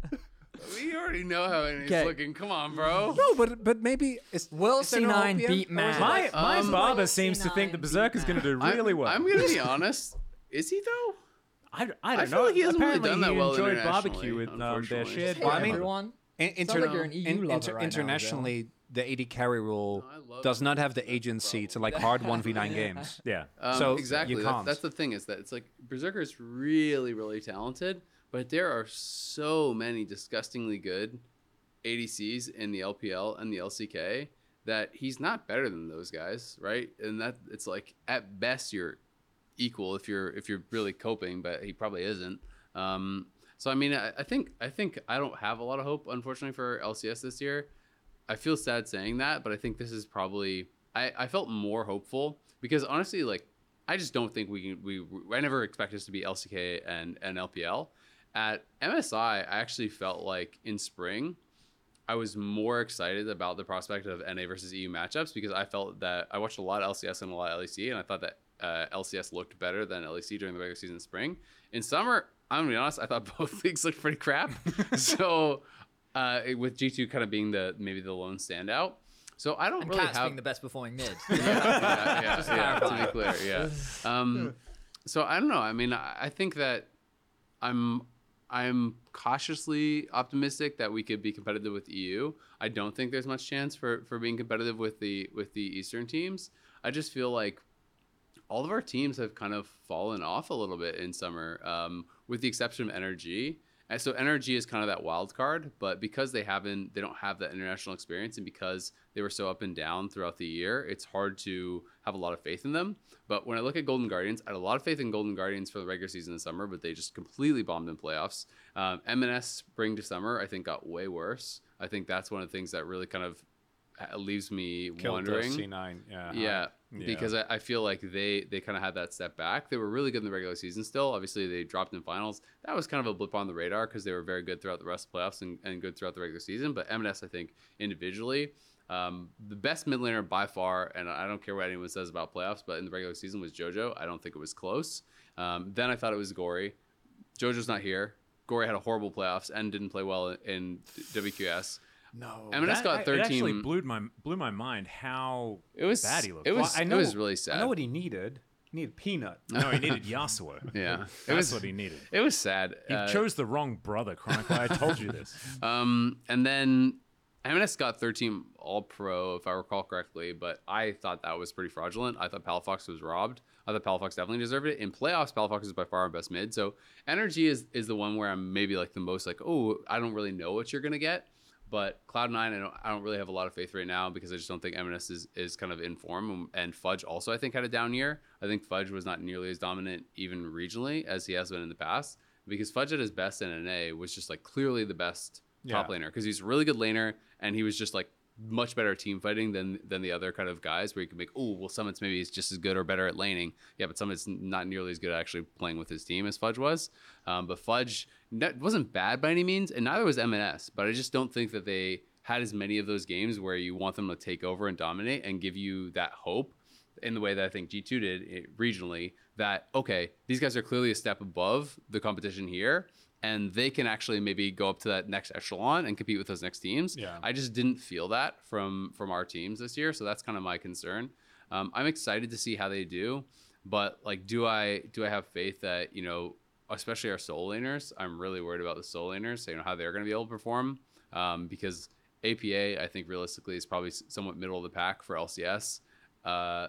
Speaker 2: we already know how it's
Speaker 5: Okay.
Speaker 2: looking. Come on, bro.
Speaker 4: no, but but maybe it's
Speaker 5: Will
Speaker 4: is there no
Speaker 5: C9
Speaker 4: OPM?
Speaker 5: beat
Speaker 4: Or is it
Speaker 5: Matt?
Speaker 1: My
Speaker 2: Like,
Speaker 1: my
Speaker 2: um,
Speaker 1: barber
Speaker 6: Final
Speaker 1: seems to think the
Speaker 6: C9
Speaker 1: berserker's going to do really
Speaker 2: I'm,
Speaker 1: well.
Speaker 2: I'm gonna be honest. Is he though?
Speaker 1: I, d- I don't
Speaker 2: I feel
Speaker 1: know.
Speaker 2: like he hasn't really
Speaker 1: Apparently
Speaker 2: done that
Speaker 1: he
Speaker 2: well
Speaker 1: enjoyed
Speaker 2: internationally,
Speaker 1: barbecue with um, their
Speaker 2: unfortunately.
Speaker 1: shared
Speaker 2: Hey,
Speaker 5: Hey,
Speaker 4: I mean-
Speaker 1: barbecue.
Speaker 5: everyone.
Speaker 4: In,
Speaker 5: Sounds like you're an
Speaker 4: in-
Speaker 5: EU lover
Speaker 4: inter-
Speaker 5: right now,
Speaker 4: internationally, the 80 carry rule
Speaker 2: I love
Speaker 4: does
Speaker 2: it.
Speaker 4: not have the agency to
Speaker 2: *laughs*
Speaker 4: like hard 1v9 games.
Speaker 1: yeah.
Speaker 2: Um,
Speaker 4: So,
Speaker 2: exactly.
Speaker 4: you
Speaker 2: that's,
Speaker 4: can't.
Speaker 2: that's the thing is that it's like Berserker is really, really talented, but there are so many disgustingly good ADCs in the LPL and the LCK that he's not better than those guys, right? And that it's like at best you're equal if you're if you're really coping, but he probably isn't. Um, so I mean, I, I think I think I don't have a lot of hope, unfortunately, for LCS this year. I feel sad saying that, but I think this is probably I, I felt more hopeful because honestly, like I just don't think we can we I never expected us to be LCK and, and LPL. At MSI, I actually felt like in spring I was more excited about the prospect of NA versus EU matchups because I felt that I watched a lot of LCS and a lot of LEC, and I thought that uh, LCS looked better than LEC during the regular season in spring. In summer, I'm gonna be honest, I thought *laughs* both leagues looked pretty
Speaker 5: *laughs*
Speaker 2: crap. so uh, it- with G2 kind of being the maybe the lone standout. So I don't
Speaker 5: And
Speaker 2: really
Speaker 5: Cat's
Speaker 2: have
Speaker 5: being the best performing mid. *laughs*
Speaker 2: yeah, yeah,
Speaker 5: Just
Speaker 2: yeah, to be
Speaker 5: clarifying.
Speaker 2: clear, yeah. Um, so I don't know. I mean, I I think that I'm I'm cautiously optimistic that we could be competitive with EU. I don't think there's much chance for for being competitive with the with the Eastern teams. I just feel like all of our teams have kind of fallen off a little bit in summer, um, with the exception of Energy. And so Energy is kind of that wild card, but because they haven't, they don't have that international experience, and because they were so up and down throughout the year, it's hard to have a lot of faith in them. But when I look at Golden Guardians, I had a lot of faith in Golden Guardians for the regular season in summer, but they just completely bombed in playoffs. Um, M&S spring to summer, I think, got way worse. I think that's one of the things that really kind of uh, leaves me
Speaker 4: Killed the
Speaker 2: wondering
Speaker 4: C9. Uh-huh. Yeah.
Speaker 2: yeah,
Speaker 1: yeah.
Speaker 2: because I, I feel like they they kind of had that step back. They were really good in the regular season still. Obviously, they dropped in finals. That was kind of a blip on the radar because they were very good throughout the rest of the playoffs and, and good throughout the regular season. But M&S, I think, individually, um, the best mid laner by far, and I don't care what anyone says about playoffs, but in the regular season was JoJo. I don't think it was close. Um, then I thought it was Gory. JoJo's not here. Gory had a horrible playoffs and didn't play well in WQS.
Speaker 4: No.
Speaker 2: M&S
Speaker 1: That-
Speaker 2: got
Speaker 1: I- It actually
Speaker 2: 13.
Speaker 1: blew my blew my mind how
Speaker 2: It was
Speaker 1: bad he looked.
Speaker 2: it
Speaker 1: Well,
Speaker 2: was
Speaker 4: I know,
Speaker 2: it was really sad.
Speaker 4: I know what he needed. He needed peanut.
Speaker 1: I, *laughs* no, he
Speaker 2: *laughs*
Speaker 1: needed Yasuo.
Speaker 2: Yeah.
Speaker 1: that's
Speaker 2: It was-
Speaker 1: what he needed.
Speaker 2: It was sad.
Speaker 1: He
Speaker 2: Uh,
Speaker 1: chose the wrong brother, Chronicle. I told you
Speaker 2: *laughs*
Speaker 1: this.
Speaker 2: Um, and then MNS got 13 All Pro, if I recall correctly, but I thought that was pretty fraudulent. I thought Palafox was robbed. I thought Palafox definitely deserved it. In playoffs, Palafox is by far our best mid. So Energy is is the one where I'm maybe like the most like, oh, I don't really know what you're gonna get. But Cloud9, I don't, I don't really have a lot of faith right now because I just don't think MNS is, is kind of in form. And- And Fudge also, I think, had a down year. I think Fudge was not nearly as dominant even regionally as he has been in the past because Fudge at his best in NA was just like clearly the best top
Speaker 4: Yeah.
Speaker 2: laner because he's a really good laner and he was just like much better at team fighting than than the other kind of guys where you can make oh well Summit's maybe he's just as good or better at laning yeah but Summit's not nearly as good at actually playing with his team as Fudge was um, but Fudge ne- wasn't bad by any means and neither was M&S but I just don't think that they had as many of those games where you want them to take over and dominate and give you that hope in the way that I think G2 did it, regionally that okay, these guys are clearly a step above the competition here and they can actually maybe go up to that next echelon and compete with those next teams.
Speaker 4: Yeah.
Speaker 2: I just didn't feel that from from our teams this year, so that's kind of my concern. Um, I'm excited to see how they do, but like do I do I have faith that, you know, especially our soul laners, I'm really worried about the soul laners, you know, how they're going to be able to perform um, because APA, I think realistically is probably s- somewhat middle of the pack for LCS. Uh,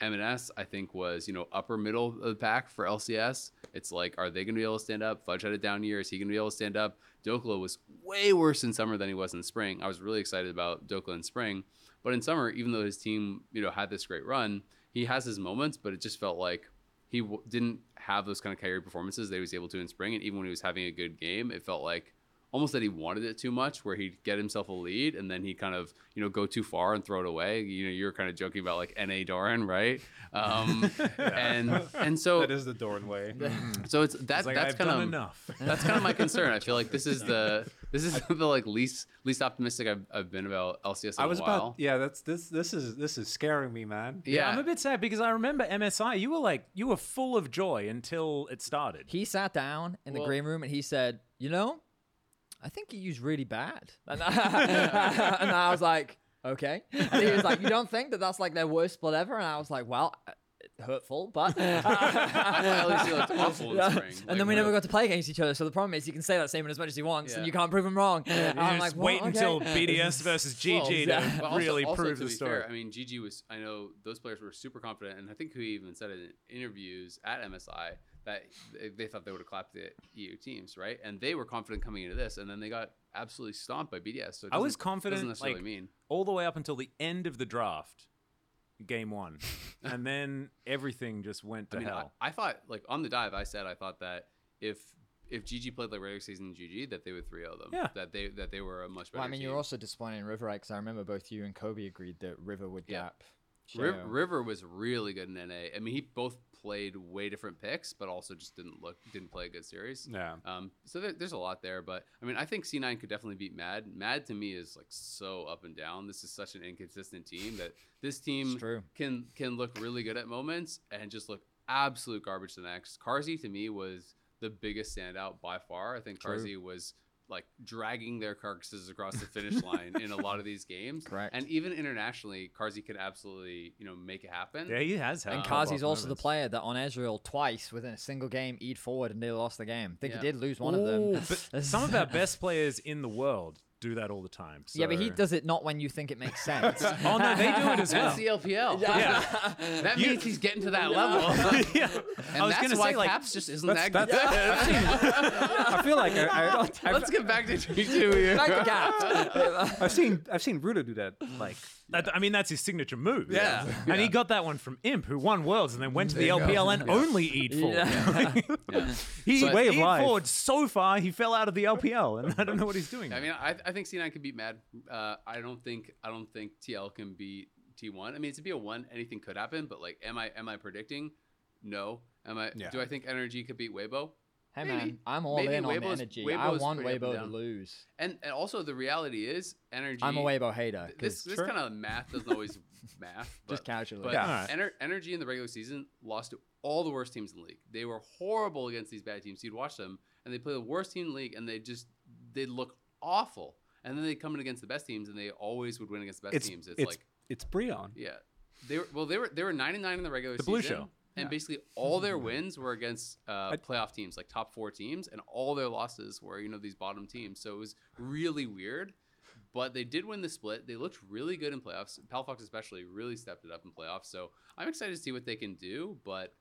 Speaker 2: M&S, I think, was, you know, upper middle of the pack for LCS. It's like, are they going to be able to stand up? Fudge had a down year. Is he going to be able to stand up? Dokla was way worse in summer than he was in spring. I was really excited about Dokla in spring. But in summer, even though his team, you know, had this great run, he has his moments, but it just felt like he w- didn't have those kind of carry performances that he was able to in spring. And even when he was having a good game, it felt like, almost that he wanted it too much, where he'd get himself a lead and then he kind of you know go too far and throw it away. You know, you're kind of joking about like N.A. Doran, right? Um, And and so
Speaker 4: That is the Dorn way.
Speaker 2: *laughs* so it's that
Speaker 1: It's like,
Speaker 2: that's
Speaker 1: I've
Speaker 2: kind
Speaker 1: done
Speaker 2: of
Speaker 1: enough.
Speaker 2: *laughs* that's kind of my concern. I feel like this is the this is the like least least optimistic I've, I've been about LCS. In
Speaker 4: I was
Speaker 2: a while.
Speaker 4: *laughs* about yeah. That's this. This is this is scaring me, man.
Speaker 1: Yeah,
Speaker 2: yeah. *laughs*
Speaker 1: I'm a bit sad because I remember MSI. You were like, you were full of joy until it started.
Speaker 5: He sat down in
Speaker 2: Well-
Speaker 5: the green room and he said, "You know, I think he used really bad." *laughs*
Speaker 2: *laughs*
Speaker 5: And I, and I was like, "Okay." And he was like, "You don't think that that's like their worst split ever?" And I was like, "Well." uh, Hurtful,
Speaker 2: *laughs*
Speaker 5: but
Speaker 2: LEC looked awful in
Speaker 5: Yeah.
Speaker 2: spring,
Speaker 5: and
Speaker 2: like,
Speaker 5: then we never
Speaker 2: real.
Speaker 5: got to play against each other. So the problem is, he can say that statement as much as he wants, and
Speaker 2: Yeah.
Speaker 5: you can't prove
Speaker 1: *laughs*
Speaker 5: him wrong. And
Speaker 1: You
Speaker 5: I'm
Speaker 1: just
Speaker 5: like, well,
Speaker 1: wait
Speaker 5: okay.
Speaker 1: until
Speaker 2: *laughs*
Speaker 5: *laughs*
Speaker 1: BDS versus GG
Speaker 5: yeah.
Speaker 1: to
Speaker 2: But *laughs* also-
Speaker 1: really
Speaker 2: also,
Speaker 1: prove
Speaker 2: to
Speaker 1: the
Speaker 2: be
Speaker 1: story.
Speaker 2: Fair, I mean, Gigi was. I know those players were super confident, and I think who even said it in interviews at MSI that they- they thought they would have clapped the EU teams, right? And they were confident coming into this, and then they got absolutely stomped by BDS. So it
Speaker 1: I was
Speaker 2: doesn't-
Speaker 1: confident,
Speaker 2: Doesn't necessarily
Speaker 1: like-
Speaker 2: mean.
Speaker 1: all the way up until the end of the draft, game
Speaker 2: *laughs*
Speaker 1: one, and then everything just went to
Speaker 2: I mean, I,
Speaker 1: hell.
Speaker 2: I thought like on the dive, I said I thought that if if GG played like regular season GG, that they would 3-0 them.
Speaker 1: Yeah.
Speaker 2: That they that they were a much better.
Speaker 5: Well, I mean,
Speaker 2: team.
Speaker 5: you're also disappointed in River because I remember both you and Kobe agreed that River would
Speaker 2: Yeah.
Speaker 5: gap.
Speaker 2: Riv-
Speaker 5: Sheo.
Speaker 2: River was really good in NA. I mean, he both played way different picks, but also just didn't look didn't play a good series.
Speaker 4: Yeah.
Speaker 2: Um, so there, there's a lot there, but I mean, I think C9 could definitely beat Mad. Mad to me is like so up and down. This is such an inconsistent team that this team
Speaker 5: It's true.
Speaker 2: can can look really good at moments and just look absolute garbage the next. Carzy to me was the biggest standout by far. I think
Speaker 5: True.
Speaker 2: Carzy was like dragging their carcasses across the finish line in a lot of these games.
Speaker 5: Correct.
Speaker 2: And even internationally, Carzy can absolutely, you know, make it happen.
Speaker 1: yeah, he has had.
Speaker 2: And
Speaker 5: And
Speaker 2: Uh,
Speaker 5: Kazi's also the
Speaker 1: moments.
Speaker 5: player that on Ezreal twice within a single game eat forward and they lost the game. I think
Speaker 2: Yeah.
Speaker 5: he did lose one of them.
Speaker 1: Ooh, but some of our best players in the world do that all the time.
Speaker 5: Yeah, but he
Speaker 1: so-
Speaker 5: does it not when you think it makes
Speaker 1: *laughs*
Speaker 5: sense.
Speaker 1: Oh no, they do it *laughs* as well.
Speaker 2: That's the LPL.
Speaker 1: Yeah.
Speaker 2: *laughs* That
Speaker 1: You-
Speaker 2: means he's getting to that level.
Speaker 1: yeah.
Speaker 2: And
Speaker 1: I was
Speaker 2: that's
Speaker 1: gonna
Speaker 2: why
Speaker 1: say like *laughs*
Speaker 2: Caps just isn't
Speaker 4: That's-
Speaker 2: that good.
Speaker 4: I feel like I, I,
Speaker 2: *laughs*
Speaker 4: I've,
Speaker 2: Let's get back to G2 here.
Speaker 5: Back to Gap.
Speaker 4: I've seen I've seen Ruda do that. Like
Speaker 1: That, I mean, that's his signature move.
Speaker 2: Yeah.
Speaker 1: And he got that one from Imp, who won Worlds and then went to the
Speaker 2: There you go.
Speaker 1: LPL and only eat forward.
Speaker 5: Yeah.
Speaker 2: *laughs* Yeah.
Speaker 1: He's
Speaker 2: But-
Speaker 1: way
Speaker 4: Way
Speaker 1: of
Speaker 4: of life.
Speaker 1: forward so far, he fell out of the LPL, and I don't know what he's doing.
Speaker 2: I mean, I, I think C9 could beat Mad. Uh, I don't think I don't think TL can beat T1. I mean, it's a BO1. Anything could happen, but like, am I am I predicting? No. Am I?
Speaker 4: Yeah.
Speaker 2: Do I think Energy could beat Weibo?
Speaker 5: hey
Speaker 2: Maybe-
Speaker 5: man, I'm all
Speaker 2: maybe
Speaker 5: in on
Speaker 2: Weibo's-
Speaker 5: energy.
Speaker 2: Weibo's
Speaker 5: I want
Speaker 2: pretty up and
Speaker 5: Weibo to
Speaker 2: down.
Speaker 5: lose.
Speaker 2: And and also the reality is Energy.
Speaker 5: I'm a Weibo hater.
Speaker 2: th- This
Speaker 5: 'cause-
Speaker 2: this kind of math doesn't always *laughs* math. But,
Speaker 5: just casually.
Speaker 2: But
Speaker 1: Yeah. Alright.
Speaker 2: Ener- Energy in the regular season lost to all the worst teams in the league. They were horrible against these bad teams. You'd watch them, and they play the worst team in the league, and they just they look awful. And then they come in against the best teams, and they always would win against the best
Speaker 4: it's
Speaker 2: teams. It's,
Speaker 4: it's
Speaker 2: like
Speaker 4: it's Breon.
Speaker 2: yeah, they were well they were they were 99 in the regular
Speaker 1: The
Speaker 2: season.
Speaker 1: Blue Mm-hmm. Shell.
Speaker 2: And
Speaker 4: Yeah.
Speaker 2: basically all their wins were against uh,
Speaker 4: I-
Speaker 2: playoff teams, like top four teams, and all their losses were you know these bottom teams. So it was really weird. But they did win the split. They looked really good in playoffs. Palfox especially really stepped it up in playoffs. So I'm excited to see what they can do. But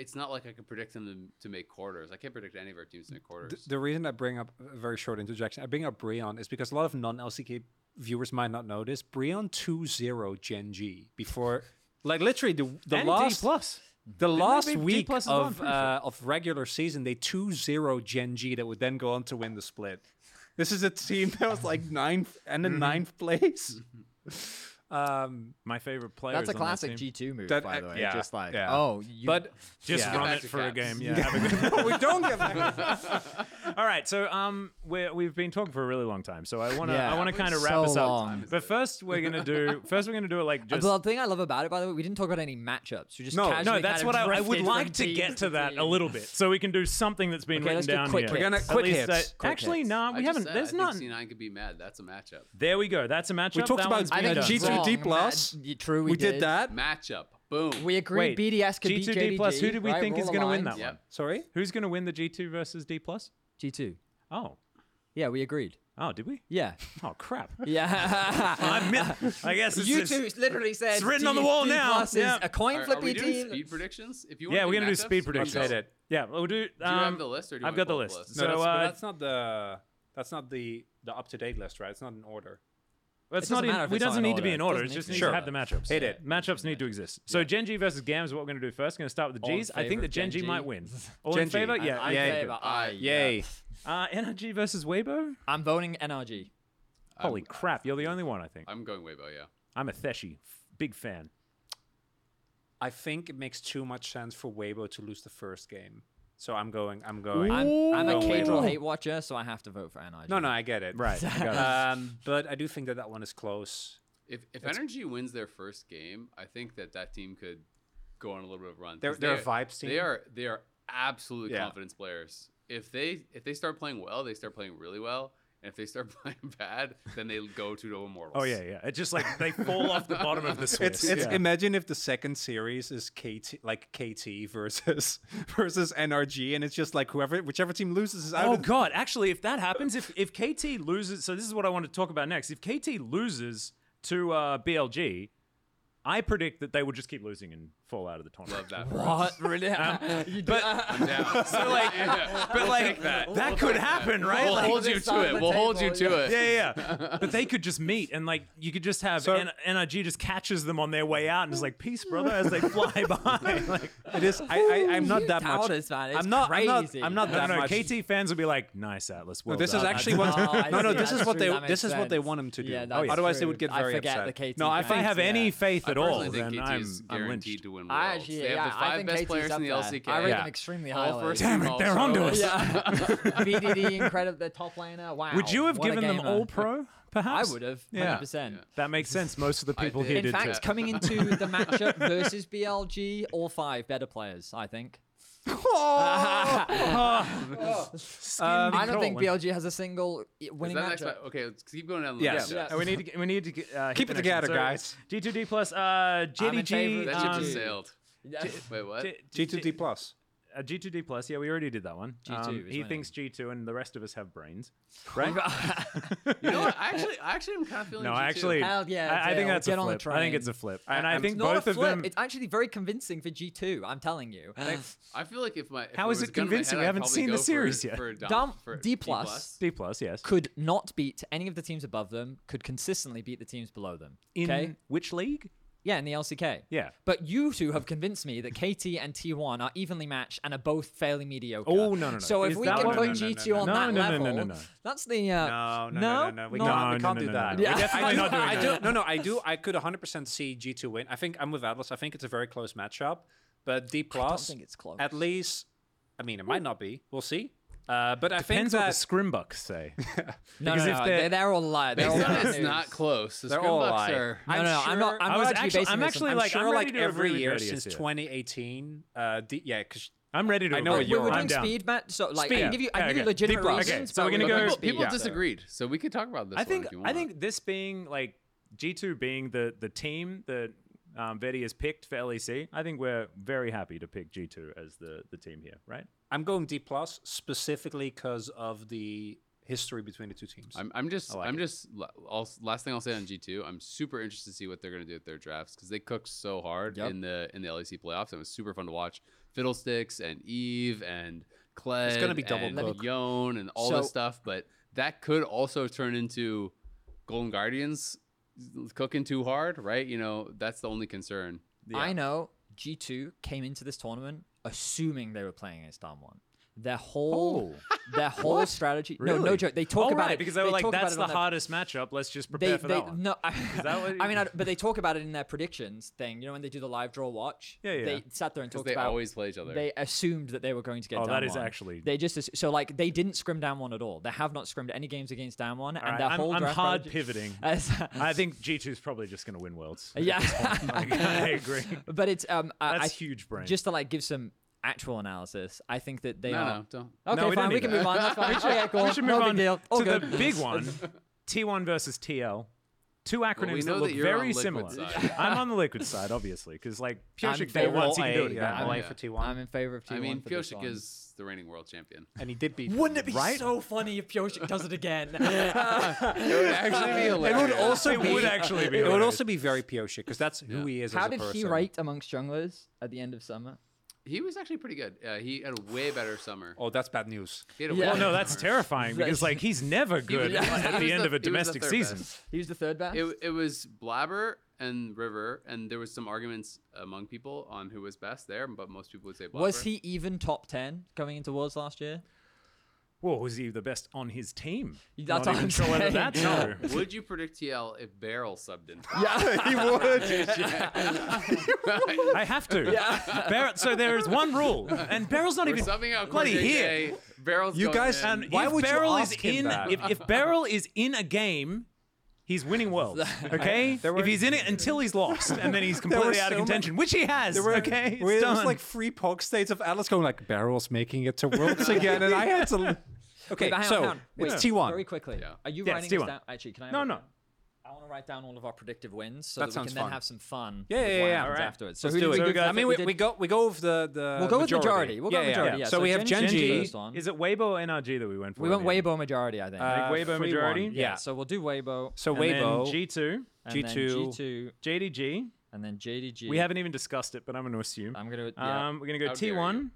Speaker 2: it's not like I can predict them to make quarters. I can't predict any of our teams to make quarters.
Speaker 4: Th- The reason I bring up a very short interjection, I bring up Breon is because a lot of non-LCK viewers might not know this. Breon 2-0 Gen G before, like literally the the
Speaker 1: and
Speaker 4: last
Speaker 1: D plus.
Speaker 4: the
Speaker 1: they
Speaker 4: last
Speaker 1: beat D
Speaker 4: week
Speaker 1: plus as well, I'm
Speaker 4: of
Speaker 1: pretty
Speaker 4: uh, of regular season they 2-0 Gen G that would then go on to win the split. This is a team that was like ninth and
Speaker 1: Mm-hmm.
Speaker 4: in ninth place. um,
Speaker 1: My favorite player.
Speaker 5: that's a
Speaker 1: is on that
Speaker 5: classic
Speaker 1: team.
Speaker 5: G2 move,
Speaker 4: That-
Speaker 5: by the way.
Speaker 1: yeah,
Speaker 5: just like,
Speaker 4: yeah.
Speaker 5: oh, you,
Speaker 4: but
Speaker 1: Just
Speaker 4: Yeah.
Speaker 1: run
Speaker 2: Back
Speaker 1: it
Speaker 2: to
Speaker 1: for a
Speaker 2: Caps.
Speaker 1: game. Yeah. have a
Speaker 2: *laughs*
Speaker 1: good-
Speaker 4: we don't get back.
Speaker 1: *laughs* All right. So um, we're, we've been talking for a really long time. So I wanna
Speaker 5: Yeah.
Speaker 1: I wanna kind of wrap
Speaker 5: So
Speaker 1: us up.
Speaker 5: long.
Speaker 1: But first we're gonna do first we're gonna do it like just.
Speaker 5: Well, the thing I love about it, by the way, we didn't talk about any matchups. We just
Speaker 4: No, no,
Speaker 1: no,
Speaker 5: casually
Speaker 1: that's
Speaker 5: kind of
Speaker 1: what I, I would
Speaker 5: drifted
Speaker 1: like
Speaker 5: from
Speaker 1: to
Speaker 5: team
Speaker 1: get to that
Speaker 5: team.
Speaker 1: a little bit, so we can do something that's been written
Speaker 5: Okay, let's do
Speaker 1: down
Speaker 5: quick
Speaker 1: here.
Speaker 5: We're
Speaker 4: gonna-
Speaker 1: At
Speaker 4: quick
Speaker 1: least
Speaker 4: hits.
Speaker 1: that-
Speaker 4: Quick
Speaker 1: actually,
Speaker 5: hits.
Speaker 1: no,
Speaker 2: I
Speaker 1: we
Speaker 2: just
Speaker 1: haven't.
Speaker 2: said
Speaker 1: there's
Speaker 2: I
Speaker 1: not.
Speaker 2: Think C9 could be mad. That's a matchup.
Speaker 1: There we go. That's a matchup.
Speaker 4: talked
Speaker 1: That
Speaker 4: about
Speaker 1: one's
Speaker 5: I
Speaker 1: been
Speaker 5: think
Speaker 1: done.
Speaker 5: it's
Speaker 4: G2
Speaker 5: wrong.
Speaker 4: D plus.
Speaker 5: That- y- True, we,
Speaker 4: We did that.
Speaker 2: Matchup. Boom.
Speaker 5: We
Speaker 1: Wait,
Speaker 5: agreed BDS could
Speaker 1: G2
Speaker 5: beat JDG,
Speaker 1: D plus. Who do we
Speaker 5: right?
Speaker 1: think
Speaker 5: We're
Speaker 1: is
Speaker 5: all
Speaker 1: going to win
Speaker 5: aligned.
Speaker 1: that one?
Speaker 2: Yep.
Speaker 4: Sorry.
Speaker 1: Who's going to win the G2 versus D plus?
Speaker 5: G2.
Speaker 1: Oh,
Speaker 5: Yeah, we agreed.
Speaker 1: oh, did we? *laughs*
Speaker 5: Yeah.
Speaker 1: Oh crap!
Speaker 5: Yeah.
Speaker 1: I, mi- I guess it's,
Speaker 5: *laughs* you
Speaker 1: it's-
Speaker 5: two literally said
Speaker 1: it's written on the wall
Speaker 5: G2
Speaker 1: now.
Speaker 5: plus is
Speaker 1: Yeah.
Speaker 5: a coin
Speaker 2: Are, are
Speaker 5: flippy
Speaker 2: we doing
Speaker 5: team.
Speaker 2: speed predictions? If you want
Speaker 1: Yeah, we're
Speaker 2: gonna
Speaker 1: gonna do speed predictions.
Speaker 2: Let's go.
Speaker 1: Yeah, we'll do.
Speaker 2: Do you
Speaker 1: um,
Speaker 2: have the list, or do you
Speaker 1: I've
Speaker 2: want
Speaker 1: got the
Speaker 2: both
Speaker 1: list.
Speaker 2: lists?
Speaker 1: So,
Speaker 4: No, that's, but
Speaker 1: uh,
Speaker 4: that's not the that's not the the up to date list, right? It's not in order.
Speaker 1: Well, it's
Speaker 5: It
Speaker 1: not
Speaker 5: doesn't
Speaker 1: in,
Speaker 5: matter if
Speaker 1: it
Speaker 5: it's not
Speaker 1: doesn't
Speaker 5: in
Speaker 1: need to be
Speaker 5: order.
Speaker 1: in
Speaker 5: It
Speaker 1: order. It
Speaker 5: doesn't
Speaker 1: just
Speaker 5: need
Speaker 1: needs
Speaker 5: to
Speaker 1: to
Speaker 5: be
Speaker 1: have the
Speaker 5: in
Speaker 1: matchups.
Speaker 5: order.
Speaker 1: Hit
Speaker 5: Yeah,
Speaker 1: it. Matchups need to exist. So Gen G versus Gams is what we're going to do first. Going to start with the
Speaker 5: All in
Speaker 1: G's. I think
Speaker 5: favor
Speaker 1: that
Speaker 5: of
Speaker 1: Gen
Speaker 5: Gen
Speaker 1: G
Speaker 5: G?
Speaker 1: might win. All in
Speaker 4: Gen G.
Speaker 1: favor?
Speaker 4: I-
Speaker 1: Yeah.
Speaker 5: I'm
Speaker 1: yeah.
Speaker 5: favor. I,
Speaker 4: Yay.
Speaker 5: yeah.
Speaker 1: Uh, NRG versus Weibo?
Speaker 5: I'm voting NRG.
Speaker 1: Holy crap. You're the only one, I think.
Speaker 2: I'm going Weibo, yeah.
Speaker 1: I'm a Theshi. F- Big fan.
Speaker 4: I think it makes too much sense for Weibo to lose the first game. So I'm going. I'm going.
Speaker 5: I'm, I'm a
Speaker 4: Ooh.
Speaker 5: cable
Speaker 4: Weibo.
Speaker 5: hate watcher, so I have to vote for NRG.
Speaker 4: No, no, I get it.
Speaker 1: Right. got it.
Speaker 4: Um, but I do think that that one is close.
Speaker 2: If if Energy wins their first game, I think that that team could go on a little bit of a run. 'cause
Speaker 4: They're- they're a vibes
Speaker 2: They
Speaker 4: team.
Speaker 2: are they are absolute
Speaker 4: Yeah.
Speaker 2: confidence players. If they if they start playing well, they start playing really well. And if they start *laughs* playing bad, then they go to no immortals.
Speaker 1: Oh, yeah, yeah. It's just like they fall off the bottom of the Swiss.
Speaker 4: It's, it's
Speaker 1: yeah.
Speaker 4: imagine if the second series is KT like KT versus *laughs* versus NRG and it's just like whoever whichever team loses is out.
Speaker 1: Oh
Speaker 4: of the-
Speaker 1: god, actually if that happens if if KT loses, so this is what I want to talk about next. If KT loses to uh, BLG, I predict that they will just keep losing and fall out of the tournament.
Speaker 2: Love that. for us.
Speaker 5: What? Really?
Speaker 2: *laughs*
Speaker 5: you do-
Speaker 1: But
Speaker 2: Yeah.
Speaker 1: so like
Speaker 2: Yeah.
Speaker 1: but like that,
Speaker 2: that.
Speaker 1: could happen, right?
Speaker 2: We'll
Speaker 1: Like-
Speaker 2: hold you
Speaker 5: This
Speaker 2: to
Speaker 5: on
Speaker 2: it.
Speaker 5: the
Speaker 2: We'll hold you
Speaker 5: table,
Speaker 2: to it.
Speaker 1: yeah, yeah. yeah. But they could just meet and like you could just have
Speaker 4: So-
Speaker 1: N- NRG just catches them on their way out and is like peace brother as they fly by. *laughs* Like
Speaker 4: It is. I, I I'm not
Speaker 5: You
Speaker 4: that
Speaker 5: told
Speaker 4: much.
Speaker 5: us that. It's
Speaker 4: I'm not. I'm not.
Speaker 5: crazy.
Speaker 4: I'm not
Speaker 5: No,
Speaker 1: I
Speaker 4: that
Speaker 1: don't know,
Speaker 4: much.
Speaker 1: KT fans will be like, nice Atlas. Well
Speaker 4: No, this
Speaker 1: done."
Speaker 4: is
Speaker 1: I
Speaker 4: actually
Speaker 1: did-
Speaker 4: what.
Speaker 5: Oh, I
Speaker 4: no, no.
Speaker 5: see,
Speaker 4: This is
Speaker 5: that's
Speaker 4: what
Speaker 5: true,
Speaker 4: they.
Speaker 5: that
Speaker 4: This
Speaker 5: makes
Speaker 4: is what they want them to
Speaker 5: sense.
Speaker 4: do.
Speaker 5: Yeah, that's
Speaker 4: Otherwise, they
Speaker 5: true.
Speaker 4: would get
Speaker 5: I
Speaker 4: very
Speaker 5: forget
Speaker 4: upset.
Speaker 5: the KT
Speaker 4: no, I
Speaker 1: If I
Speaker 4: think
Speaker 5: fans.
Speaker 1: have
Speaker 5: Yeah.
Speaker 1: any faith
Speaker 2: I
Speaker 1: at all,
Speaker 2: personally
Speaker 1: then
Speaker 2: think KT
Speaker 1: I'm,
Speaker 2: is
Speaker 1: I'm
Speaker 2: guaranteed
Speaker 1: lynched.
Speaker 2: to win
Speaker 5: I
Speaker 2: worlds.
Speaker 5: actually,
Speaker 2: they have
Speaker 5: yeah,
Speaker 2: the five
Speaker 5: I think
Speaker 2: best
Speaker 5: KT's
Speaker 2: players
Speaker 5: up
Speaker 2: in the
Speaker 5: there.
Speaker 2: LCK.
Speaker 5: I rate
Speaker 1: Yeah.
Speaker 5: them extremely highly.
Speaker 2: All
Speaker 5: *laughs*
Speaker 2: first
Speaker 1: Damn
Speaker 2: team,
Speaker 1: it,
Speaker 2: all
Speaker 1: they're onto
Speaker 2: pro.
Speaker 1: us.
Speaker 5: Yeah. BDD, incredible, the top laner. Wow.
Speaker 1: Would you have
Speaker 5: what a
Speaker 1: given them
Speaker 5: gamer.
Speaker 1: all pro?
Speaker 5: I
Speaker 1: Perhaps
Speaker 5: would have,
Speaker 1: Yeah.
Speaker 5: 100%.
Speaker 2: Yeah.
Speaker 1: That makes sense. Most of the people
Speaker 2: did.
Speaker 1: here
Speaker 2: In
Speaker 1: did
Speaker 5: In
Speaker 1: too.
Speaker 2: *laughs*
Speaker 5: fact, coming into the matchup versus BLG, all five better players, I think. I don't think BLG has a single
Speaker 2: Is
Speaker 5: winning
Speaker 2: that next
Speaker 5: matchup.
Speaker 2: one? Okay, let's keep going down the
Speaker 4: Yeah.
Speaker 2: list.
Speaker 5: Yeah.
Speaker 1: Uh, we need to we need to get, uh, hit
Speaker 4: Keep it
Speaker 1: the next
Speaker 4: together,
Speaker 1: one. So,
Speaker 4: guys.
Speaker 1: G2D plus uh,
Speaker 5: I'm in favor of
Speaker 1: JDG.
Speaker 2: That ship
Speaker 1: um,
Speaker 2: just
Speaker 5: G2D.
Speaker 2: sailed. Wait, what?
Speaker 1: G-
Speaker 4: G2D plus.
Speaker 1: uh, G2D plus. Yeah, we already did that one.
Speaker 5: G2
Speaker 1: Um,
Speaker 5: is
Speaker 1: he
Speaker 5: winning.
Speaker 1: thinks G2, and the rest of us have brains, right?
Speaker 2: You know what? I actually, I actually am kind of feeling
Speaker 1: no,
Speaker 2: G2.
Speaker 1: I actually,
Speaker 5: Hell yeah,
Speaker 1: I, I think
Speaker 5: Dale,
Speaker 1: that's
Speaker 5: get
Speaker 1: a
Speaker 5: on the
Speaker 1: flip. I think
Speaker 5: train.
Speaker 1: it's a flip, and I
Speaker 4: I'm
Speaker 1: think
Speaker 5: It's not
Speaker 1: both
Speaker 5: a
Speaker 1: of
Speaker 5: flip.
Speaker 1: them.
Speaker 5: It's actually very convincing for G2. I'm telling you.
Speaker 2: I feel like if my if
Speaker 1: How
Speaker 2: it
Speaker 1: is it
Speaker 2: was a gun in my
Speaker 1: convincing?
Speaker 2: head,
Speaker 1: We
Speaker 2: I'd
Speaker 1: haven't
Speaker 2: probably
Speaker 1: seen the
Speaker 2: go for-
Speaker 1: series yet.
Speaker 2: For Dom,
Speaker 5: Dom-
Speaker 2: for
Speaker 5: D plus. *laughs*
Speaker 1: D plus, yes.
Speaker 5: Could not beat any of the teams above them. Could consistently beat the teams below them. Okay.
Speaker 1: In which league?
Speaker 5: yeah, in the LCK.
Speaker 1: Yeah.
Speaker 5: But you two have convinced me that KT and T1 are evenly matched and are both fairly mediocre.
Speaker 1: Oh, no, no, no.
Speaker 5: So if
Speaker 1: Is
Speaker 5: we
Speaker 1: that
Speaker 5: can
Speaker 1: one-
Speaker 5: put
Speaker 1: no, no,
Speaker 4: no,
Speaker 5: G2
Speaker 4: no,
Speaker 5: on
Speaker 1: no.
Speaker 5: that
Speaker 1: No, no, no,
Speaker 5: level,
Speaker 1: no, no.
Speaker 5: that's the uh,
Speaker 4: No, no, no, no, no. We can't, we
Speaker 1: No,
Speaker 4: can't
Speaker 1: no,
Speaker 4: do
Speaker 1: no, no,
Speaker 4: that.
Speaker 1: no.
Speaker 4: We're
Speaker 5: Yeah.
Speaker 4: definitely not doing
Speaker 1: I
Speaker 4: that. I do, no, no, I do. I could 100% see G2 win. I think I'm with Atlas. I think it's a very close matchup, but D plus.
Speaker 5: think it's close.
Speaker 4: At least, I mean, it might not be. We'll see. Uh, but I think
Speaker 1: Depends what the
Speaker 4: that
Speaker 1: scrimbucks say.
Speaker 5: no,
Speaker 1: because
Speaker 5: no,
Speaker 1: if
Speaker 5: no,
Speaker 1: they're-
Speaker 5: they're, they're all liars. They're all
Speaker 2: Based on
Speaker 5: bad
Speaker 2: it's
Speaker 5: news.
Speaker 2: not close. The
Speaker 4: they're all
Speaker 2: Scrimbucks
Speaker 4: alive.
Speaker 2: are.
Speaker 5: No, no, I'm not.
Speaker 4: sure-
Speaker 5: I'm
Speaker 1: I
Speaker 5: not
Speaker 1: was
Speaker 5: actually
Speaker 1: actually-
Speaker 5: basing
Speaker 1: I'm
Speaker 5: this on-
Speaker 1: actually,
Speaker 5: I'm
Speaker 1: like,
Speaker 4: sure
Speaker 1: I'm ready
Speaker 4: like
Speaker 1: to agree
Speaker 4: every
Speaker 1: with
Speaker 4: year
Speaker 1: Medius
Speaker 4: since
Speaker 1: here.
Speaker 4: 2018. Uh, D, yeah, because
Speaker 1: I'm ready to.
Speaker 4: I know
Speaker 1: agree.
Speaker 4: what you're
Speaker 5: we're
Speaker 4: on.
Speaker 5: doing
Speaker 1: I'm down.
Speaker 5: speed match. So like, I
Speaker 1: Speed.
Speaker 5: can give you, I can
Speaker 1: Yeah,
Speaker 5: give you
Speaker 1: okay.
Speaker 5: legitimate
Speaker 1: Deep- okay,
Speaker 5: reasons.
Speaker 1: so
Speaker 5: but
Speaker 1: we're gonna
Speaker 5: doing
Speaker 1: go-
Speaker 2: People,
Speaker 5: speed,
Speaker 2: people
Speaker 5: yeah.
Speaker 2: disagreed, so we could talk about this.
Speaker 1: I
Speaker 2: one
Speaker 1: think
Speaker 2: if you
Speaker 1: I
Speaker 2: want.
Speaker 1: think this being like G two being the the team that um, Betty has picked for LEC, I think we're very happy to pick G two as the the team here, right?
Speaker 4: I'm going D plus specifically because of the history between the two teams.
Speaker 2: I'm, I'm just,
Speaker 1: like
Speaker 2: I'm
Speaker 1: it.
Speaker 2: just. la- I'll, last thing I'll say on G two, I'm super interested to see what they're gonna do with their drafts because they cooked so hard
Speaker 5: Yep.
Speaker 2: in the in the LEC playoffs. It was super fun to watch. Fiddlesticks and Eve and Clay.
Speaker 4: gonna be double
Speaker 2: and
Speaker 4: cook.
Speaker 2: Yone and all
Speaker 5: So-
Speaker 2: this stuff, but that could also turn into Golden Guardians cooking too hard, right? You know, that's the only concern.
Speaker 5: I know G2 came into this tournament assuming they were playing against Dom One. Their whole,
Speaker 1: *laughs*
Speaker 5: their whole strategy. No, no
Speaker 1: Oh. Really?
Speaker 5: joke. They talk
Speaker 1: Oh,
Speaker 5: about
Speaker 1: right,
Speaker 5: it
Speaker 1: because they were like,
Speaker 5: talk about
Speaker 1: "That's
Speaker 5: it
Speaker 1: the
Speaker 5: on their-
Speaker 1: hardest matchup. Let's just prepare
Speaker 5: They,
Speaker 1: for
Speaker 5: they,
Speaker 1: that one."
Speaker 5: no, I,
Speaker 1: that what it
Speaker 5: *laughs* I mean, I,
Speaker 1: is?
Speaker 5: but they talk about it in their predictions thing. You know, when they do the live draw watch,
Speaker 1: Yeah, yeah.
Speaker 5: They sat there and
Speaker 2: Because
Speaker 5: talked
Speaker 2: they
Speaker 5: about
Speaker 2: always play each other.
Speaker 5: they assumed that they were going to get
Speaker 1: Oh,
Speaker 5: down
Speaker 1: that is
Speaker 5: one.
Speaker 1: actually-
Speaker 5: they just ass- so like they didn't scrim down one at all they have not scrimmed any games against down one and
Speaker 1: All right,
Speaker 5: their
Speaker 1: I'm,
Speaker 5: whole
Speaker 1: I'm
Speaker 5: draft
Speaker 1: hard
Speaker 5: strategy- *laughs*
Speaker 1: pivoting.
Speaker 5: As-
Speaker 1: I think G 2s probably just going to win worlds.
Speaker 5: *laughs* yeah
Speaker 1: Like, *laughs* I agree.
Speaker 5: *laughs* but it's um I,
Speaker 1: Oh That's
Speaker 5: I,
Speaker 1: huge brain.
Speaker 5: just to like give some actual analysis i think that they
Speaker 2: no,
Speaker 5: are
Speaker 2: no, don't.
Speaker 5: okay
Speaker 1: No, we don't
Speaker 5: fine we
Speaker 1: need
Speaker 5: can
Speaker 1: that.
Speaker 5: move on that's fine okay cool
Speaker 1: we should move
Speaker 5: no big
Speaker 1: on
Speaker 5: deal. All
Speaker 1: to
Speaker 5: good.
Speaker 1: the big
Speaker 5: *laughs*
Speaker 1: one. T1 versus TL. Two
Speaker 2: we
Speaker 1: acronyms
Speaker 2: know
Speaker 1: that
Speaker 2: that
Speaker 1: look
Speaker 2: you're on
Speaker 1: very
Speaker 2: liquid
Speaker 1: similar.
Speaker 2: side.
Speaker 1: *laughs* I'm on the liquid side, obviously, because like
Speaker 5: I'm
Speaker 1: Piotrek
Speaker 5: for
Speaker 1: did it once, he
Speaker 4: all
Speaker 1: can do
Speaker 4: A,
Speaker 1: it
Speaker 4: yeah,
Speaker 1: again.
Speaker 4: all A
Speaker 2: Yeah.
Speaker 4: for T1,
Speaker 5: i'm in favor of t1
Speaker 2: I mean,
Speaker 5: for this
Speaker 2: Piotrek
Speaker 5: one.
Speaker 2: is the reigning world champion.
Speaker 4: and he did *laughs* beat.
Speaker 5: wouldn't it be
Speaker 1: Right?
Speaker 5: so funny if Piotrek does it
Speaker 1: *laughs*
Speaker 5: again?
Speaker 2: *laughs* It would actually be
Speaker 4: It
Speaker 2: hilarious.
Speaker 4: would also
Speaker 1: It
Speaker 4: be.
Speaker 1: would actually be
Speaker 4: *laughs* It would
Speaker 1: hilarious.
Speaker 4: also be very Pioshik because that's who he is. as
Speaker 5: How
Speaker 4: a
Speaker 5: did he
Speaker 4: person.
Speaker 5: rate amongst junglers at the end of summer?
Speaker 2: He was actually pretty good. Uh, he had a way better summer.
Speaker 4: Oh, that's bad news.
Speaker 2: He had a
Speaker 5: Yeah.
Speaker 2: way
Speaker 1: Well, Oh, no,
Speaker 2: better *laughs*
Speaker 1: that's
Speaker 2: summer.
Speaker 1: terrifying because like he's never good
Speaker 2: was- *laughs* he
Speaker 1: at
Speaker 2: was
Speaker 1: the end of a
Speaker 2: the- he was the
Speaker 1: domestic
Speaker 2: third
Speaker 1: season.
Speaker 2: best.
Speaker 5: He was the third best.
Speaker 2: It, it was Blabber and River, and there was some arguments among people on who was best there, but most people would say Blabber.
Speaker 5: was he even top ten going into Worlds last year?
Speaker 1: Well, was he the best on his team?
Speaker 5: That's
Speaker 1: Not
Speaker 5: what
Speaker 1: even
Speaker 5: I'm
Speaker 1: sure whether
Speaker 5: saying.
Speaker 1: that's
Speaker 5: Yeah.
Speaker 1: true.
Speaker 2: Would you predict TL if Barrel subbed in?
Speaker 5: *laughs*
Speaker 2: *laughs*
Speaker 5: Yeah, he would.
Speaker 1: I have to. Barrett, so there is one rule, and Barrel's not
Speaker 2: We're
Speaker 1: even
Speaker 2: subbing out
Speaker 1: bloody
Speaker 2: Corday
Speaker 1: here.
Speaker 2: Day. Barrel's
Speaker 4: You
Speaker 2: going
Speaker 4: guys-
Speaker 2: in.
Speaker 1: And
Speaker 4: Why
Speaker 1: if
Speaker 4: would you
Speaker 1: Barrel is
Speaker 4: ask him
Speaker 1: in,
Speaker 4: that?
Speaker 1: if, if Barrel is in a game, he's winning worlds. Okay,
Speaker 4: *laughs* There were-
Speaker 1: if he's in it until he's lost, and then
Speaker 4: *laughs*
Speaker 1: he's
Speaker 4: were
Speaker 1: completely out of
Speaker 4: so
Speaker 1: contention, which he has. okay, it's
Speaker 4: there was
Speaker 1: done.
Speaker 4: like three pog states of Atlas going like barrels making *laughs* it to worlds again, and I had to. Okay,
Speaker 5: Wait, but hang on,
Speaker 4: so
Speaker 5: hang on. Wait,
Speaker 4: it's T
Speaker 5: Very
Speaker 4: one.
Speaker 5: quickly.
Speaker 2: Yeah.
Speaker 5: Are you
Speaker 1: Yeah,
Speaker 5: writing
Speaker 1: it's
Speaker 5: this
Speaker 1: T1.
Speaker 5: down? Actually, can I?
Speaker 1: No,
Speaker 5: have a-
Speaker 1: no.
Speaker 5: I want to write down all of our predictive wins so
Speaker 4: That
Speaker 5: that, we
Speaker 4: sounds
Speaker 5: can then
Speaker 4: fun.
Speaker 5: have some fun.
Speaker 4: Yeah, yeah,
Speaker 5: with what
Speaker 4: yeah.
Speaker 5: happens
Speaker 1: Alright.
Speaker 5: afterwards. So
Speaker 4: Let's
Speaker 5: who
Speaker 4: do
Speaker 5: did
Speaker 4: it.
Speaker 1: we go
Speaker 5: we go?
Speaker 1: with?
Speaker 4: I mean, we, we go we go with the the.
Speaker 5: We'll go with majority. We'll go
Speaker 4: yeah,
Speaker 5: with majority.
Speaker 4: Yeah.
Speaker 5: Yeah.
Speaker 4: So, we have
Speaker 5: Gen-
Speaker 4: Genji.
Speaker 5: first one.
Speaker 1: Is it Weibo or NRG that we went for?
Speaker 5: we went
Speaker 1: in the end?
Speaker 5: Weibo majority, I think.
Speaker 4: uh,
Speaker 1: Weibo
Speaker 4: free one.
Speaker 1: majority?
Speaker 4: Yeah.
Speaker 5: So we'll do Weibo.
Speaker 4: So
Speaker 1: And then
Speaker 4: Weibo
Speaker 1: G2,
Speaker 5: and then
Speaker 4: G2.
Speaker 5: G2,
Speaker 1: JDG.
Speaker 5: and then JDG.
Speaker 1: We haven't even discussed it, but I'm going to assume.
Speaker 5: I'm gonna. Yeah.
Speaker 1: Um, we're going to go
Speaker 2: How dare
Speaker 1: T1.
Speaker 2: you.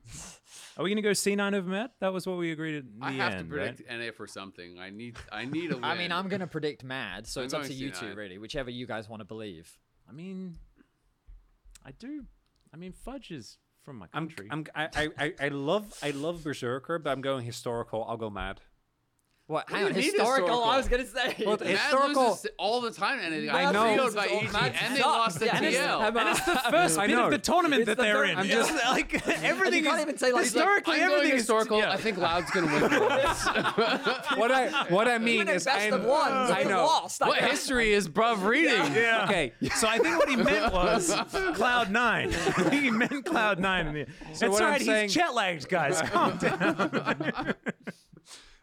Speaker 1: Are we going to go C9 over Matt? That was what we agreed at the
Speaker 2: I have to
Speaker 1: end,
Speaker 2: predict
Speaker 1: right?
Speaker 2: NA for something. I need I need a win.
Speaker 5: *laughs* I mean, I'm gonna predict Mad, so
Speaker 2: I'm
Speaker 5: it's up
Speaker 2: going
Speaker 5: to you two,
Speaker 2: C9.
Speaker 5: really, whichever you guys want to believe.
Speaker 1: I mean, I do. I mean, Fudge is from my
Speaker 4: I'm,
Speaker 1: country.
Speaker 4: I'm I, I- I, I love I love Berserker, but I'm going historical. I'll go
Speaker 5: *laughs*
Speaker 4: mad.
Speaker 5: What?
Speaker 2: do
Speaker 5: Hang
Speaker 2: you
Speaker 5: on,
Speaker 2: mean
Speaker 5: historical,
Speaker 2: historical?
Speaker 5: I was gonna say.
Speaker 4: Well,
Speaker 2: Mad
Speaker 4: historical-
Speaker 2: loses all the time. in anything. I
Speaker 5: Mad
Speaker 2: know
Speaker 5: loses
Speaker 2: by
Speaker 5: all-
Speaker 2: EG,
Speaker 5: Mad
Speaker 2: and they
Speaker 5: sucks.
Speaker 2: lost to
Speaker 5: Yeah, and it's-
Speaker 2: TL.
Speaker 5: I'm-
Speaker 1: and it's the first
Speaker 4: I
Speaker 1: bit
Speaker 4: know.
Speaker 1: of the tournament
Speaker 5: It's
Speaker 1: that
Speaker 5: the
Speaker 1: they're
Speaker 5: third-
Speaker 1: in.
Speaker 5: I'm
Speaker 1: It's
Speaker 5: just-
Speaker 1: like everything
Speaker 5: can't
Speaker 1: is
Speaker 5: even say, like,
Speaker 1: historically
Speaker 2: I'm
Speaker 1: everything
Speaker 2: going
Speaker 1: is
Speaker 2: historical.
Speaker 1: yeah.
Speaker 2: I think Loud's gonna win. this. *laughs*
Speaker 5: *laughs*
Speaker 4: What I what I mean
Speaker 5: Even at
Speaker 4: is
Speaker 5: best
Speaker 4: I'm-
Speaker 5: of ones,
Speaker 4: I
Speaker 5: we
Speaker 4: know.
Speaker 5: lost. I
Speaker 2: what
Speaker 5: guess.
Speaker 2: history is Bruv reading?
Speaker 1: Yeah.
Speaker 4: Okay.
Speaker 1: So I think what he meant was Cloud Nine. *laughs* I think he meant Cloud Nine. In the, so it's
Speaker 4: what I'm
Speaker 1: alright,
Speaker 4: saying-
Speaker 1: he's jet lagged, guys. Calm down.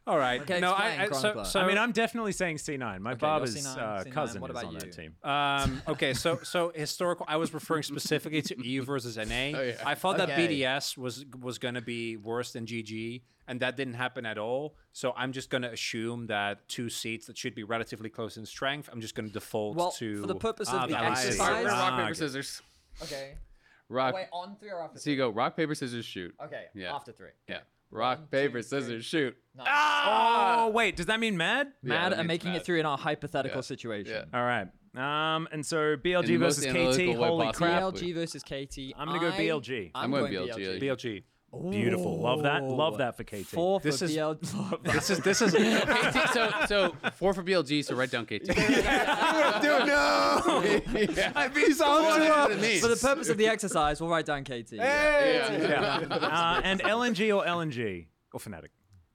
Speaker 4: All right.
Speaker 5: Okay,
Speaker 4: no,
Speaker 5: explain,
Speaker 4: I, I so,
Speaker 5: Chronicler.
Speaker 4: so
Speaker 1: I mean, I'm definitely saying C9. My barber's
Speaker 5: you're C9,
Speaker 1: uh,
Speaker 5: C9.
Speaker 1: cousin
Speaker 5: What
Speaker 1: is
Speaker 5: about
Speaker 1: on
Speaker 5: you?
Speaker 1: that team.
Speaker 4: Um, okay, so so historical. I was referring specifically to EU versus NA.
Speaker 5: *laughs*
Speaker 2: yeah.
Speaker 4: I thought that
Speaker 5: Oh, Okay.
Speaker 4: BDS was was gonna be worse than GG, and that didn't happen at all. So I'm just gonna assume that two seats that should be relatively close in strength. I'm just gonna default
Speaker 5: Well,
Speaker 4: to
Speaker 5: for the purpose of
Speaker 4: Ah,
Speaker 5: the
Speaker 4: that I see.
Speaker 5: exercise-
Speaker 2: Alright, we're rock
Speaker 1: Ah, okay.
Speaker 2: paper scissors.
Speaker 5: Okay.
Speaker 2: Rock.
Speaker 5: Wait, on three or after?
Speaker 2: So you go rock paper scissors shoot.
Speaker 5: Okay.
Speaker 2: Yeah.
Speaker 5: After three.
Speaker 2: Yeah. Rock paper scissors shoot.
Speaker 1: Oh wait, does that mean mad?
Speaker 5: Mad
Speaker 2: that
Speaker 5: and
Speaker 2: means
Speaker 5: making
Speaker 2: mad.
Speaker 5: it through in our hypothetical
Speaker 2: Yeah.
Speaker 5: situation.
Speaker 1: All right. Um, and so BLG
Speaker 2: In the most
Speaker 1: versus
Speaker 2: analytical
Speaker 1: KT.
Speaker 2: way
Speaker 1: Holy
Speaker 2: possible.
Speaker 1: crap!
Speaker 5: BLG versus KT.
Speaker 1: I'm gonna go
Speaker 5: I-
Speaker 1: BLG.
Speaker 5: I'm,
Speaker 2: I'm going
Speaker 5: going
Speaker 2: BLG.
Speaker 5: BLG.
Speaker 4: BLG.
Speaker 1: Beautiful. Love that. Love
Speaker 5: Ooh.
Speaker 1: that for KT.
Speaker 5: Four for
Speaker 4: This is-
Speaker 5: BLG.
Speaker 4: This is this
Speaker 5: *laughs*
Speaker 4: is.
Speaker 2: KT, so
Speaker 1: *laughs*
Speaker 2: so four for BLG. So write down KT.
Speaker 4: Dude,
Speaker 2: *laughs*
Speaker 4: no! He's on to
Speaker 2: What
Speaker 4: us.
Speaker 2: it means.
Speaker 5: for the purpose of the exercise, we'll write down KT.
Speaker 2: Yeah.
Speaker 1: Uh, and LNG or LNG or Fnatic.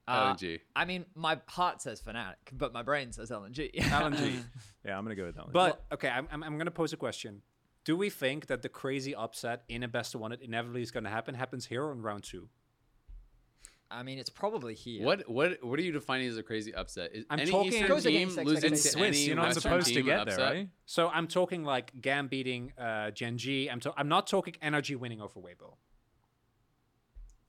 Speaker 5: Uh,
Speaker 2: LNG.
Speaker 5: I mean, my heart says Fnatic, but my brain says LNG.
Speaker 4: LNG.
Speaker 1: Yeah, I'm gonna go with LNG.
Speaker 4: But okay, I'm, I'm, I'm going to pose a question. Do we think that the crazy upset in a best of one that inevitably is going to happen happens here on round two?
Speaker 5: *laughs* I mean, it's probably here.
Speaker 2: What what what are you defining as a crazy upset? Is
Speaker 4: I'm
Speaker 2: any
Speaker 4: talking- It
Speaker 2: Eastern
Speaker 5: goes
Speaker 2: team
Speaker 5: against
Speaker 2: losing to
Speaker 5: expectations.
Speaker 1: Swiss,
Speaker 2: any
Speaker 1: you're not
Speaker 2: Western
Speaker 1: supposed to
Speaker 2: team
Speaker 1: get
Speaker 2: upset?
Speaker 1: there, right?
Speaker 4: So I'm talking like Gam beating uh, Gen G. I'm, to- I'm not talking energy winning over Weibo.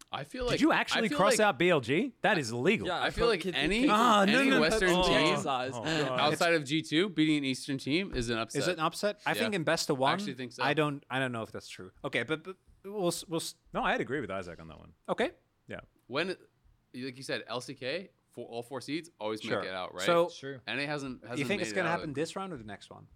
Speaker 2: I feel like
Speaker 1: Did you actually cross out BLG? That is illegal.
Speaker 5: Yeah,
Speaker 2: I feel like
Speaker 5: Kid-
Speaker 2: any-
Speaker 5: Kid-
Speaker 2: Ah, no, Any no, no. Western
Speaker 5: Oh,
Speaker 2: team-
Speaker 5: exercise.
Speaker 1: Uh,
Speaker 2: outside of G two beating an Eastern team is an upset.
Speaker 4: Is it an upset? I
Speaker 2: Yeah.
Speaker 4: think in best of one.
Speaker 2: actually think so.
Speaker 4: I don't. I don't know if that's true. Okay, but, but we'll s- we'll. s-
Speaker 1: No, I'd agree with Isaac on that one.
Speaker 4: Okay,
Speaker 1: Yeah.
Speaker 2: when like you said LCK for all four seeds always
Speaker 4: Sure.
Speaker 2: make it out right?
Speaker 4: So-
Speaker 5: It's true.
Speaker 2: NA hasn't. hasn't
Speaker 4: you think
Speaker 2: made
Speaker 4: it's
Speaker 2: it
Speaker 4: going to
Speaker 2: out of
Speaker 4: happen
Speaker 2: the-
Speaker 4: this round or the next one?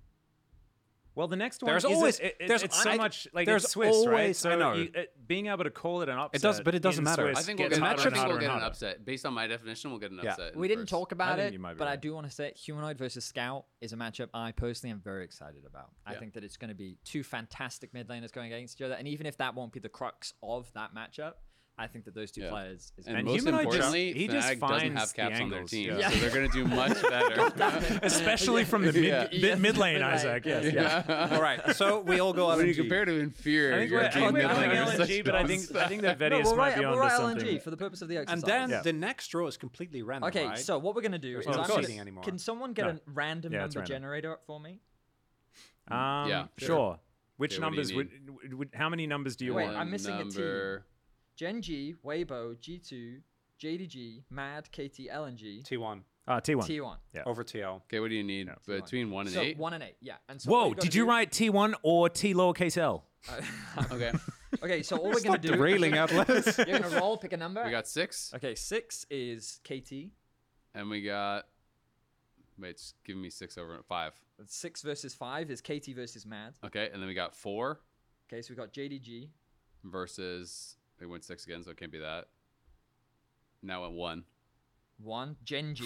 Speaker 1: Well, the next
Speaker 4: There's
Speaker 1: one isn't-
Speaker 4: always-
Speaker 1: it- it-
Speaker 4: there's-
Speaker 1: it's so
Speaker 4: I-
Speaker 1: much like
Speaker 4: there's
Speaker 1: it's Swiss, right?
Speaker 4: always-
Speaker 1: So
Speaker 4: I know.
Speaker 1: you- it- being able to call it an upset,
Speaker 4: does- but it doesn't
Speaker 1: in
Speaker 4: matter.
Speaker 1: Swiss
Speaker 2: I think we'll
Speaker 1: gets
Speaker 2: get,
Speaker 1: harder
Speaker 2: I
Speaker 1: and
Speaker 2: think
Speaker 1: harder
Speaker 2: we'll
Speaker 1: and
Speaker 2: get an
Speaker 1: harder.
Speaker 2: upset based on my definition. We'll get an
Speaker 4: Yeah.
Speaker 2: upset. in
Speaker 5: We
Speaker 2: the
Speaker 5: didn't
Speaker 2: first.
Speaker 5: talk about
Speaker 1: think
Speaker 5: it,
Speaker 1: you might be
Speaker 5: but I
Speaker 1: right.
Speaker 5: do want to say Humanoid versus Scout is a matchup I personally am very excited about. I
Speaker 2: Yeah.
Speaker 5: think that it's going to be two fantastic mid laners going against each other, and even if that won't be the crux of that matchup, I think that those two
Speaker 2: Yeah.
Speaker 5: players is
Speaker 2: And,
Speaker 1: And
Speaker 2: most
Speaker 1: Humanoid just-
Speaker 2: importantly,
Speaker 1: he just
Speaker 2: Fnatic doesn't
Speaker 1: finds
Speaker 2: have
Speaker 1: the
Speaker 2: caps on their
Speaker 1: angles.
Speaker 2: team,
Speaker 1: Yeah.
Speaker 2: so they're going to do
Speaker 1: *laughs*
Speaker 2: much better. *laughs*
Speaker 1: especially from the mid,
Speaker 2: Yeah.
Speaker 1: mid, mid lane,
Speaker 5: Mid lane.
Speaker 1: Isaac. Yes, yeah.
Speaker 4: all
Speaker 1: *laughs*
Speaker 4: right, so we all
Speaker 2: *laughs*
Speaker 4: go
Speaker 2: when you
Speaker 4: LNG.
Speaker 2: compare to inferior,
Speaker 1: I think
Speaker 2: your
Speaker 1: we're, I
Speaker 2: team
Speaker 1: think we're
Speaker 2: mid
Speaker 1: going
Speaker 2: laner is such *laughs*
Speaker 1: LNG, but I think
Speaker 2: dogs.
Speaker 1: I think that
Speaker 5: No,
Speaker 1: Vedius
Speaker 5: we'll
Speaker 1: might
Speaker 5: write,
Speaker 1: be
Speaker 5: we'll
Speaker 1: onto
Speaker 5: write
Speaker 1: something.
Speaker 5: LNG for the purpose of the exercise.
Speaker 4: and then
Speaker 1: Yeah.
Speaker 4: the next row is completely random.
Speaker 5: Okay,
Speaker 4: right?
Speaker 5: so what we're gonna do is
Speaker 4: no
Speaker 5: I'm
Speaker 4: coding
Speaker 5: gonna-
Speaker 4: anymore.
Speaker 5: Can someone get
Speaker 1: No.
Speaker 5: a random
Speaker 1: Yeah, it's
Speaker 5: number
Speaker 1: random.
Speaker 5: generator for me?
Speaker 1: Um,
Speaker 2: Yeah,
Speaker 1: sure.
Speaker 2: sure.
Speaker 1: Which
Speaker 2: Okay, what do
Speaker 1: numbers
Speaker 2: you
Speaker 1: would, would, would? How many numbers do you
Speaker 5: Wait,
Speaker 1: want?
Speaker 5: I'm missing a team.
Speaker 2: number-
Speaker 5: Gen G, Weibo, G2, JDG, Mad, KT, LNG,
Speaker 4: T1
Speaker 1: Uh, T1.
Speaker 5: T1.
Speaker 1: Yeah.
Speaker 4: over TL.
Speaker 2: Okay, what do you need between one and
Speaker 5: So
Speaker 2: eight?
Speaker 5: one and eight, yeah. And so what
Speaker 1: Whoa!
Speaker 5: we've gotta
Speaker 1: Did you
Speaker 5: do-
Speaker 1: write T1 or T lowercase L? *laughs*
Speaker 2: Okay,
Speaker 5: *laughs* Okay, so all we're gonna do
Speaker 4: derailing
Speaker 5: *laughs*
Speaker 4: Atlas.
Speaker 5: You're gonna roll, pick a number.
Speaker 2: we got six,
Speaker 5: okay, six is KT.
Speaker 2: and we got. Wait, it's giving me six over five.
Speaker 5: Six versus five is KT versus Mad.
Speaker 2: Okay, and then we got four
Speaker 5: Okay, so we got JDG.
Speaker 2: versus. It went six again, so it can't be that. Now at one,
Speaker 5: One, Genji.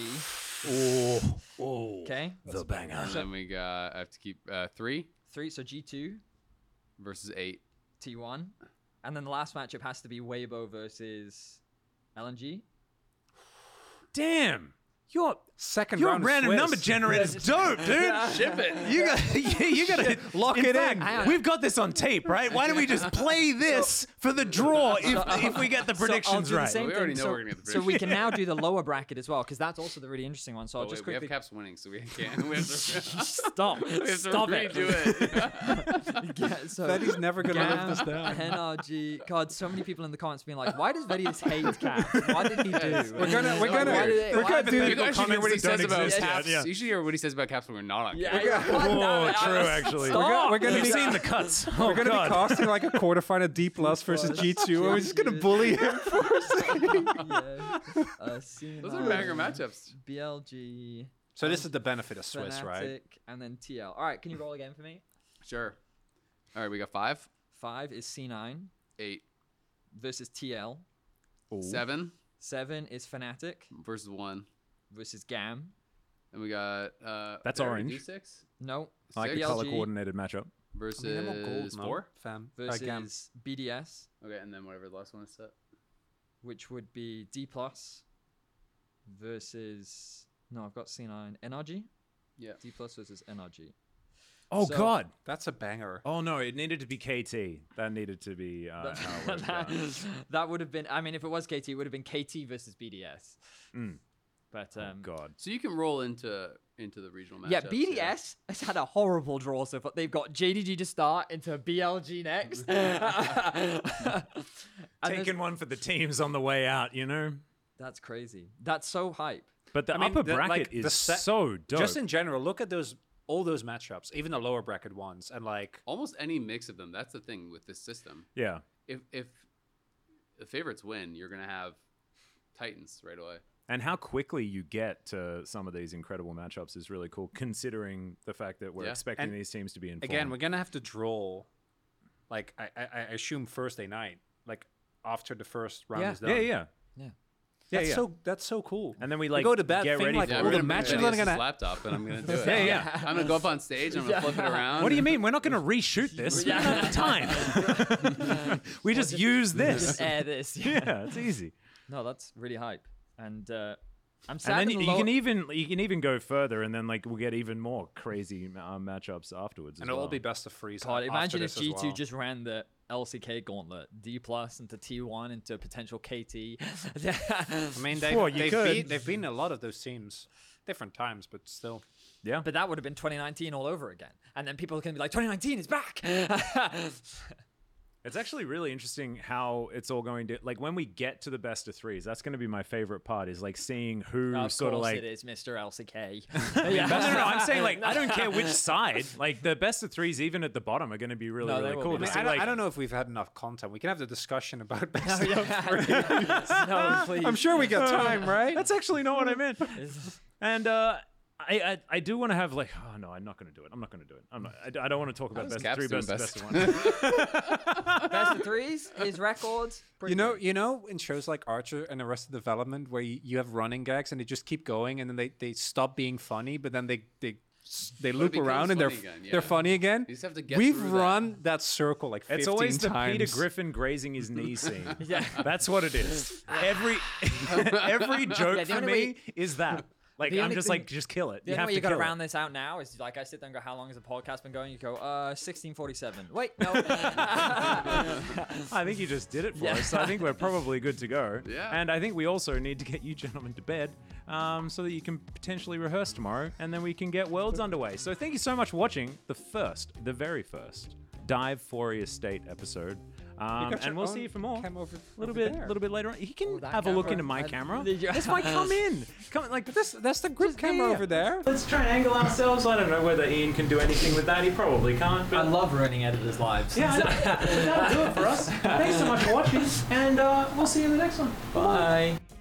Speaker 4: oh, oh.
Speaker 5: Okay,
Speaker 4: The banger.
Speaker 2: and then we got. I have to keep uh, three
Speaker 5: three. So G2,
Speaker 2: versus eight.
Speaker 5: T1, and then the last matchup has to be Weibo versus LNG.
Speaker 1: Damn. Your,
Speaker 4: Second
Speaker 1: your
Speaker 4: round of
Speaker 1: random
Speaker 4: Swiss.
Speaker 1: number generator's dope, dude.
Speaker 2: Ship it.
Speaker 1: You got *laughs* you got to
Speaker 4: Lock it in.
Speaker 5: hang on.
Speaker 1: We've got this on tape, right? Why don't we just play this for the draw if, if we get the
Speaker 5: So I'll
Speaker 1: predictions
Speaker 5: do the
Speaker 1: right?
Speaker 5: same
Speaker 2: We already
Speaker 5: thing.
Speaker 2: know
Speaker 5: so,
Speaker 2: we're gonna get the
Speaker 5: so we can now do the lower bracket as well, because that's also the really interesting one. So I'll
Speaker 2: Oh, wait,
Speaker 5: just
Speaker 2: we have
Speaker 5: quickly
Speaker 2: caps winning, so we *laughs* can't. We
Speaker 1: *laughs*
Speaker 2: have to, *laughs*
Speaker 5: stop.
Speaker 2: we have to
Speaker 5: stop it.
Speaker 2: redo it.
Speaker 5: Yeah, so
Speaker 4: Betty's never gonna live this
Speaker 5: Gav,
Speaker 4: down.
Speaker 5: NRG. God, so many people in the comments being like, "Why does Vettius hate Cap? What did he do?"
Speaker 4: We're gonna, we're
Speaker 5: Like,
Speaker 4: gonna,
Speaker 5: why did it-
Speaker 4: we're
Speaker 5: why
Speaker 4: gonna
Speaker 5: did
Speaker 2: *laughs*
Speaker 4: do
Speaker 2: you
Speaker 5: it-
Speaker 2: guys should hear what he says about
Speaker 5: exist
Speaker 2: caps.
Speaker 1: yet, yeah.
Speaker 2: You should hear what he says about caps when we're not on.
Speaker 5: Yeah,
Speaker 2: caps.
Speaker 5: yeah.
Speaker 1: Oh,
Speaker 5: What the-
Speaker 1: true, actually.
Speaker 5: Stop.
Speaker 4: We're gonna
Speaker 1: You've
Speaker 4: be-
Speaker 1: seen the cuts. Oh,
Speaker 4: We're gonna
Speaker 1: God.
Speaker 4: be casting like a quarterfinal D plus versus G two. We're just gonna bully him.
Speaker 5: *laughs* Yeah. Uh,
Speaker 2: Those are
Speaker 5: C9,
Speaker 2: banger matchups.
Speaker 5: BLG,
Speaker 4: So this is the benefit of Swiss,
Speaker 5: Fnatic,
Speaker 4: right?
Speaker 5: and then TL. All right, can you roll again for me?
Speaker 2: Sure. All right, we got five,
Speaker 5: Five is C9
Speaker 2: eight,
Speaker 5: versus TL.
Speaker 2: seven
Speaker 5: Seven is Fnatic
Speaker 2: versus one,
Speaker 5: versus Gam.
Speaker 2: and we got uh.
Speaker 1: That's
Speaker 2: did I already
Speaker 1: orange.
Speaker 2: do Six
Speaker 5: No.
Speaker 1: I like the
Speaker 2: Six
Speaker 1: color
Speaker 5: LG.
Speaker 1: coordinated matchup.
Speaker 2: versus four.
Speaker 4: fam.
Speaker 5: versus
Speaker 4: Like, um,
Speaker 5: BDS,
Speaker 2: Okay, and then whatever the last one is set.
Speaker 5: which would be D plus versus no, I've got C9 NRG.
Speaker 2: Yeah.
Speaker 5: D plus versus NRG.
Speaker 1: Oh
Speaker 5: So-
Speaker 1: God.
Speaker 4: that's a banger.
Speaker 1: Oh no, it needed to be KT. That needed to be uh, how
Speaker 5: *laughs*
Speaker 4: *laughs*
Speaker 1: it worked out.
Speaker 5: that, that would have been. I mean, if it was KT, it would have been KT versus BDS.
Speaker 1: Mm.
Speaker 5: But
Speaker 1: Oh
Speaker 5: um,
Speaker 1: God.
Speaker 2: So you can roll into into the regional matchups.
Speaker 5: yeah, BDS has had a horrible draw so far. They've got JDG to start into BLG next.
Speaker 1: *laughs*
Speaker 5: And there's-
Speaker 1: Taking one for the teams on the way out, you know.
Speaker 5: that's crazy. That's so hype.
Speaker 1: But the
Speaker 4: I mean,
Speaker 1: upper
Speaker 4: the- like,
Speaker 1: bracket
Speaker 4: the
Speaker 1: is
Speaker 4: se-
Speaker 1: so dope.
Speaker 4: Just in general, look at those all those matchups, even the lower bracket ones, and like
Speaker 2: Almost any mix of them. That's the thing with this system.
Speaker 1: yeah.
Speaker 2: If if the favorites win, you're gonna have Titans right away.
Speaker 1: And how quickly you get to some of these incredible matchups is really cool, considering the fact that we're
Speaker 2: Yeah.
Speaker 1: expecting
Speaker 4: And
Speaker 1: these teams to be in
Speaker 4: again,
Speaker 1: form.
Speaker 4: we're gonna have to draw. Like I, I, I assume Thursday night, like after the first round
Speaker 5: Yeah.
Speaker 4: is done.
Speaker 1: yeah, yeah,
Speaker 5: Yeah.
Speaker 1: yeah,
Speaker 4: That's
Speaker 1: yeah.
Speaker 4: so that's so cool.
Speaker 1: and then we like
Speaker 4: go to bed,
Speaker 1: get
Speaker 4: think
Speaker 1: ready
Speaker 4: like,
Speaker 1: for
Speaker 4: Yeah,
Speaker 2: Yeah,
Speaker 4: we're
Speaker 2: we're
Speaker 4: gonna
Speaker 2: gonna
Speaker 4: match
Speaker 2: match
Speaker 4: it,
Speaker 2: it
Speaker 4: then I'm
Speaker 2: on
Speaker 4: gonna-
Speaker 2: his laptop, and I'm gonna do it.
Speaker 1: Yeah, yeah.
Speaker 2: I'm gonna go up on stage. I'm gonna flip it around.
Speaker 1: What do you mean? We're not going to reshoot
Speaker 4: *laughs*
Speaker 1: this. We don't have the time. *laughs* we just use this.
Speaker 5: Just air
Speaker 1: *laughs*
Speaker 5: this.
Speaker 1: Yeah, it's easy.
Speaker 5: No, that's really hype. And uh, I'm
Speaker 1: And
Speaker 5: sad.
Speaker 1: then
Speaker 5: that
Speaker 1: you,
Speaker 5: the
Speaker 1: you
Speaker 5: lower-
Speaker 1: can even you can even go further, and then like we'll get even more crazy uh, matchups afterwards.
Speaker 4: and
Speaker 1: as
Speaker 4: it'll all
Speaker 1: well.
Speaker 4: be best of freeze.
Speaker 5: God,
Speaker 4: after
Speaker 5: imagine if
Speaker 4: this as
Speaker 5: G2
Speaker 4: well.
Speaker 5: just ran the LCK gauntlet, D plus into T1 into potential *laughs* KT.
Speaker 4: I mean, they've,
Speaker 1: Well, you
Speaker 4: they've,
Speaker 1: could.
Speaker 4: beat, they've been a lot of those teams, different times, but still.
Speaker 1: yeah.
Speaker 5: but that would have been 2019 all over again. And then people can be like, 2019
Speaker 1: *laughs*
Speaker 5: is back.
Speaker 1: It's actually really interesting how it's all going to like when we get to the best of threes. That's going to be my favorite part is like seeing who
Speaker 5: of
Speaker 1: sort of
Speaker 5: course
Speaker 1: like.
Speaker 5: it is, Mr. LCK.
Speaker 1: *laughs* No, no, no, no, I'm saying like I don't care which side. Like the best of threes, even at the bottom, are going to be really,
Speaker 5: No, they
Speaker 1: really
Speaker 5: will
Speaker 1: cool.
Speaker 5: be
Speaker 1: to
Speaker 4: I mean,
Speaker 1: see,
Speaker 4: I, don't,
Speaker 1: like,
Speaker 4: I don't know if we've had enough content. We can have the discussion about *laughs*
Speaker 5: Oh,
Speaker 4: best of
Speaker 5: yeah. *laughs* no, please.
Speaker 4: I'm sure we got time, right?
Speaker 1: Uh, That's actually not what I meant. *laughs* And uh, I, I I do want to have like oh no I'm not going to do it I'm not going to do it I'm not, I, I don't want to talk about
Speaker 2: does
Speaker 1: best of
Speaker 2: Caps
Speaker 1: three
Speaker 2: doing
Speaker 1: best, of
Speaker 2: best
Speaker 1: best of one.
Speaker 5: Best of threes is records.
Speaker 4: You know, you know, in shows like Archer and Arrested Development, where you, you have running gags and they just keep going, and then they, they stop being funny, but then they they s- they loop
Speaker 2: becomes
Speaker 4: around and they're
Speaker 2: funny
Speaker 4: f-
Speaker 2: again,
Speaker 4: they're
Speaker 2: yeah.
Speaker 4: funny again.
Speaker 2: You just have to get
Speaker 4: We've
Speaker 2: through that.
Speaker 4: run that. circle like 15
Speaker 1: It's always the
Speaker 4: times.
Speaker 1: Peter Griffin grazing his
Speaker 5: *laughs*
Speaker 1: knee scene. *laughs*
Speaker 5: Yeah.
Speaker 1: That's what it is. Every *laughs* every joke
Speaker 5: *laughs* Yeah, the
Speaker 1: for me
Speaker 5: only way-
Speaker 1: is that. Like
Speaker 5: *laughs* the
Speaker 1: I'm
Speaker 5: only
Speaker 1: just
Speaker 5: thing-
Speaker 1: like just kill it.
Speaker 5: The
Speaker 1: You
Speaker 5: only
Speaker 1: have
Speaker 5: way
Speaker 1: to
Speaker 5: you got to
Speaker 1: kill it.
Speaker 5: round this out now is like I sit there and go, how long has the podcast been going? You go, uh, 1647. Wait,
Speaker 1: *laughs*
Speaker 5: no.
Speaker 1: I think you just did it for
Speaker 5: Yeah.
Speaker 1: us. So I think
Speaker 5: *laughs*
Speaker 1: we're probably good to go.
Speaker 2: Yeah.
Speaker 1: And I think we also need to get you gentlemen to bed um, so that you can potentially rehearse tomorrow and then we can get worlds underway. So thank you so much for watching the first, the very first Dive Fourier State episode Um,
Speaker 4: got your
Speaker 1: and we'll
Speaker 4: own
Speaker 1: see you for more.
Speaker 4: cam over-
Speaker 1: a little
Speaker 4: over
Speaker 1: bit,
Speaker 4: there.
Speaker 1: little bit later on. He can
Speaker 6: Oh,
Speaker 5: that
Speaker 1: have a look
Speaker 5: camera.
Speaker 1: into my
Speaker 5: That-
Speaker 1: camera.
Speaker 5: Did you-
Speaker 1: This might
Speaker 6: *laughs*
Speaker 1: come in. Come like
Speaker 4: That's that's the group camera
Speaker 5: yeah.
Speaker 4: over there.
Speaker 1: Let's try and angle ourselves. I don't know whether Ian can do anything with that. He probably can't. But
Speaker 6: I love ruining editors' lives. *laughs*
Speaker 1: yeah, I know. that'll do it for us. Thanks so much for watching, and uh, we'll see you in the next one.
Speaker 6: Bye.